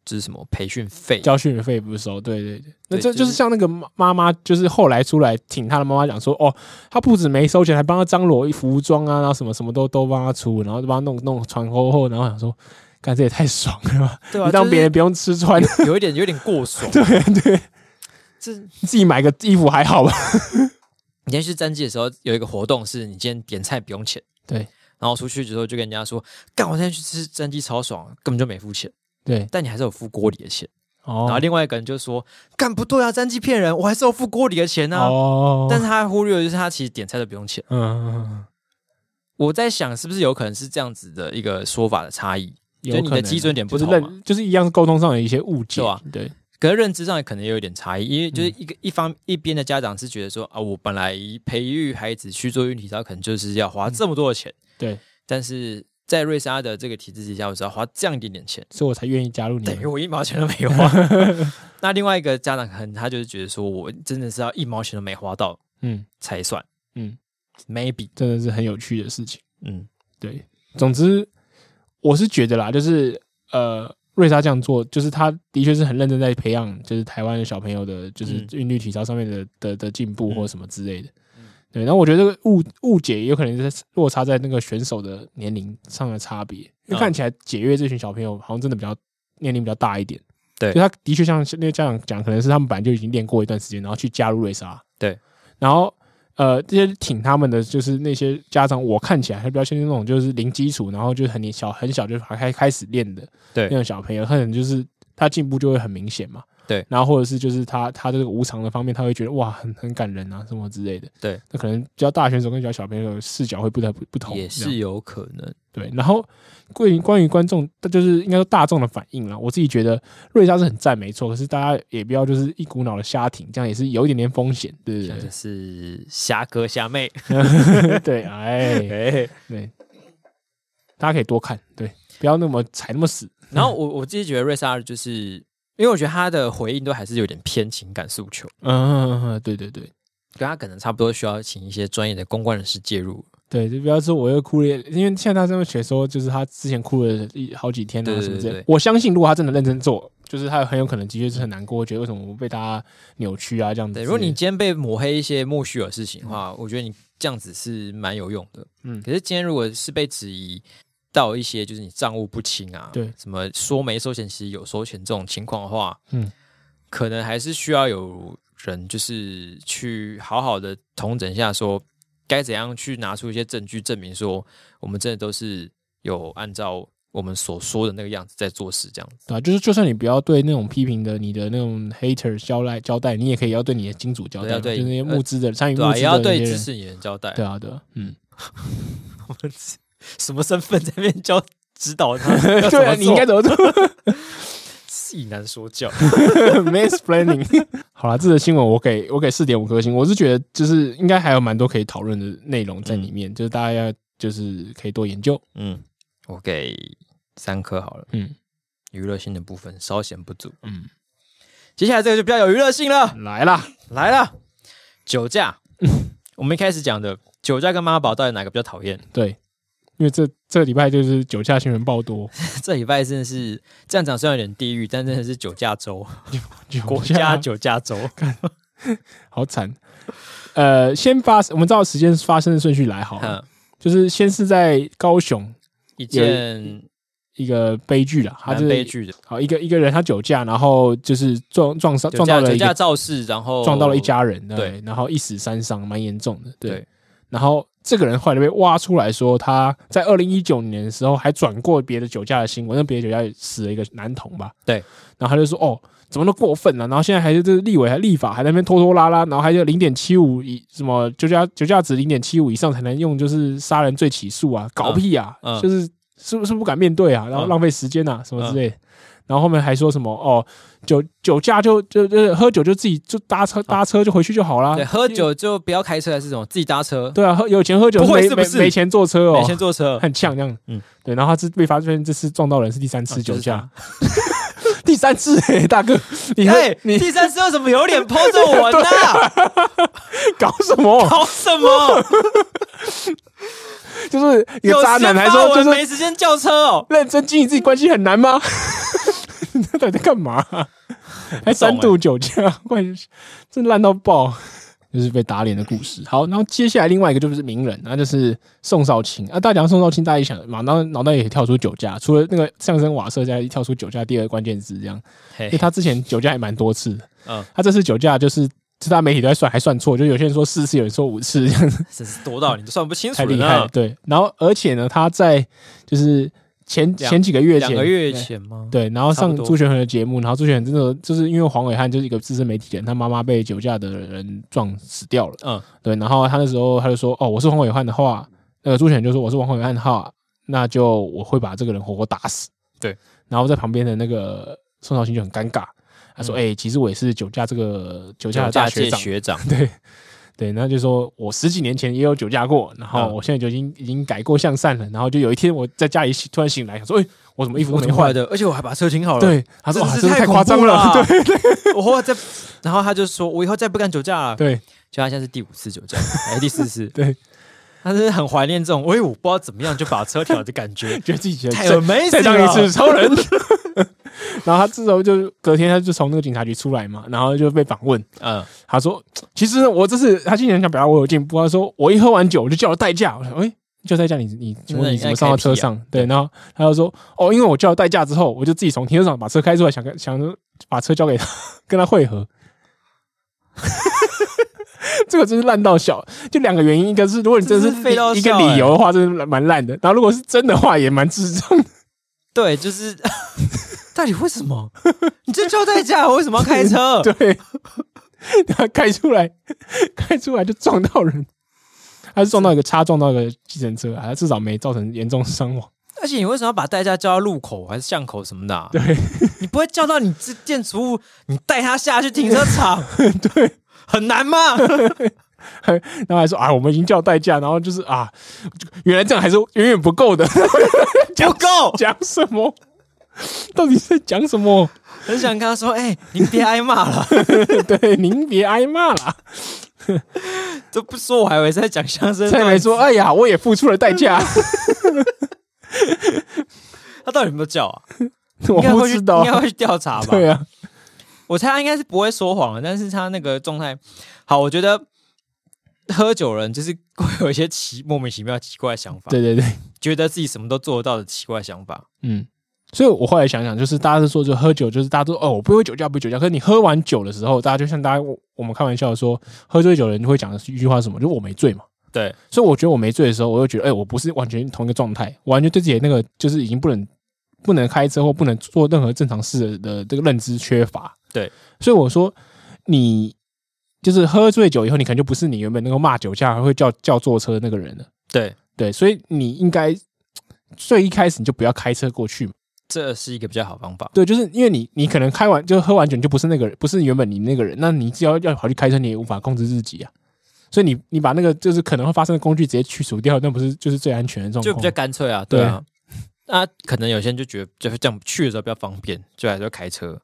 [SPEAKER 1] 就是什么培训费。
[SPEAKER 2] 交嗯训费不收，对对对。那
[SPEAKER 1] 对
[SPEAKER 2] 这
[SPEAKER 1] 就是
[SPEAKER 2] 就是像那个妈妈妈，就是后来出来挺她的妈妈讲说，哦，她不止没收钱，还帮她张罗服装啊，然后什么什么都都帮她出，然后就帮她弄弄穿厚厚，然后想说，干这也太爽了吧，
[SPEAKER 1] 对啊，
[SPEAKER 2] 你让
[SPEAKER 1] 就是
[SPEAKER 2] 别人不用吃穿，。
[SPEAKER 1] 有有一点有点过爽
[SPEAKER 2] 对对，
[SPEAKER 1] 这
[SPEAKER 2] 你自己买个衣服还好吧？
[SPEAKER 1] 你今天去登记的时候有一个活动是，你今天点菜不用钱。
[SPEAKER 2] 对
[SPEAKER 1] 然后出去之后就跟人家说，干，我现在去吃蒸鸡超爽，根本就没付钱，
[SPEAKER 2] 对
[SPEAKER 1] 但你还是有付锅里的钱。
[SPEAKER 2] 哦，
[SPEAKER 1] 然后另外一个人就说：“干不对啊，詹记骗人，我还是要付锅里的钱啊。
[SPEAKER 2] 哦，
[SPEAKER 1] 但是他忽略的就是他其实点菜都不用钱。
[SPEAKER 2] 嗯嗯，嗯
[SPEAKER 1] 我在想，是不是有可能是这样子的一个说法的差异？
[SPEAKER 2] 有
[SPEAKER 1] 就
[SPEAKER 2] 可
[SPEAKER 1] 你的
[SPEAKER 2] 能
[SPEAKER 1] 基准点不
[SPEAKER 2] 就是
[SPEAKER 1] 同嘛
[SPEAKER 2] 认，就是一样是沟通上有一些误解
[SPEAKER 1] 对啊，
[SPEAKER 2] 对，
[SPEAKER 1] 可是认知上可能也有一点差异，因为就是
[SPEAKER 2] 嗯
[SPEAKER 1] 一个、一方一边的家长是觉得说啊，我本来培育孩子去做运体操，可能就是要
[SPEAKER 2] 嗯
[SPEAKER 1] 花这么多的钱，
[SPEAKER 2] 对，
[SPEAKER 1] 但是在瑞莎的这个体制之下，我只要花这样一点点钱，
[SPEAKER 2] 所以我才愿意加入你
[SPEAKER 1] 等于
[SPEAKER 2] 们。
[SPEAKER 1] 我一毛钱都没花。那另外一个家长可能他就是觉得说我真的是要一毛钱都没花到
[SPEAKER 2] 嗯
[SPEAKER 1] 才算，
[SPEAKER 2] 嗯，
[SPEAKER 1] maybe，
[SPEAKER 2] 真的是很有趣的事情。
[SPEAKER 1] 嗯
[SPEAKER 2] 对，总之我是觉得啦，就是呃，瑞莎这样做，就是他的确是很认真在培养，就是台湾的小朋友的，就是
[SPEAKER 1] 嗯
[SPEAKER 2] 韵律体操上面的的的进步
[SPEAKER 1] 嗯
[SPEAKER 2] 或什么之类的。对，然后我觉得这个误误解也有可能是落差在那个选手的年龄上的差别，因为
[SPEAKER 1] 嗯
[SPEAKER 2] 看起来解约这群小朋友好像真的比较年龄比较大一点。
[SPEAKER 1] 对
[SPEAKER 2] 就他的确像那个家长讲，可能是他们本来就已经练过一段时间，然后去加入瑞莎。
[SPEAKER 1] 对，
[SPEAKER 2] 然后呃，这些挺他们的就是那些家长，我看起来还比较像那种就是零基础，然后就是很年小很小就还开开始练的
[SPEAKER 1] 对
[SPEAKER 2] 那种小朋友，他可能就是他进步就会很明显嘛。
[SPEAKER 1] 对
[SPEAKER 2] 然后或者是就是他他这个无偿的方面，他会觉得哇很很感人啊什么之类的。
[SPEAKER 1] 对，
[SPEAKER 2] 那可能比较大选手跟比较小朋友的视角会不太不不同，
[SPEAKER 1] 也
[SPEAKER 2] 这样
[SPEAKER 1] 是有可能。
[SPEAKER 2] 对，然后关于关于观众，但就是应该说大众的反应啦。我自己觉得瑞莎是很赞，没错，可是大家也不要就是一股脑的瞎挺，这样也是有一点点风险，对
[SPEAKER 1] 像
[SPEAKER 2] 不
[SPEAKER 1] 就是虾哥虾妹，
[SPEAKER 2] 对？ 对，哎，
[SPEAKER 1] 哎，
[SPEAKER 2] 对，大家可以多看，对，不要那么踩那么死。
[SPEAKER 1] 然后我我自己觉得瑞莎就是，因为我觉得她的回应都还是有点偏情感诉求，
[SPEAKER 2] 嗯，对对对
[SPEAKER 1] 跟她可能差不多需要请一些专业的公关人士介入。
[SPEAKER 2] 对，就不要说我又哭了，因为现在他这么写说，就是他之前哭了一好几天
[SPEAKER 1] 对
[SPEAKER 2] 啊
[SPEAKER 1] 对
[SPEAKER 2] 什么之类
[SPEAKER 1] 对
[SPEAKER 2] 的
[SPEAKER 1] 对。
[SPEAKER 2] 我相信，如果他真的认真做，就是他很有可能的确是很难过，觉得为什么我被大家扭曲啊这样子之
[SPEAKER 1] 对，
[SPEAKER 2] 类的。
[SPEAKER 1] 如果你今天被抹黑一些莫须有的事情的话，我觉得你这样子是蛮有用的。
[SPEAKER 2] 嗯
[SPEAKER 1] 嗯，可是今天如果是被质疑到一些就是你账务不清啊，
[SPEAKER 2] 对，
[SPEAKER 1] 什么说没收钱，其实有收钱这种情况的话，
[SPEAKER 2] 嗯
[SPEAKER 1] 嗯，可能还是需要有人就是去好好的统整一下说该怎样去拿出一些证据证明说我们真的都是有按照我们所说的那个样子在做事这样子。
[SPEAKER 2] 对啊，就是就算你不要对那种批评的你的那种 hater 交代交代，你也可以要对你的金主交代
[SPEAKER 1] 对
[SPEAKER 2] 嘛，
[SPEAKER 1] 要对
[SPEAKER 2] 就是那些募资的、参与
[SPEAKER 1] 对啊，
[SPEAKER 2] 募资的
[SPEAKER 1] 也要
[SPEAKER 2] 那
[SPEAKER 1] 对
[SPEAKER 2] 些
[SPEAKER 1] 支
[SPEAKER 2] 人，
[SPEAKER 1] 持你的人交代啊。
[SPEAKER 2] 对啊，对啊，嗯，？
[SPEAKER 1] 什么身份在那边教 指导他
[SPEAKER 2] 对啊，你应该怎么做
[SPEAKER 1] 是以难说教。
[SPEAKER 2] ？Mansplaining。好 了，这则新闻我给我给四点五颗星，我是觉得就是应该还有蛮多可以讨论的内容在里面，就是大家要就是可以多研究。
[SPEAKER 1] 嗯，我给三颗好了。
[SPEAKER 2] 嗯
[SPEAKER 1] 娱乐性的部分稍显不足。
[SPEAKER 2] 嗯，
[SPEAKER 1] 接下来这个就比较有娱乐性了，
[SPEAKER 2] 来啦，
[SPEAKER 1] 来了，酒驾。我们一开始讲的酒驾跟妈宝到底哪个比较讨厌？
[SPEAKER 2] 对，因为这这个礼拜就是酒驾新闻爆多，
[SPEAKER 1] 这礼拜真的是这样讲虽然有点地狱，但真的是酒驾 周，国
[SPEAKER 2] 驾
[SPEAKER 1] 家酒驾 周。
[SPEAKER 2] 哦好惨。呃，先发，我们照时间发生的顺序来好了。
[SPEAKER 1] 嗯，
[SPEAKER 2] 就是先是在高雄
[SPEAKER 1] 一件
[SPEAKER 2] 一个悲剧啦，他
[SPEAKER 1] 蛮
[SPEAKER 2] 是
[SPEAKER 1] 悲剧的，
[SPEAKER 2] 好一个一个人他酒驾，然后就是撞撞上
[SPEAKER 1] 酒
[SPEAKER 2] 撞到
[SPEAKER 1] 驾
[SPEAKER 2] 了
[SPEAKER 1] 酒
[SPEAKER 2] 一
[SPEAKER 1] 驾
[SPEAKER 2] 个
[SPEAKER 1] 肇事，然后
[SPEAKER 2] 撞到了一家人，对，
[SPEAKER 1] 对
[SPEAKER 2] 然后一死三伤，蛮严重的，对。
[SPEAKER 1] 对
[SPEAKER 2] 然后这个人后来被挖出来说，他在二零一九年的时候还转过别的酒驾的新闻，那别的酒驾死了一个男童吧，
[SPEAKER 1] 对。
[SPEAKER 2] 然后他就说，哦，怎么都过分了、然后现在还是这个立委还立法还在那边拖拖拉拉，然后还有零点七五以什么酒驾酒驾值零点七五以上才能用，就是杀人罪起诉啊，搞屁啊，
[SPEAKER 1] 嗯嗯
[SPEAKER 2] 就是是不是不敢面对啊，然后
[SPEAKER 1] 嗯
[SPEAKER 2] 浪费时间啊，什么之类的。然后后面还说什么哦，酒酒驾就就就喝酒就自己就搭车搭车就回去就好啦
[SPEAKER 1] 啊对，。喝酒就不要开车还是什么，自己搭车，
[SPEAKER 2] 对啊，喝有钱喝酒
[SPEAKER 1] 不会
[SPEAKER 2] 没
[SPEAKER 1] 是不
[SPEAKER 2] 没
[SPEAKER 1] 是
[SPEAKER 2] 没钱坐车哦，
[SPEAKER 1] 每天坐车，
[SPEAKER 2] 很呛这样。嗯
[SPEAKER 1] 嗯，
[SPEAKER 2] 对。然后他是被发现这次撞到人是第三次
[SPEAKER 1] 啊就
[SPEAKER 2] 酒
[SPEAKER 1] 是
[SPEAKER 2] 驾， 第三次哎、大哥，你
[SPEAKER 1] 哎、
[SPEAKER 2] 在你啊
[SPEAKER 1] 第三次为什么有 脸抛着我呢？
[SPEAKER 2] 搞什么？
[SPEAKER 1] 啊搞什么？
[SPEAKER 2] 就是一
[SPEAKER 1] 有
[SPEAKER 2] 个渣男还说
[SPEAKER 1] 我
[SPEAKER 2] 就是
[SPEAKER 1] 没时间叫车哦。
[SPEAKER 2] 认真经营自己关系很难 吗？你到底在干嘛、还
[SPEAKER 1] 欸
[SPEAKER 2] 三度酒驾，关系真烂到爆，就是被打脸的故事。好，然后接下来另外一个就是名人，那就是宋少卿啊。大家讲宋少卿，大家一想，马上脑袋也跳出酒驾，除了那个相声瓦舍，家一跳出酒驾第二个关键字这样，因为
[SPEAKER 1] 嘿，
[SPEAKER 2] 他之前酒驾也蛮多次的，
[SPEAKER 1] 哎嗯，
[SPEAKER 2] 他这次酒驾就是。其他媒体都在算，还算错，就有些人说四次，有人说五 次，这样子
[SPEAKER 1] 真是多到你都算不清楚
[SPEAKER 2] 太
[SPEAKER 1] 了
[SPEAKER 2] 厉害了。
[SPEAKER 1] 呢。
[SPEAKER 2] 对，然后而且呢，他在就是前
[SPEAKER 1] 两
[SPEAKER 2] 前几个月前，
[SPEAKER 1] 两个月
[SPEAKER 2] 对
[SPEAKER 1] 前吗？，
[SPEAKER 2] 对，然后
[SPEAKER 1] 差不
[SPEAKER 2] 上
[SPEAKER 1] 多
[SPEAKER 2] 朱学恒的节目，然后朱学恒真的就是因为黄伟汉就是一个资深媒体人，他妈妈被酒驾的人撞死掉了。
[SPEAKER 1] 嗯，
[SPEAKER 2] 对，然后他那时候他就说：“哦，我是黄伟汉的话，那个朱选就说我是黄伟汉的话，那就我会把这个人活活打死。”
[SPEAKER 1] 对，
[SPEAKER 2] 然后在旁边的那个宋少卿就很尴尬，他说：“
[SPEAKER 1] 嗯
[SPEAKER 2] 哎、其实我也是酒驾这个酒驾
[SPEAKER 1] 酒
[SPEAKER 2] 的大
[SPEAKER 1] 驾
[SPEAKER 2] 学
[SPEAKER 1] 界
[SPEAKER 2] 长。
[SPEAKER 1] 学长，
[SPEAKER 2] 对对，然后就说我十几年前也有酒驾过，然后
[SPEAKER 1] 嗯
[SPEAKER 2] 我现在就已经已经改过向善了。然后就有一天我在家里醒突然醒来，想说：哎、我怎 么衣服
[SPEAKER 1] 我
[SPEAKER 2] 都
[SPEAKER 1] 怎
[SPEAKER 2] 没
[SPEAKER 1] 么坏
[SPEAKER 2] 换？
[SPEAKER 1] 的？而且我还把车停好了。
[SPEAKER 2] 对，他说：
[SPEAKER 1] 真
[SPEAKER 2] 哇，
[SPEAKER 1] 的
[SPEAKER 2] 真
[SPEAKER 1] 是
[SPEAKER 2] 的
[SPEAKER 1] 太
[SPEAKER 2] 太
[SPEAKER 1] 恐
[SPEAKER 2] 夸张
[SPEAKER 1] 怖
[SPEAKER 2] 了。
[SPEAKER 1] 了 啊
[SPEAKER 2] 对
[SPEAKER 1] 我后来在，然后他就说，我以后再不敢酒驾了。
[SPEAKER 2] 对，
[SPEAKER 1] 就他现在是第五次酒驾，还是第四次？
[SPEAKER 2] 对，
[SPEAKER 1] 他是很怀念这种，哎，我不知道怎么样就把车停好的感
[SPEAKER 2] ，
[SPEAKER 1] 觉
[SPEAKER 2] 觉得自己觉得
[SPEAKER 1] 太
[SPEAKER 2] 这
[SPEAKER 1] amazing
[SPEAKER 2] 再当一次
[SPEAKER 1] 了
[SPEAKER 2] 超人。 然后他之后就隔天他就从那个警察局出来嘛，然后就被访问，
[SPEAKER 1] 嗯，
[SPEAKER 2] 他说：“其实我这次他今年想表达我有进步，他说我一喝完酒我就叫了代驾。”我说：“哎、叫代驾你你请问你怎么上到
[SPEAKER 1] 啊
[SPEAKER 2] 车上？”对，然后他就说：“哦，因为我叫了代驾之后，我就自己从停车场把车开出来，想跟想着把车交给他， 跟他会合。”这个真是烂到小，就两个原因，一个是如果你真的
[SPEAKER 1] 这是废到
[SPEAKER 2] 一个
[SPEAKER 1] 笑
[SPEAKER 2] 理
[SPEAKER 1] 欸
[SPEAKER 2] 由的话，真的蛮烂的；然后如果是真的话，也蛮智障的。
[SPEAKER 1] 对，就是 到底为什么？ 你这叫代驾，我为什么要开车？
[SPEAKER 2] 对，他开出来，开出来就撞到人，他是撞到一个叉，撞到一个计程车，还至少没造成严重伤亡。
[SPEAKER 1] 而且你为什么要把代驾叫到路口还是巷口什么的、啊？
[SPEAKER 2] 对，
[SPEAKER 1] 你不会叫到你这建筑物，你带他下去停车场，
[SPEAKER 2] 对，
[SPEAKER 1] 很难吗？
[SPEAKER 2] 然后还说啊，我们已经叫代驾，然后就是啊，原来这样还是远远不够的，
[SPEAKER 1] 不够，
[SPEAKER 2] 讲什么？ 到底在讲什么？
[SPEAKER 1] 很想跟他说，哎、您别挨骂了。
[SPEAKER 2] 对，您别挨骂啦！
[SPEAKER 1] 都不说，我还以为是在讲相 声。
[SPEAKER 2] 蔡美说：“哎呀，我也付出了代价，
[SPEAKER 1] 他到底有没有叫啊？
[SPEAKER 2] 我
[SPEAKER 1] 应该
[SPEAKER 2] 不
[SPEAKER 1] 会去
[SPEAKER 2] 知道
[SPEAKER 1] 应。该会去调查吧？
[SPEAKER 2] 对啊，
[SPEAKER 1] 我猜他应该是不会说谎的，但是他那个 状态，好，我觉得喝酒人就是会有一些奇莫名其妙奇怪的想法，
[SPEAKER 2] 对对对，
[SPEAKER 1] 觉得自己什么都做得到的奇怪想法。
[SPEAKER 2] 嗯，所以我后来想想，就是大家都说，就喝酒，就是大家都哦，我不会酒驾，不会酒驾。可是你喝完酒的时候，大家就像大家我我们开玩笑说，喝醉酒的人就会讲的一句话是什么，就是我没醉嘛。
[SPEAKER 1] 对，
[SPEAKER 2] 所以我觉得我没醉的时候，我又觉得，哎、我不是完全同一个状态，我完全对自己的那个就是已经不能不能开车或不能做任何正常事的的这个认知缺乏。
[SPEAKER 1] 对，
[SPEAKER 2] 所以我说你就是喝醉酒以后，你可能就不是你原本那个骂酒驾还会叫叫坐车的那个人了。
[SPEAKER 1] 对，
[SPEAKER 2] 对，所以你应该最一开始你就不要开车过去嘛。
[SPEAKER 1] 这是一个比较好方法。
[SPEAKER 2] 对，就是因为你你可能开完就喝完酒，你就不是那个人，不是原本你那个人，那你只要要跑去开车，你也无法控制自己啊。所以你你把那个就是可能会发生的工具直接去除掉，那不是就是最安全的状
[SPEAKER 1] 就
[SPEAKER 2] 况？
[SPEAKER 1] 比较干脆啊，对啊。那可能有些人就觉得，就是这样去的时候比较方便，就还是要开车。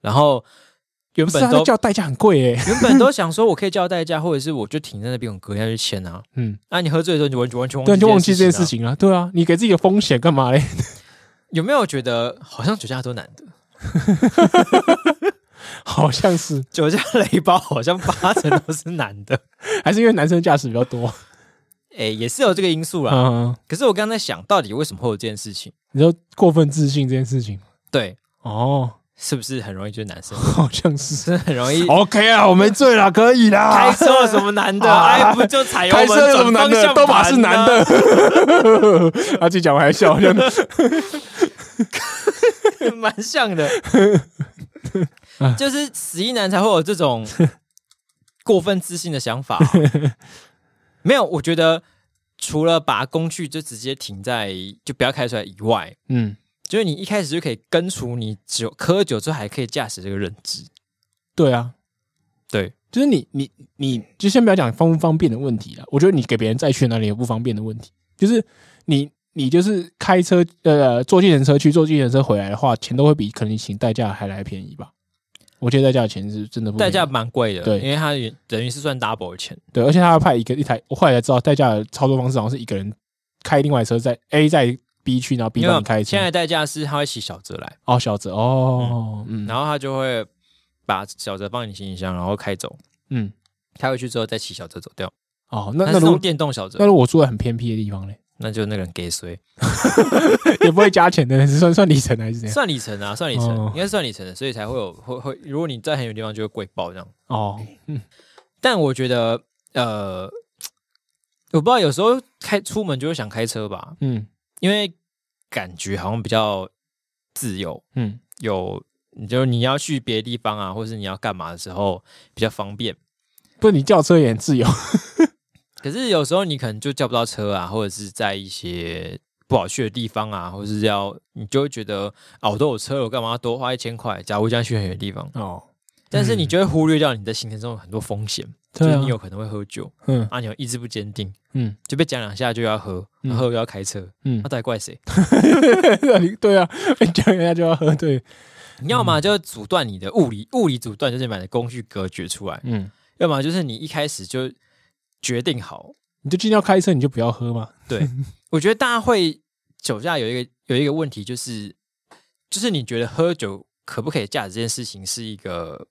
[SPEAKER 1] 然后原
[SPEAKER 2] 不是
[SPEAKER 1] 本
[SPEAKER 2] 啊，
[SPEAKER 1] 都
[SPEAKER 2] 那叫代价很贵耶、
[SPEAKER 1] 原本都想说，我可以叫代驾，或者是我就停在那边，我隔天去签啊。
[SPEAKER 2] 嗯，
[SPEAKER 1] 那、你喝醉的时候，你完全完全忘
[SPEAKER 2] 对，就忘记这
[SPEAKER 1] 件
[SPEAKER 2] 件事
[SPEAKER 1] 事情啊。
[SPEAKER 2] 情了。对啊，你给自己的风险干嘛嘞？
[SPEAKER 1] 有没有觉得好像酒驾都难的？
[SPEAKER 2] 好像是，
[SPEAKER 1] 酒驾雷包好像八成都是难 的。
[SPEAKER 2] 还是因为男生驾驶比较多。
[SPEAKER 1] 哎、也是有这个因素啦。
[SPEAKER 2] 嗯，
[SPEAKER 1] 可是我刚才想到底为什么会有这件事情？
[SPEAKER 2] 你说过分自信这件事情，
[SPEAKER 1] 对，
[SPEAKER 2] 哦，
[SPEAKER 1] 是不是很容易就是男生
[SPEAKER 2] 好像是。
[SPEAKER 1] 真的很容易
[SPEAKER 2] OK 啊，我没醉啦，可以啦。
[SPEAKER 1] 开车有什么难的？
[SPEAKER 2] 啊
[SPEAKER 1] 哎，不就踩油
[SPEAKER 2] 开
[SPEAKER 1] 门
[SPEAKER 2] 车有什
[SPEAKER 1] 转
[SPEAKER 2] 么难
[SPEAKER 1] 方
[SPEAKER 2] 的？
[SPEAKER 1] 向
[SPEAKER 2] 都马是男
[SPEAKER 1] 盘啊。
[SPEAKER 2] 的。 他自己讲我还笑，好像
[SPEAKER 1] 蛮像 的，就是死一男才会有这种过分自信的想 法、哦没有，我觉得除了把工具就直接停在就不要开出来以外，
[SPEAKER 2] 嗯，
[SPEAKER 1] 就是你一开始就可以根除你酒喝酒之后还可以驾驶这个认知。
[SPEAKER 2] 对啊，
[SPEAKER 1] 对，
[SPEAKER 2] 就是你你你就先不要讲方不方便的问题了，我觉得你给别人再去哪里有不方便的问题，就是你你就是开车呃坐计程车去坐计程车回来的话，钱都会比可能你请代驾还来便宜吧。我觉得代驾的钱是真的不
[SPEAKER 1] 代
[SPEAKER 2] 便宜
[SPEAKER 1] 驾蛮贵的，
[SPEAKER 2] 对
[SPEAKER 1] 因为它原等于是算 double 的钱。
[SPEAKER 2] 对，而且他要派一个一台，我后来才知道代驾的操作方式好像是一个人开另外车在 A 在 B 去，然后 B
[SPEAKER 1] 因
[SPEAKER 2] 帮你
[SPEAKER 1] 为
[SPEAKER 2] 开
[SPEAKER 1] 现在
[SPEAKER 2] 车。
[SPEAKER 1] 的代驾是他会骑小车来，
[SPEAKER 2] 哦，小泽哦，嗯
[SPEAKER 1] 然后他就会把小车放你行李箱，然后开走。
[SPEAKER 2] 嗯，
[SPEAKER 1] 开回去之后再骑小车走掉，
[SPEAKER 2] 哦，那
[SPEAKER 1] 但
[SPEAKER 2] 那
[SPEAKER 1] 是
[SPEAKER 2] 如
[SPEAKER 1] 种
[SPEAKER 2] 果
[SPEAKER 1] 电动小车
[SPEAKER 2] 那，如果我住在很偏僻的地方嘞，
[SPEAKER 1] 那就那个人给谁？
[SPEAKER 2] 也不会加钱的， 是算算里程还是怎 样？
[SPEAKER 1] 算里程啊，算里程，
[SPEAKER 2] 哦
[SPEAKER 1] 应该是算里程的，所以才会有会会，如果你在很远的地方就会贵爆这样。
[SPEAKER 2] 哦，
[SPEAKER 1] 但我觉得，呃，我不知道有时候开出门就会想开车吧，
[SPEAKER 2] 嗯
[SPEAKER 1] 因为感觉好像比较自由，
[SPEAKER 2] 嗯，
[SPEAKER 1] 有你就是你要去别的地方啊，或是你要干嘛的时候比较方便。
[SPEAKER 2] 不是你轿车也很自由，
[SPEAKER 1] 可是有时候你可能就叫不到车啊，或者是在一些不好去的地方啊，或者是要你就会觉得啊，我都有车了，我干嘛要多花一千块？假如我这样去很远的地方，
[SPEAKER 2] 哦，
[SPEAKER 1] 但是你就会忽略掉你在行程中有很多风险，就
[SPEAKER 2] 对
[SPEAKER 1] 是
[SPEAKER 2] 啊
[SPEAKER 1] 你，有可能会喝酒
[SPEAKER 2] 嗯
[SPEAKER 1] 啊，你有意志不坚定，
[SPEAKER 2] 嗯
[SPEAKER 1] 就被讲两下就要喝，
[SPEAKER 2] 嗯
[SPEAKER 1] 喝又要开车，
[SPEAKER 2] 嗯
[SPEAKER 1] 那，到底怪谁？
[SPEAKER 2] 你对啊，被叫人家就要喝，对，
[SPEAKER 1] 你要
[SPEAKER 2] 嗯
[SPEAKER 1] 么就阻断你的物理物理阻断，就是把你的工具隔绝出来；
[SPEAKER 2] 嗯，
[SPEAKER 1] 要么就是你一开始就决定好。
[SPEAKER 2] 你就今天要开车，你就不要喝嘛，
[SPEAKER 1] 我觉得大家会酒驾有一个有一个问题，就是就是你觉得喝酒可不可以驾驶这件事情是一个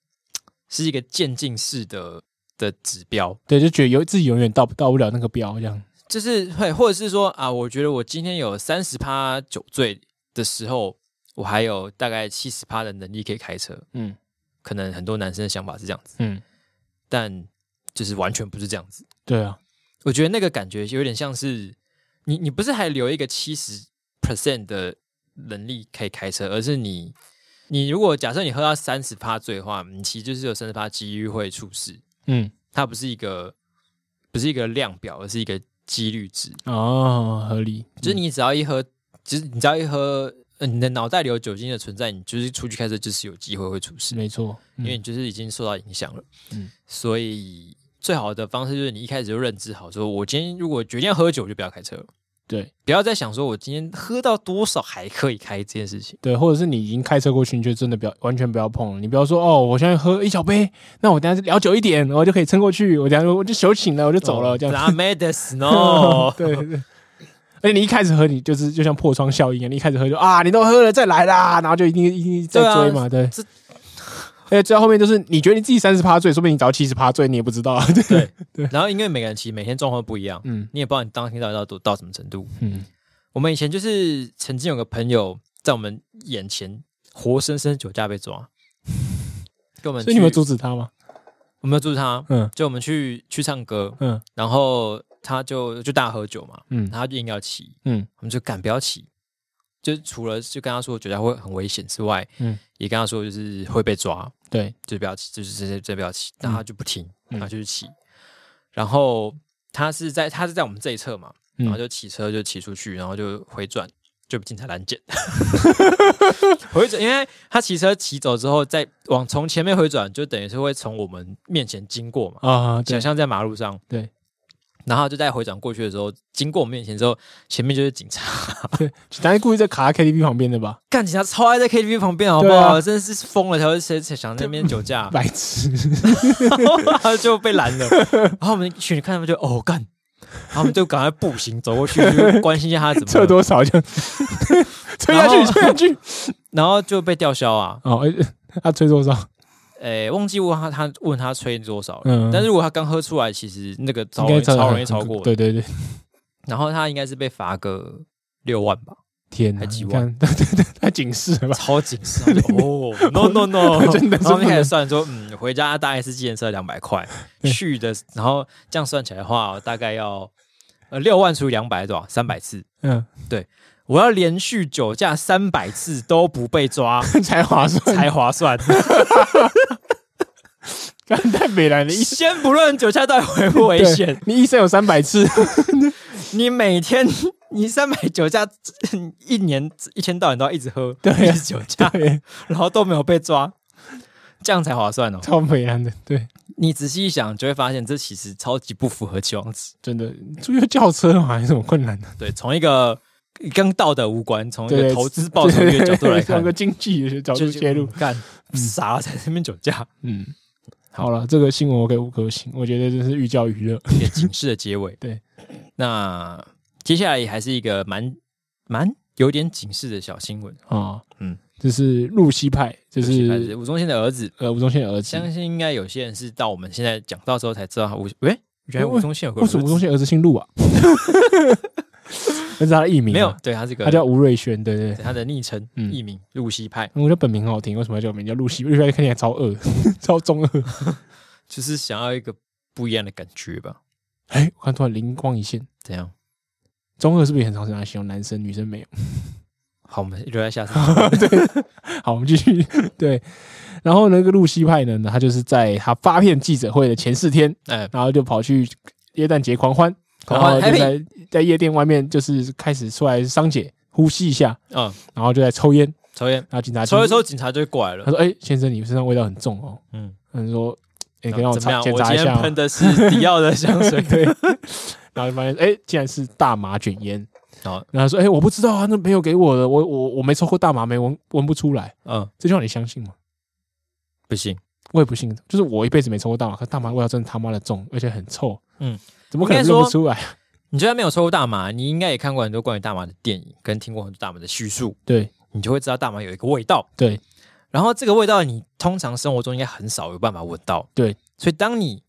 [SPEAKER 1] 是一个渐进式的的指标，
[SPEAKER 2] 对，就觉得有自己永远到不到不了那个标这样，
[SPEAKER 1] 就是会或者是说啊，我觉得我今天有三十趴酒醉的时候，我还有大概七十趴的能力可以开车。
[SPEAKER 2] 嗯
[SPEAKER 1] 可能很多男生的想法是这样子，
[SPEAKER 2] 嗯，
[SPEAKER 1] 但就是完全不是这样子。
[SPEAKER 2] 对啊，
[SPEAKER 1] 我觉得那个感觉有点像是你，你不是还留一个七十 percent 的能力可以开车，而是你，你如果假设你喝到三十趴醉的话，你其实就是有三十趴几率会出事。
[SPEAKER 2] 嗯，
[SPEAKER 1] 它不是一个不是一个量表，而是一个几率值。
[SPEAKER 2] 哦，合理，
[SPEAKER 1] 就是你只要一喝，就是你只要一喝，呃、你的脑袋里有酒精的存在，你就是出去开车就是有机会会出事。
[SPEAKER 2] 没错，
[SPEAKER 1] 因为你
[SPEAKER 2] 嗯
[SPEAKER 1] 就是已经受到影响了。
[SPEAKER 2] 嗯
[SPEAKER 1] 所以最好的方式就是你一开始就认知好，说我今天如果决定要喝酒，我就不要开车了，
[SPEAKER 2] 对
[SPEAKER 1] 不要再想说我今天喝到多少还可以开这件事情。
[SPEAKER 2] 对，或者是你已经开车过去，你就真的不要完全不要碰了，你不要说哦，我现在喝一小杯，那我等一下就聊久一点，我就可以撑过去，我等一下我就酒醒了，我就走了，这样。
[SPEAKER 1] 拉 medes 哦 no，
[SPEAKER 2] 对对对。而且你一开始喝，你就是就像破窗效应啊！你一开始喝就啊，你都喝了再来啦，然后就一定一定在
[SPEAKER 1] 对啊
[SPEAKER 2] 追嘛，对。
[SPEAKER 1] 这
[SPEAKER 2] 而且追到后面就是你觉得你自己三十趴醉，说不定你找七十趴醉，你也不知道啊。对，
[SPEAKER 1] 对然后因为每个人其实每天状况不一样，
[SPEAKER 2] 嗯
[SPEAKER 1] 你也不知道你当天到底到多到什么程度。
[SPEAKER 2] 嗯，
[SPEAKER 1] 我们以前就是曾经有个朋友在我们眼前活生生酒驾被抓，跟我们
[SPEAKER 2] 所以你们
[SPEAKER 1] 去
[SPEAKER 2] 阻止他吗？
[SPEAKER 1] 我们有阻止他，
[SPEAKER 2] 嗯
[SPEAKER 1] 就我们去去唱歌，
[SPEAKER 2] 嗯
[SPEAKER 1] 然后他就就大家喝酒嘛，
[SPEAKER 2] 嗯
[SPEAKER 1] 然后他就硬要骑，
[SPEAKER 2] 嗯
[SPEAKER 1] 我们就赶不要骑。就是除了就跟他说酒驾会很危险之外，
[SPEAKER 2] 嗯，
[SPEAKER 1] 也跟他说就是会被抓，
[SPEAKER 2] 对，
[SPEAKER 1] 就是不要骑，就是直接直接不要骑。但他就不听，
[SPEAKER 2] 嗯
[SPEAKER 1] 他就去骑。然后他是在他是在我们这一侧嘛，
[SPEAKER 2] 嗯
[SPEAKER 1] 然后就骑车就骑出去，然后就回转，就被警察 拦截。回转，因为他骑车骑走之后，再往从前面回转，就等于是会从我们面前经过嘛。
[SPEAKER 2] 啊，对
[SPEAKER 1] 想，象在马路上，
[SPEAKER 2] 对，
[SPEAKER 1] 然后就在回转过去的时候，经过我们面前之后，前面就是警察，
[SPEAKER 2] 但是故意在卡在 KTV 旁边的吧？
[SPEAKER 1] 干警察超爱在 KTV 旁边，好不
[SPEAKER 2] 对啊
[SPEAKER 1] 好？真的是疯了才会谁谁想在那边酒驾，
[SPEAKER 2] 白痴，
[SPEAKER 1] 然后就被拦了。然后我们一群人看他们就哦干，然后我们就赶快步行走过去，就关心一下他 怎
[SPEAKER 2] 测
[SPEAKER 1] 么了，
[SPEAKER 2] 多 少就吹下
[SPEAKER 1] 然
[SPEAKER 2] 去，
[SPEAKER 1] 后
[SPEAKER 2] 吹下去。
[SPEAKER 1] 然后就被吊销啊。
[SPEAKER 2] 哦，哎 他吹多少？
[SPEAKER 1] 诶，忘记问他，他问他吹多少了。
[SPEAKER 2] 嗯
[SPEAKER 1] 但是如果他刚喝出来，其实那个超
[SPEAKER 2] 应
[SPEAKER 1] 容
[SPEAKER 2] 该
[SPEAKER 1] 易超容易
[SPEAKER 2] 很
[SPEAKER 1] 超过。
[SPEAKER 2] 对对对，
[SPEAKER 1] 然后他应该是被罚个六万吧，
[SPEAKER 2] 天哪，
[SPEAKER 1] 还几
[SPEAKER 2] 你
[SPEAKER 1] 万
[SPEAKER 2] 看，对对对，太警示 了吧？
[SPEAKER 1] 超警 示啊就哦，no no no，
[SPEAKER 2] 真的是
[SPEAKER 1] 然后我
[SPEAKER 2] 不能
[SPEAKER 1] 们开始算说，嗯，回家大概是计程车两百 块，去的，然后这样算起来的话，大概要呃六万除以两百多少？三百次，
[SPEAKER 2] 嗯，
[SPEAKER 1] 我要连续酒驾三百次都不被 抓
[SPEAKER 2] 才 划算，
[SPEAKER 1] 才划 算。
[SPEAKER 2] 干太美了，你一
[SPEAKER 1] 先不论酒驾到底危不危 险，
[SPEAKER 2] 你一生有三百次，
[SPEAKER 1] 你每天你三百酒驾，嗯一年一天到晚都要一直喝，
[SPEAKER 2] 对啊
[SPEAKER 1] 一直酒驾，
[SPEAKER 2] 对，
[SPEAKER 1] 然后都没有被抓，这样才划算哦。
[SPEAKER 2] 超美了的，对，
[SPEAKER 1] 你仔细一想，就会发现这其实超级不符合期望值。
[SPEAKER 2] 真的，这就轿车嘛，有什么困难的？
[SPEAKER 1] 对，从一个跟道德无关，从一个
[SPEAKER 2] 对
[SPEAKER 1] 投资 报酬率的角度来
[SPEAKER 2] 对从
[SPEAKER 1] 看
[SPEAKER 2] 个，经济学角
[SPEAKER 1] 就
[SPEAKER 2] 度切入
[SPEAKER 1] 就，干傻在那边酒驾，
[SPEAKER 2] 嗯，好了，这个新闻我给五颗星，我觉得真是寓教于乐，
[SPEAKER 1] 一个警示的结尾。
[SPEAKER 2] 对，
[SPEAKER 1] 那接下来也还是一个蛮蛮有点警示的小新闻，
[SPEAKER 2] 啊，
[SPEAKER 1] 嗯，
[SPEAKER 2] 这是露西派，就
[SPEAKER 1] 还
[SPEAKER 2] 是
[SPEAKER 1] 是吴宗宪的儿子。
[SPEAKER 2] 呃吴宗宪的儿子，
[SPEAKER 1] 相信应该有些人是到我们现在讲到之后才知道他吴，喂，原来吴宗宪有个
[SPEAKER 2] 为什么吴宗
[SPEAKER 1] 宪
[SPEAKER 2] 宪儿子 姓陆啊？ 那是他的艺名啊，
[SPEAKER 1] 没有？对，他是个
[SPEAKER 2] 他叫吴瑞轩，对对
[SPEAKER 1] 对他的昵称
[SPEAKER 2] 嗯
[SPEAKER 1] 艺名露西派，
[SPEAKER 2] 对，我觉得本名很好听，为什么要叫名叫露西？ 露西派看起来超恶，超中二。
[SPEAKER 1] 就是想要一个不一样的感觉吧？
[SPEAKER 2] 哎，我看突然灵光一现，
[SPEAKER 1] 怎样？
[SPEAKER 2] 啊中二是不是也很常常形容男生，女生没有？
[SPEAKER 1] 好，我们留在下次讨论。
[SPEAKER 2] 好，我们继续 对。然后那个露西派呢，他就是在他发片记者会的前四天，
[SPEAKER 1] 哎，
[SPEAKER 2] 然后就跑去耶诞节狂欢，
[SPEAKER 1] 狂
[SPEAKER 2] 然
[SPEAKER 1] 欢
[SPEAKER 2] 后就在在夜店外面就是开始出来商解，呼吸一下，
[SPEAKER 1] 嗯，
[SPEAKER 2] 然后就在抽烟。
[SPEAKER 1] 抽烟，
[SPEAKER 2] 然后警察
[SPEAKER 1] 抽一
[SPEAKER 2] 进
[SPEAKER 1] 抽，警察就过来了。
[SPEAKER 2] 他说：“哎、先生，你身上味道很重哦。”
[SPEAKER 1] 嗯，
[SPEAKER 2] 他说：“
[SPEAKER 1] 哦怎
[SPEAKER 2] 哎、可以让我
[SPEAKER 1] 么
[SPEAKER 2] 查
[SPEAKER 1] 样？
[SPEAKER 2] 检
[SPEAKER 1] 我
[SPEAKER 2] 查
[SPEAKER 1] 今
[SPEAKER 2] 一下
[SPEAKER 1] 天
[SPEAKER 2] 吗。
[SPEAKER 1] 喷的是迪奥的香水
[SPEAKER 2] 对，然后就发现哎、竟然是大麻卷烟。
[SPEAKER 1] 哦
[SPEAKER 2] 然后他说：“哎、我不知道啊，那朋友给我的，我我我没抽过大麻，没闻闻不出来。
[SPEAKER 1] 嗯，”
[SPEAKER 2] 这句话你相信吗？
[SPEAKER 1] 不行，
[SPEAKER 2] 我也不信，就是我一辈子没抽过大麻，可大麻味道真的他妈的重，而且很臭。
[SPEAKER 1] 嗯，
[SPEAKER 2] 怎么可
[SPEAKER 1] 应
[SPEAKER 2] 能
[SPEAKER 1] 该说
[SPEAKER 2] 闻不出来？
[SPEAKER 1] 你就算没有抽过大麻，你应该也看过很多关于大麻的电影，跟听过很多大麻的叙述，
[SPEAKER 2] 对
[SPEAKER 1] 你就会知道大麻有一个味道。
[SPEAKER 2] 对，
[SPEAKER 1] 然后这个味道你通常生活中应该很少有办法闻到。
[SPEAKER 2] 对，
[SPEAKER 1] 所以当你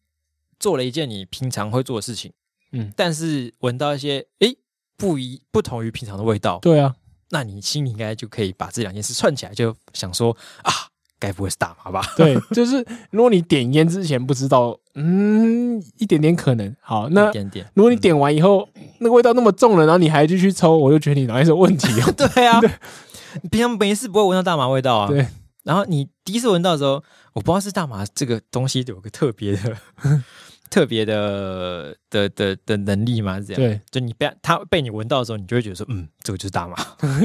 [SPEAKER 1] 做了一件你平常会做的事情，
[SPEAKER 2] 嗯
[SPEAKER 1] 但是闻到一些诶不一不同于平常的味道，
[SPEAKER 2] 对啊，
[SPEAKER 1] 那你心里应该就可以把这两件事串起来，就想说啊，该不会是大麻吧？
[SPEAKER 2] 对， 就是如果你点烟之前不知道，嗯，一点点可能好，那
[SPEAKER 1] 一点点，。
[SPEAKER 2] 如果你点完以后，那个味道那么重了，然后你还继续抽，我就觉得你脑袋是有问题哦
[SPEAKER 1] 对啊，你平常没事不会闻到大麻味道啊。
[SPEAKER 2] 对。
[SPEAKER 1] 然后你第一次闻到的时候，我不知道是大麻这个东西有个特别 的、特别的的的的能力吗？是这样？
[SPEAKER 2] 对
[SPEAKER 1] 就你被它被你闻到的时候，你就会觉得说，嗯，这个就是大麻，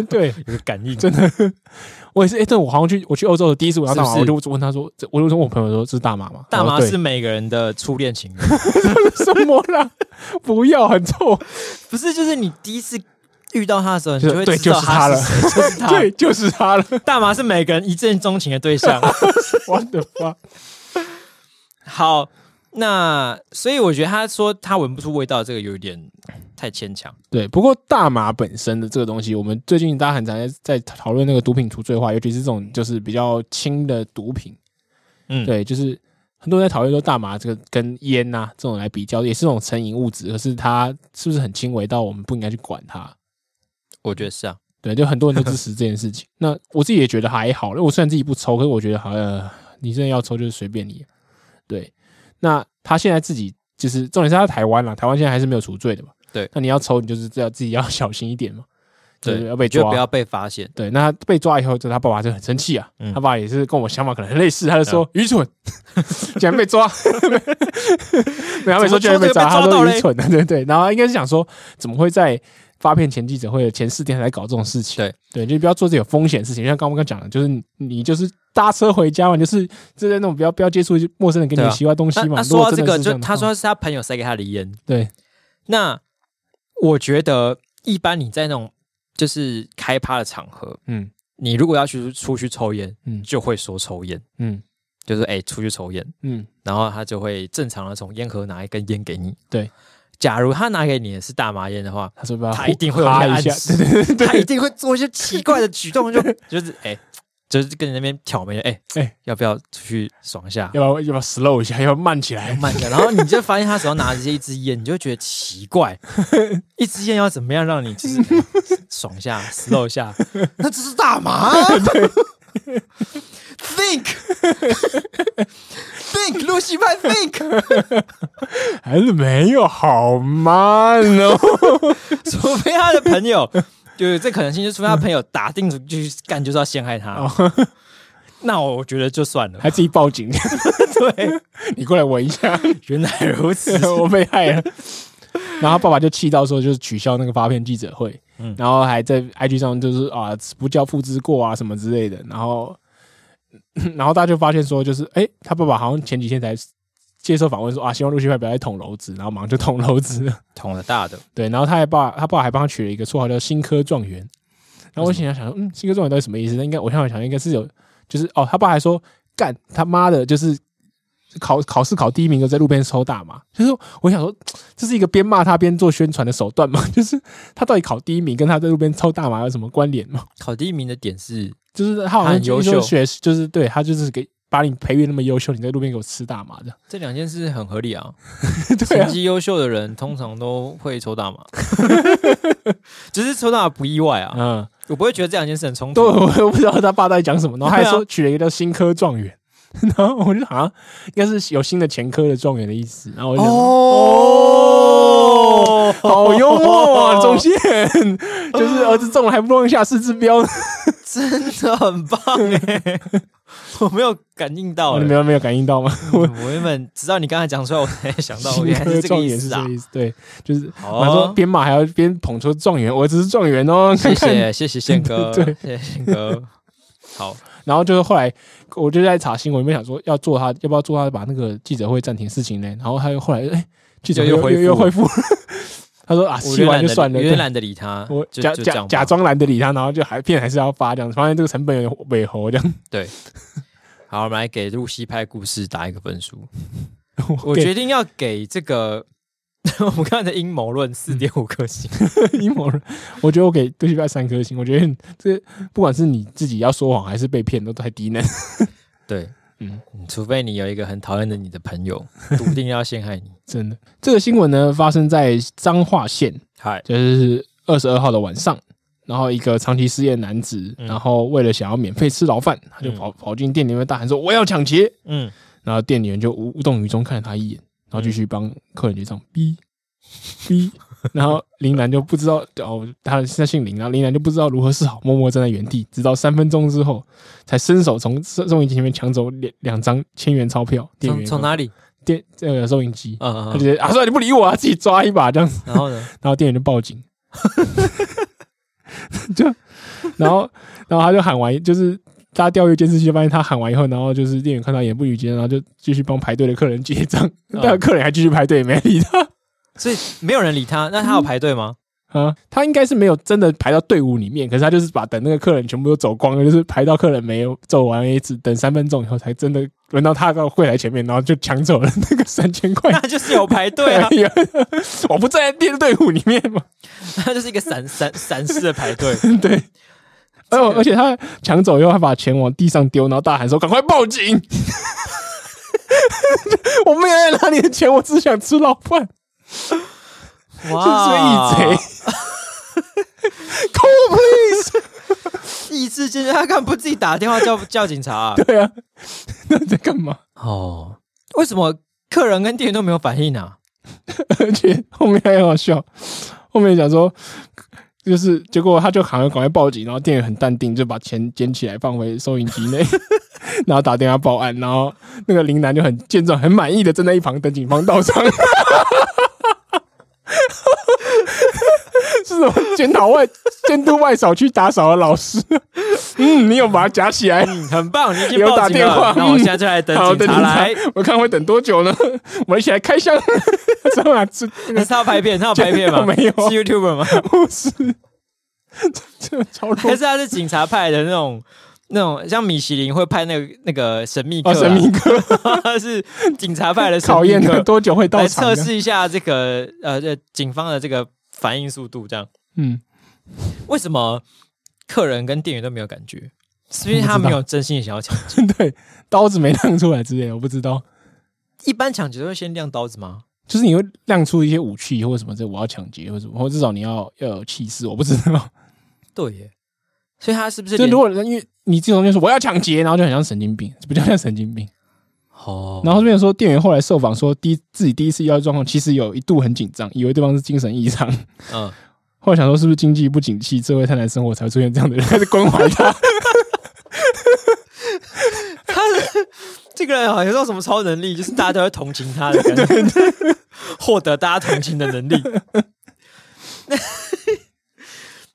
[SPEAKER 2] 对，
[SPEAKER 1] 有个感应。
[SPEAKER 2] 真的，我也是。哎、这我好像去我去欧洲的第一次闻到大麻，
[SPEAKER 1] 是不是
[SPEAKER 2] 我就问他说，这我就问我朋友说这是大麻吗？
[SPEAKER 1] 大麻
[SPEAKER 2] 他说
[SPEAKER 1] 是每个人的初恋情人，
[SPEAKER 2] 哦对 什么啦？不要，很臭。
[SPEAKER 1] 不是？就是你第一次遇到它的时候，你
[SPEAKER 2] 就是
[SPEAKER 1] 就会
[SPEAKER 2] 对
[SPEAKER 1] 知道
[SPEAKER 2] 就是它
[SPEAKER 1] 它
[SPEAKER 2] 了
[SPEAKER 1] 是谁，就是它。
[SPEAKER 2] 对，就是他了。
[SPEAKER 1] 大麻是每个人一见钟情的对象。
[SPEAKER 2] 我的妈！
[SPEAKER 1] 好，那所以我觉得他说他闻不出味道，这个有一点太牵强。
[SPEAKER 2] 对，不过大麻本身的这个东西，我们最近大家很常在在讨论那个毒品除罪化，尤其是这种就是比较轻的毒品。
[SPEAKER 1] 嗯，
[SPEAKER 2] 对，就是很多人在讨论说大麻这个跟烟呐、这种来比较，也是这种成瘾物质，可是它是不是很轻微到我们不应该去管它？
[SPEAKER 1] 我觉得是啊。
[SPEAKER 2] 对，就很多人都支持这件事情。那我自己也觉得还好，因为我虽然自己不抽，可是我觉得好像、呃你真的要抽就是随便你。对，那他现在自己就是重点是他在台湾啦，台湾现在还是没有除罪的嘛。
[SPEAKER 1] 对
[SPEAKER 2] 那你要抽，你就是要自己要小心一点嘛。
[SPEAKER 1] 对，
[SPEAKER 2] 就是要被
[SPEAKER 1] 就
[SPEAKER 2] 抓
[SPEAKER 1] 不。要被发现。
[SPEAKER 2] 对，那他被抓以后，就他爸爸就很生气啊。
[SPEAKER 1] 嗯
[SPEAKER 2] 他爸爸也是跟我想法可能很类似，他就说、愚蠢， 竟然被抓。 没有，他没说
[SPEAKER 1] 怎
[SPEAKER 2] 竟
[SPEAKER 1] 么这
[SPEAKER 2] 然被抓，
[SPEAKER 1] 个被抓
[SPEAKER 2] 他
[SPEAKER 1] 到
[SPEAKER 2] 说
[SPEAKER 1] 嘞
[SPEAKER 2] 愚蠢的， 对对。然后他应该是想说，怎么会在发片前记者会的前四天还在搞这种事情？
[SPEAKER 1] 对
[SPEAKER 2] 对，就不要做这有风险的事情。就像刚刚讲的，就是你你就是搭车回家嘛，你就是就在那种不要不要接触陌生人给你
[SPEAKER 1] 对
[SPEAKER 2] 的
[SPEAKER 1] 啊
[SPEAKER 2] 奇怪东西
[SPEAKER 1] 那
[SPEAKER 2] 嘛。
[SPEAKER 1] 他
[SPEAKER 2] 如
[SPEAKER 1] 说
[SPEAKER 2] 果
[SPEAKER 1] 到这
[SPEAKER 2] 真的
[SPEAKER 1] 个，
[SPEAKER 2] 是
[SPEAKER 1] 就
[SPEAKER 2] 样的
[SPEAKER 1] 他
[SPEAKER 2] 话
[SPEAKER 1] 说是他朋友塞给他的烟。
[SPEAKER 2] 对
[SPEAKER 1] 那我觉得一般你在那种就是开趴的场合，
[SPEAKER 2] 嗯
[SPEAKER 1] 你如果要去出去抽烟，
[SPEAKER 2] 嗯
[SPEAKER 1] 就会说抽烟，
[SPEAKER 2] 嗯
[SPEAKER 1] 就是哎、出去抽烟，
[SPEAKER 2] 嗯
[SPEAKER 1] 然后他就会正常的从烟盒拿一根烟给你。
[SPEAKER 2] 对，
[SPEAKER 1] 假如他拿给你的是大麻烟的话，
[SPEAKER 2] 他说不要
[SPEAKER 1] 他一定会有
[SPEAKER 2] 哈
[SPEAKER 1] 一
[SPEAKER 2] 一
[SPEAKER 1] 些
[SPEAKER 2] 下
[SPEAKER 1] 暗，示
[SPEAKER 2] 对对 对对
[SPEAKER 1] 他一定会做一些奇怪的举动，就 就是哎、就是跟你那边挑眉，哎、
[SPEAKER 2] 哎
[SPEAKER 1] 要不要出去爽一下？
[SPEAKER 2] 要不要要不要 slow 一下，要不要慢起来？
[SPEAKER 1] 慢一下，然后你就发现他手上拿着一支烟，你就会觉得奇 怪，一支烟要怎么样让你就是、哎爽一 下、slow 一下？那这是大麻、Think, think，路西派 think，
[SPEAKER 2] 还是没有好慢哦。
[SPEAKER 1] 除非他的朋友，就是这可能性，就除非他朋友打定主意就是干，就是要陷害他。那我觉得就算了。
[SPEAKER 2] 还自己报警，
[SPEAKER 1] 对，
[SPEAKER 2] 你过来闻一 下，
[SPEAKER 1] 原来如 此。
[SPEAKER 2] 我被害了。然后他爸爸就气到说，就是取消那个发片记者会，
[SPEAKER 1] 嗯
[SPEAKER 2] 然后还在 IG 上就是啊不交付之过啊什么之类的。然后， 然后大家就发现说，就是哎、诶他爸爸好像前几天才接受访问说啊，希望陆续派不要再捅娄子，然后马上就捅娄子了。
[SPEAKER 1] 捅了大的，
[SPEAKER 2] 对，然后他还爸他爸还帮他取了一个绰号叫“新科状元”。然后我心想想说，嗯，新科状元到底什么意思？那应该我想想，应该是有，就是哦，他爸还说，干他妈的，就是考考试考第一名就在路边抽大麻。就是我想说，这是一个边骂他边做宣传的手段嘛？ 就是他到底考第一名跟他在路边抽大麻有什么关联吗？
[SPEAKER 1] 考第一名的点是
[SPEAKER 2] 就是他好
[SPEAKER 1] 他
[SPEAKER 2] 像
[SPEAKER 1] 很优
[SPEAKER 2] 听说
[SPEAKER 1] 秀
[SPEAKER 2] 学，就是对他就是给把你培育那么优秀，你在路边给我吃大麻的，
[SPEAKER 1] 这两件事很合理啊。
[SPEAKER 2] 对啊
[SPEAKER 1] 成，绩优秀的人通常都会抽 大麻，只是抽大麻不意外啊。
[SPEAKER 2] 嗯，
[SPEAKER 1] 我不会觉得这两件事很冲
[SPEAKER 2] 对，
[SPEAKER 1] 突。
[SPEAKER 2] 我我不知道他爸到底讲什么，然后他还
[SPEAKER 1] 对啊
[SPEAKER 2] 说取了一个叫新科状元， 然后我就啊好像
[SPEAKER 1] 哦
[SPEAKER 2] 应该是有新的前科的状元的意思，然后我就想说，哦好幽默
[SPEAKER 1] 哦
[SPEAKER 2] 啊，中宪，就是儿子中了还不弄一下四字标呢，
[SPEAKER 1] 真的很棒哎、 我没有感应到、欸，
[SPEAKER 2] 欸 你没有没有感应到吗？
[SPEAKER 1] 我我原本直到你刚才讲出来，我才想到原来是这个
[SPEAKER 2] 状
[SPEAKER 1] 意
[SPEAKER 2] 元是
[SPEAKER 1] 思
[SPEAKER 2] 这
[SPEAKER 1] 啊
[SPEAKER 2] 个！意思，对，就是
[SPEAKER 1] 好
[SPEAKER 2] 我还说
[SPEAKER 1] 哦，
[SPEAKER 2] 编码还要边捧出状元，我儿子是状元哦，
[SPEAKER 1] 谢谢谢谢宪哥，
[SPEAKER 2] 对
[SPEAKER 1] 谢谢宪哥。好，
[SPEAKER 2] 然后就是后来我就在查新闻，没想说要做他，要不要做他把那个记者会暂停事情呢？然后他又后来哎、记者会
[SPEAKER 1] 又
[SPEAKER 2] 又
[SPEAKER 1] 又
[SPEAKER 2] 又
[SPEAKER 1] 恢
[SPEAKER 2] 恢复， 他说啊，
[SPEAKER 1] 我
[SPEAKER 2] 洗
[SPEAKER 1] 有点
[SPEAKER 2] 完
[SPEAKER 1] 懒
[SPEAKER 2] 就
[SPEAKER 1] 得
[SPEAKER 2] 算了，
[SPEAKER 1] 有点
[SPEAKER 2] 对
[SPEAKER 1] 懒得理他，
[SPEAKER 2] 我
[SPEAKER 1] 就
[SPEAKER 2] 假
[SPEAKER 1] 就这
[SPEAKER 2] 假
[SPEAKER 1] 样吧
[SPEAKER 2] 假装懒得理他，然后就还片还是要发这样子，发现这个成本有点尾 猴这样。
[SPEAKER 1] 对。好，我们来给露西派故事打一个分数。
[SPEAKER 2] 我
[SPEAKER 1] 我决定要给这个 我们刚才的阴谋论四点五颗星。
[SPEAKER 2] 得阴谋论，我觉得我给对西班牙三颗星，我觉得嗯这不管是你自己要说谎还是被骗，都太低能。
[SPEAKER 1] 对，
[SPEAKER 2] 嗯
[SPEAKER 1] 嗯，除非你有一个很讨厌的你的朋 友，笃定要陷害你。
[SPEAKER 2] 真的，这个新闻呢发生在彰化县，
[SPEAKER 1] 嗨，
[SPEAKER 2] 就是二十二号的晚上，然后一个长期失业男子，
[SPEAKER 1] 嗯
[SPEAKER 2] 然后为了想要免费吃牢饭，他就跑、跑进店里面大喊说：“我要抢劫
[SPEAKER 1] 嗯，！”
[SPEAKER 2] 然后店员就无无动于衷看了他一眼，然后继续帮客人结账，哔哔。 然后林楠就不知道哦，他他姓林，然后林楠就不知道如何是好，默默站在原地，直到三分钟之后，才伸手从收收银机前面抢走两两张千元钞票。店
[SPEAKER 1] 从
[SPEAKER 2] 员
[SPEAKER 1] 从哪 里？
[SPEAKER 2] 店呃收银机，
[SPEAKER 1] 嗯
[SPEAKER 2] 他
[SPEAKER 1] 嗯嗯，
[SPEAKER 2] 就觉得啊，算了，你不理我啊，自己抓一把这样子。
[SPEAKER 1] 然后呢？
[SPEAKER 2] 然后店员就报警， 就然后然后他就喊完，就是大家调阅监视器，就发现他喊完以后，然后就是店员看他也不语接，然后就继续帮排队的客人结账，
[SPEAKER 1] 嗯
[SPEAKER 2] 但客人还继续排队，没理他
[SPEAKER 1] 所以没有人理他，那他有排队吗？
[SPEAKER 2] 啊。他应该是没有真的排到队伍里面，可是他就是把等那个客人全部都走光了，就是排到客人没有走完为止，等三分钟以后才真的轮到他到柜台前面，然后就抢走了那个三千块
[SPEAKER 1] 那。就是有排队啊，
[SPEAKER 2] 对， 我不站在店队伍里面吗？
[SPEAKER 1] 那就是一个散散散式的排 队。
[SPEAKER 2] 对。而而且他抢走以后，还把钱往地上丢，然后大喊说：“赶快报警！ 我没有要拿你的钱，我只想吃牢饭，
[SPEAKER 1] 哇，
[SPEAKER 2] 是 不是义贼？”Call please！
[SPEAKER 1] 意志坚决，他干嘛不自己打电话叫叫警察啊？
[SPEAKER 2] 对啊， 那你在干嘛？
[SPEAKER 1] 哦，为什么客人跟店员都没有反应啊？
[SPEAKER 2] 而且后面还很好笑，后面讲说，就是结果他就喊赶快报警，然后店员很淡定，就把钱捡起来放回收银机内， 然后打电话报案，然后那个林楠就很见状很满意的站在一旁等警方到场。 是什么检讨外监督外扫区打扫的老师？ 嗯，你有把它夹起来，
[SPEAKER 1] 嗯，很棒，你已经
[SPEAKER 2] 有
[SPEAKER 1] 报
[SPEAKER 2] 打
[SPEAKER 1] 警
[SPEAKER 2] 电话
[SPEAKER 1] 了。那我
[SPEAKER 2] 嗯
[SPEAKER 1] 现在就来等
[SPEAKER 2] 好
[SPEAKER 1] 警察来。，
[SPEAKER 2] 我看会等多久呢？ 我们一起来开箱， 知道吗？这那个
[SPEAKER 1] 可是他有拍片，他有拍片 吗？
[SPEAKER 2] 没有
[SPEAKER 1] 是 YouTuber 吗？
[SPEAKER 2] 不是，这这超弱
[SPEAKER 1] 可是他是警察派的那种，那种像米其林会派那个那个神秘客、
[SPEAKER 2] 哦，神秘客
[SPEAKER 1] 他 是警察派的神秘
[SPEAKER 2] 考验
[SPEAKER 1] 客
[SPEAKER 2] 了多久会到
[SPEAKER 1] 来
[SPEAKER 2] 场？
[SPEAKER 1] 测，试一下这个呃这警方的这个反应速度，这样
[SPEAKER 2] 嗯，
[SPEAKER 1] 为什么客人跟店员都没有感觉？是因为
[SPEAKER 2] 我不知
[SPEAKER 1] 他
[SPEAKER 2] 道
[SPEAKER 1] 没有真心的想要抢劫。
[SPEAKER 2] 对，刀子没亮出来之类的，我不知道。
[SPEAKER 1] 一般抢劫都会先亮刀子吗？
[SPEAKER 2] 就是你会亮出一些武器或者什么，这我要抢劫或者什么，或至少你要要有气势，我不知道。
[SPEAKER 1] 对耶，所以他是不是
[SPEAKER 2] 就
[SPEAKER 1] 连
[SPEAKER 2] 如果因为你这种就说我要抢劫，然后就很像神经病，比较像神经病。
[SPEAKER 1] 哦，
[SPEAKER 2] 然后这边说店员后来受访说，第一自己第一次遇到的状况，其实有一度很紧张，以为对方是精神异常，
[SPEAKER 1] 嗯，
[SPEAKER 2] 后来想说是不是经济不景气，社会太难生活才会出现这样的人，开始关怀他。
[SPEAKER 1] 这个人好像有什么超能力，就是大家都会同情他的感觉， 获得大家同情的能力。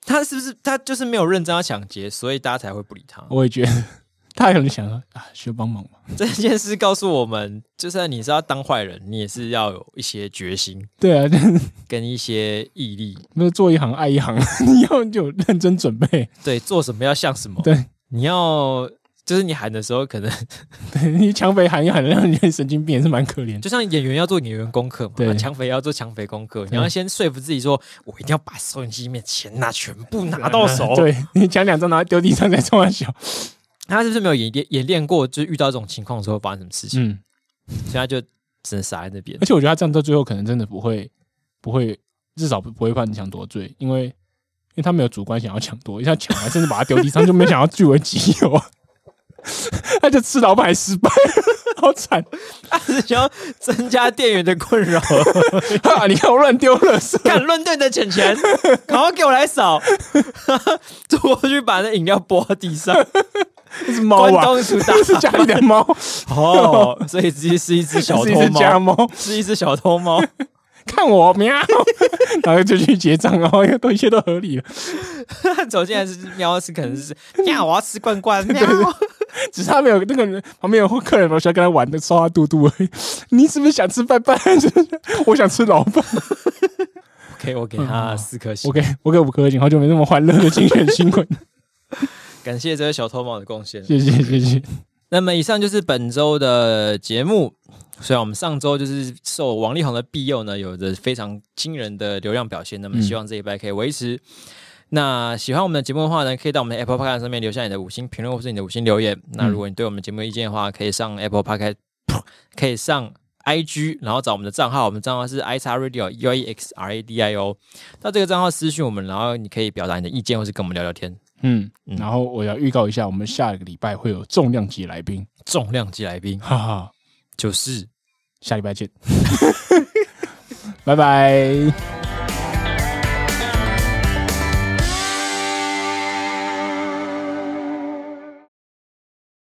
[SPEAKER 1] 他是不是他就是没有认真要抢劫，所以大家才会不理他？
[SPEAKER 2] 我也觉得 他可能想说啊，需要 帮忙吗？
[SPEAKER 1] 这件事告诉我们，就算你是要当坏人，你也是要有一些决心
[SPEAKER 2] 对啊，
[SPEAKER 1] 跟一些毅力。
[SPEAKER 2] 那做一行爱一行， 你要就认真准备。
[SPEAKER 1] 对，做什么要像什么。
[SPEAKER 2] 对，
[SPEAKER 1] 你要就是你喊的时候，可能
[SPEAKER 2] 对你抢匪喊一喊，让你神经病也是蛮可怜的。
[SPEAKER 1] 就像演员要做演员功课嘛，
[SPEAKER 2] 对
[SPEAKER 1] 啊抢匪也要做抢匪功课。你要先说服自己说，我一定要把收银机里面钱拿全部拿到手。，
[SPEAKER 2] 对你抢两张，然后丢地上再冲他笑。
[SPEAKER 1] 他是不是没有演练演练过，就是遇到这种情况的时候发生什么事情，
[SPEAKER 2] 嗯，
[SPEAKER 1] 所以他就只能傻在那边
[SPEAKER 2] 而。且我觉得他这样到最后可能真的不会，不会，至少不不会判抢夺罪，因为因为他没有主观想要抢夺，一下抢完 甚至把他丢地上，就没想要据为己有。他就吃老板还失败了， 好惨
[SPEAKER 1] 他只想要增加店员的困 扰，
[SPEAKER 2] 啊！你看我乱丢垃圾，
[SPEAKER 1] 看乱炖的钱钱，赶快给我来扫， 走过去把那饮料泼到地 上，
[SPEAKER 2] 这是猫
[SPEAKER 1] 关
[SPEAKER 2] 吧？
[SPEAKER 1] 东煮大
[SPEAKER 2] 这 是家里的猫，
[SPEAKER 1] 哦，所以这是一只小
[SPEAKER 2] 这是一
[SPEAKER 1] 偷
[SPEAKER 2] 只家
[SPEAKER 1] 猫，
[SPEAKER 2] 猫，
[SPEAKER 1] 是一只小偷猫，
[SPEAKER 2] 看我喵，然后就去结账，然后都一切都合理了。
[SPEAKER 1] 走进来是喵，是可能是喵，我要吃罐 罐喵，
[SPEAKER 2] 只是他没有那个人旁边有客人，我喜欢跟他玩的，刷他肚肚而已。你是不是想吃拜拜？ 我想吃老板。
[SPEAKER 1] 我给嗯我给他四颗星
[SPEAKER 2] 我，给我给五颗星，好久没那么欢乐的精选新闻，
[SPEAKER 1] 感谢这位小偷猫的贡献。
[SPEAKER 2] 谢谢谢谢。
[SPEAKER 1] 那么以上就是本周的节目。虽然我们上周就是受王力宏的庇佑呢，有着非常惊人的流量表现，那么
[SPEAKER 2] 嗯
[SPEAKER 1] 希望这一拜可以维持。那喜欢我们的节目的话呢，可以到我们的 Apple Podcast 上面留下你的五星评论或是你的五星留言。那如果你对我们节目有意见的话，可以上 Apple Podcast，可 以上 IG，然后找我们的账号，我们账号是 i x radio u e x r a d i o。到这个账号私讯我们，然后你可以表达你的意见或是跟我们聊聊天。
[SPEAKER 2] 嗯
[SPEAKER 1] 嗯，
[SPEAKER 2] 然后我要预告一下，我们下个礼拜会有重量级来宾，
[SPEAKER 1] 重量级来宾
[SPEAKER 2] 哈哈，
[SPEAKER 1] 就是
[SPEAKER 2] 下礼拜见，拜拜。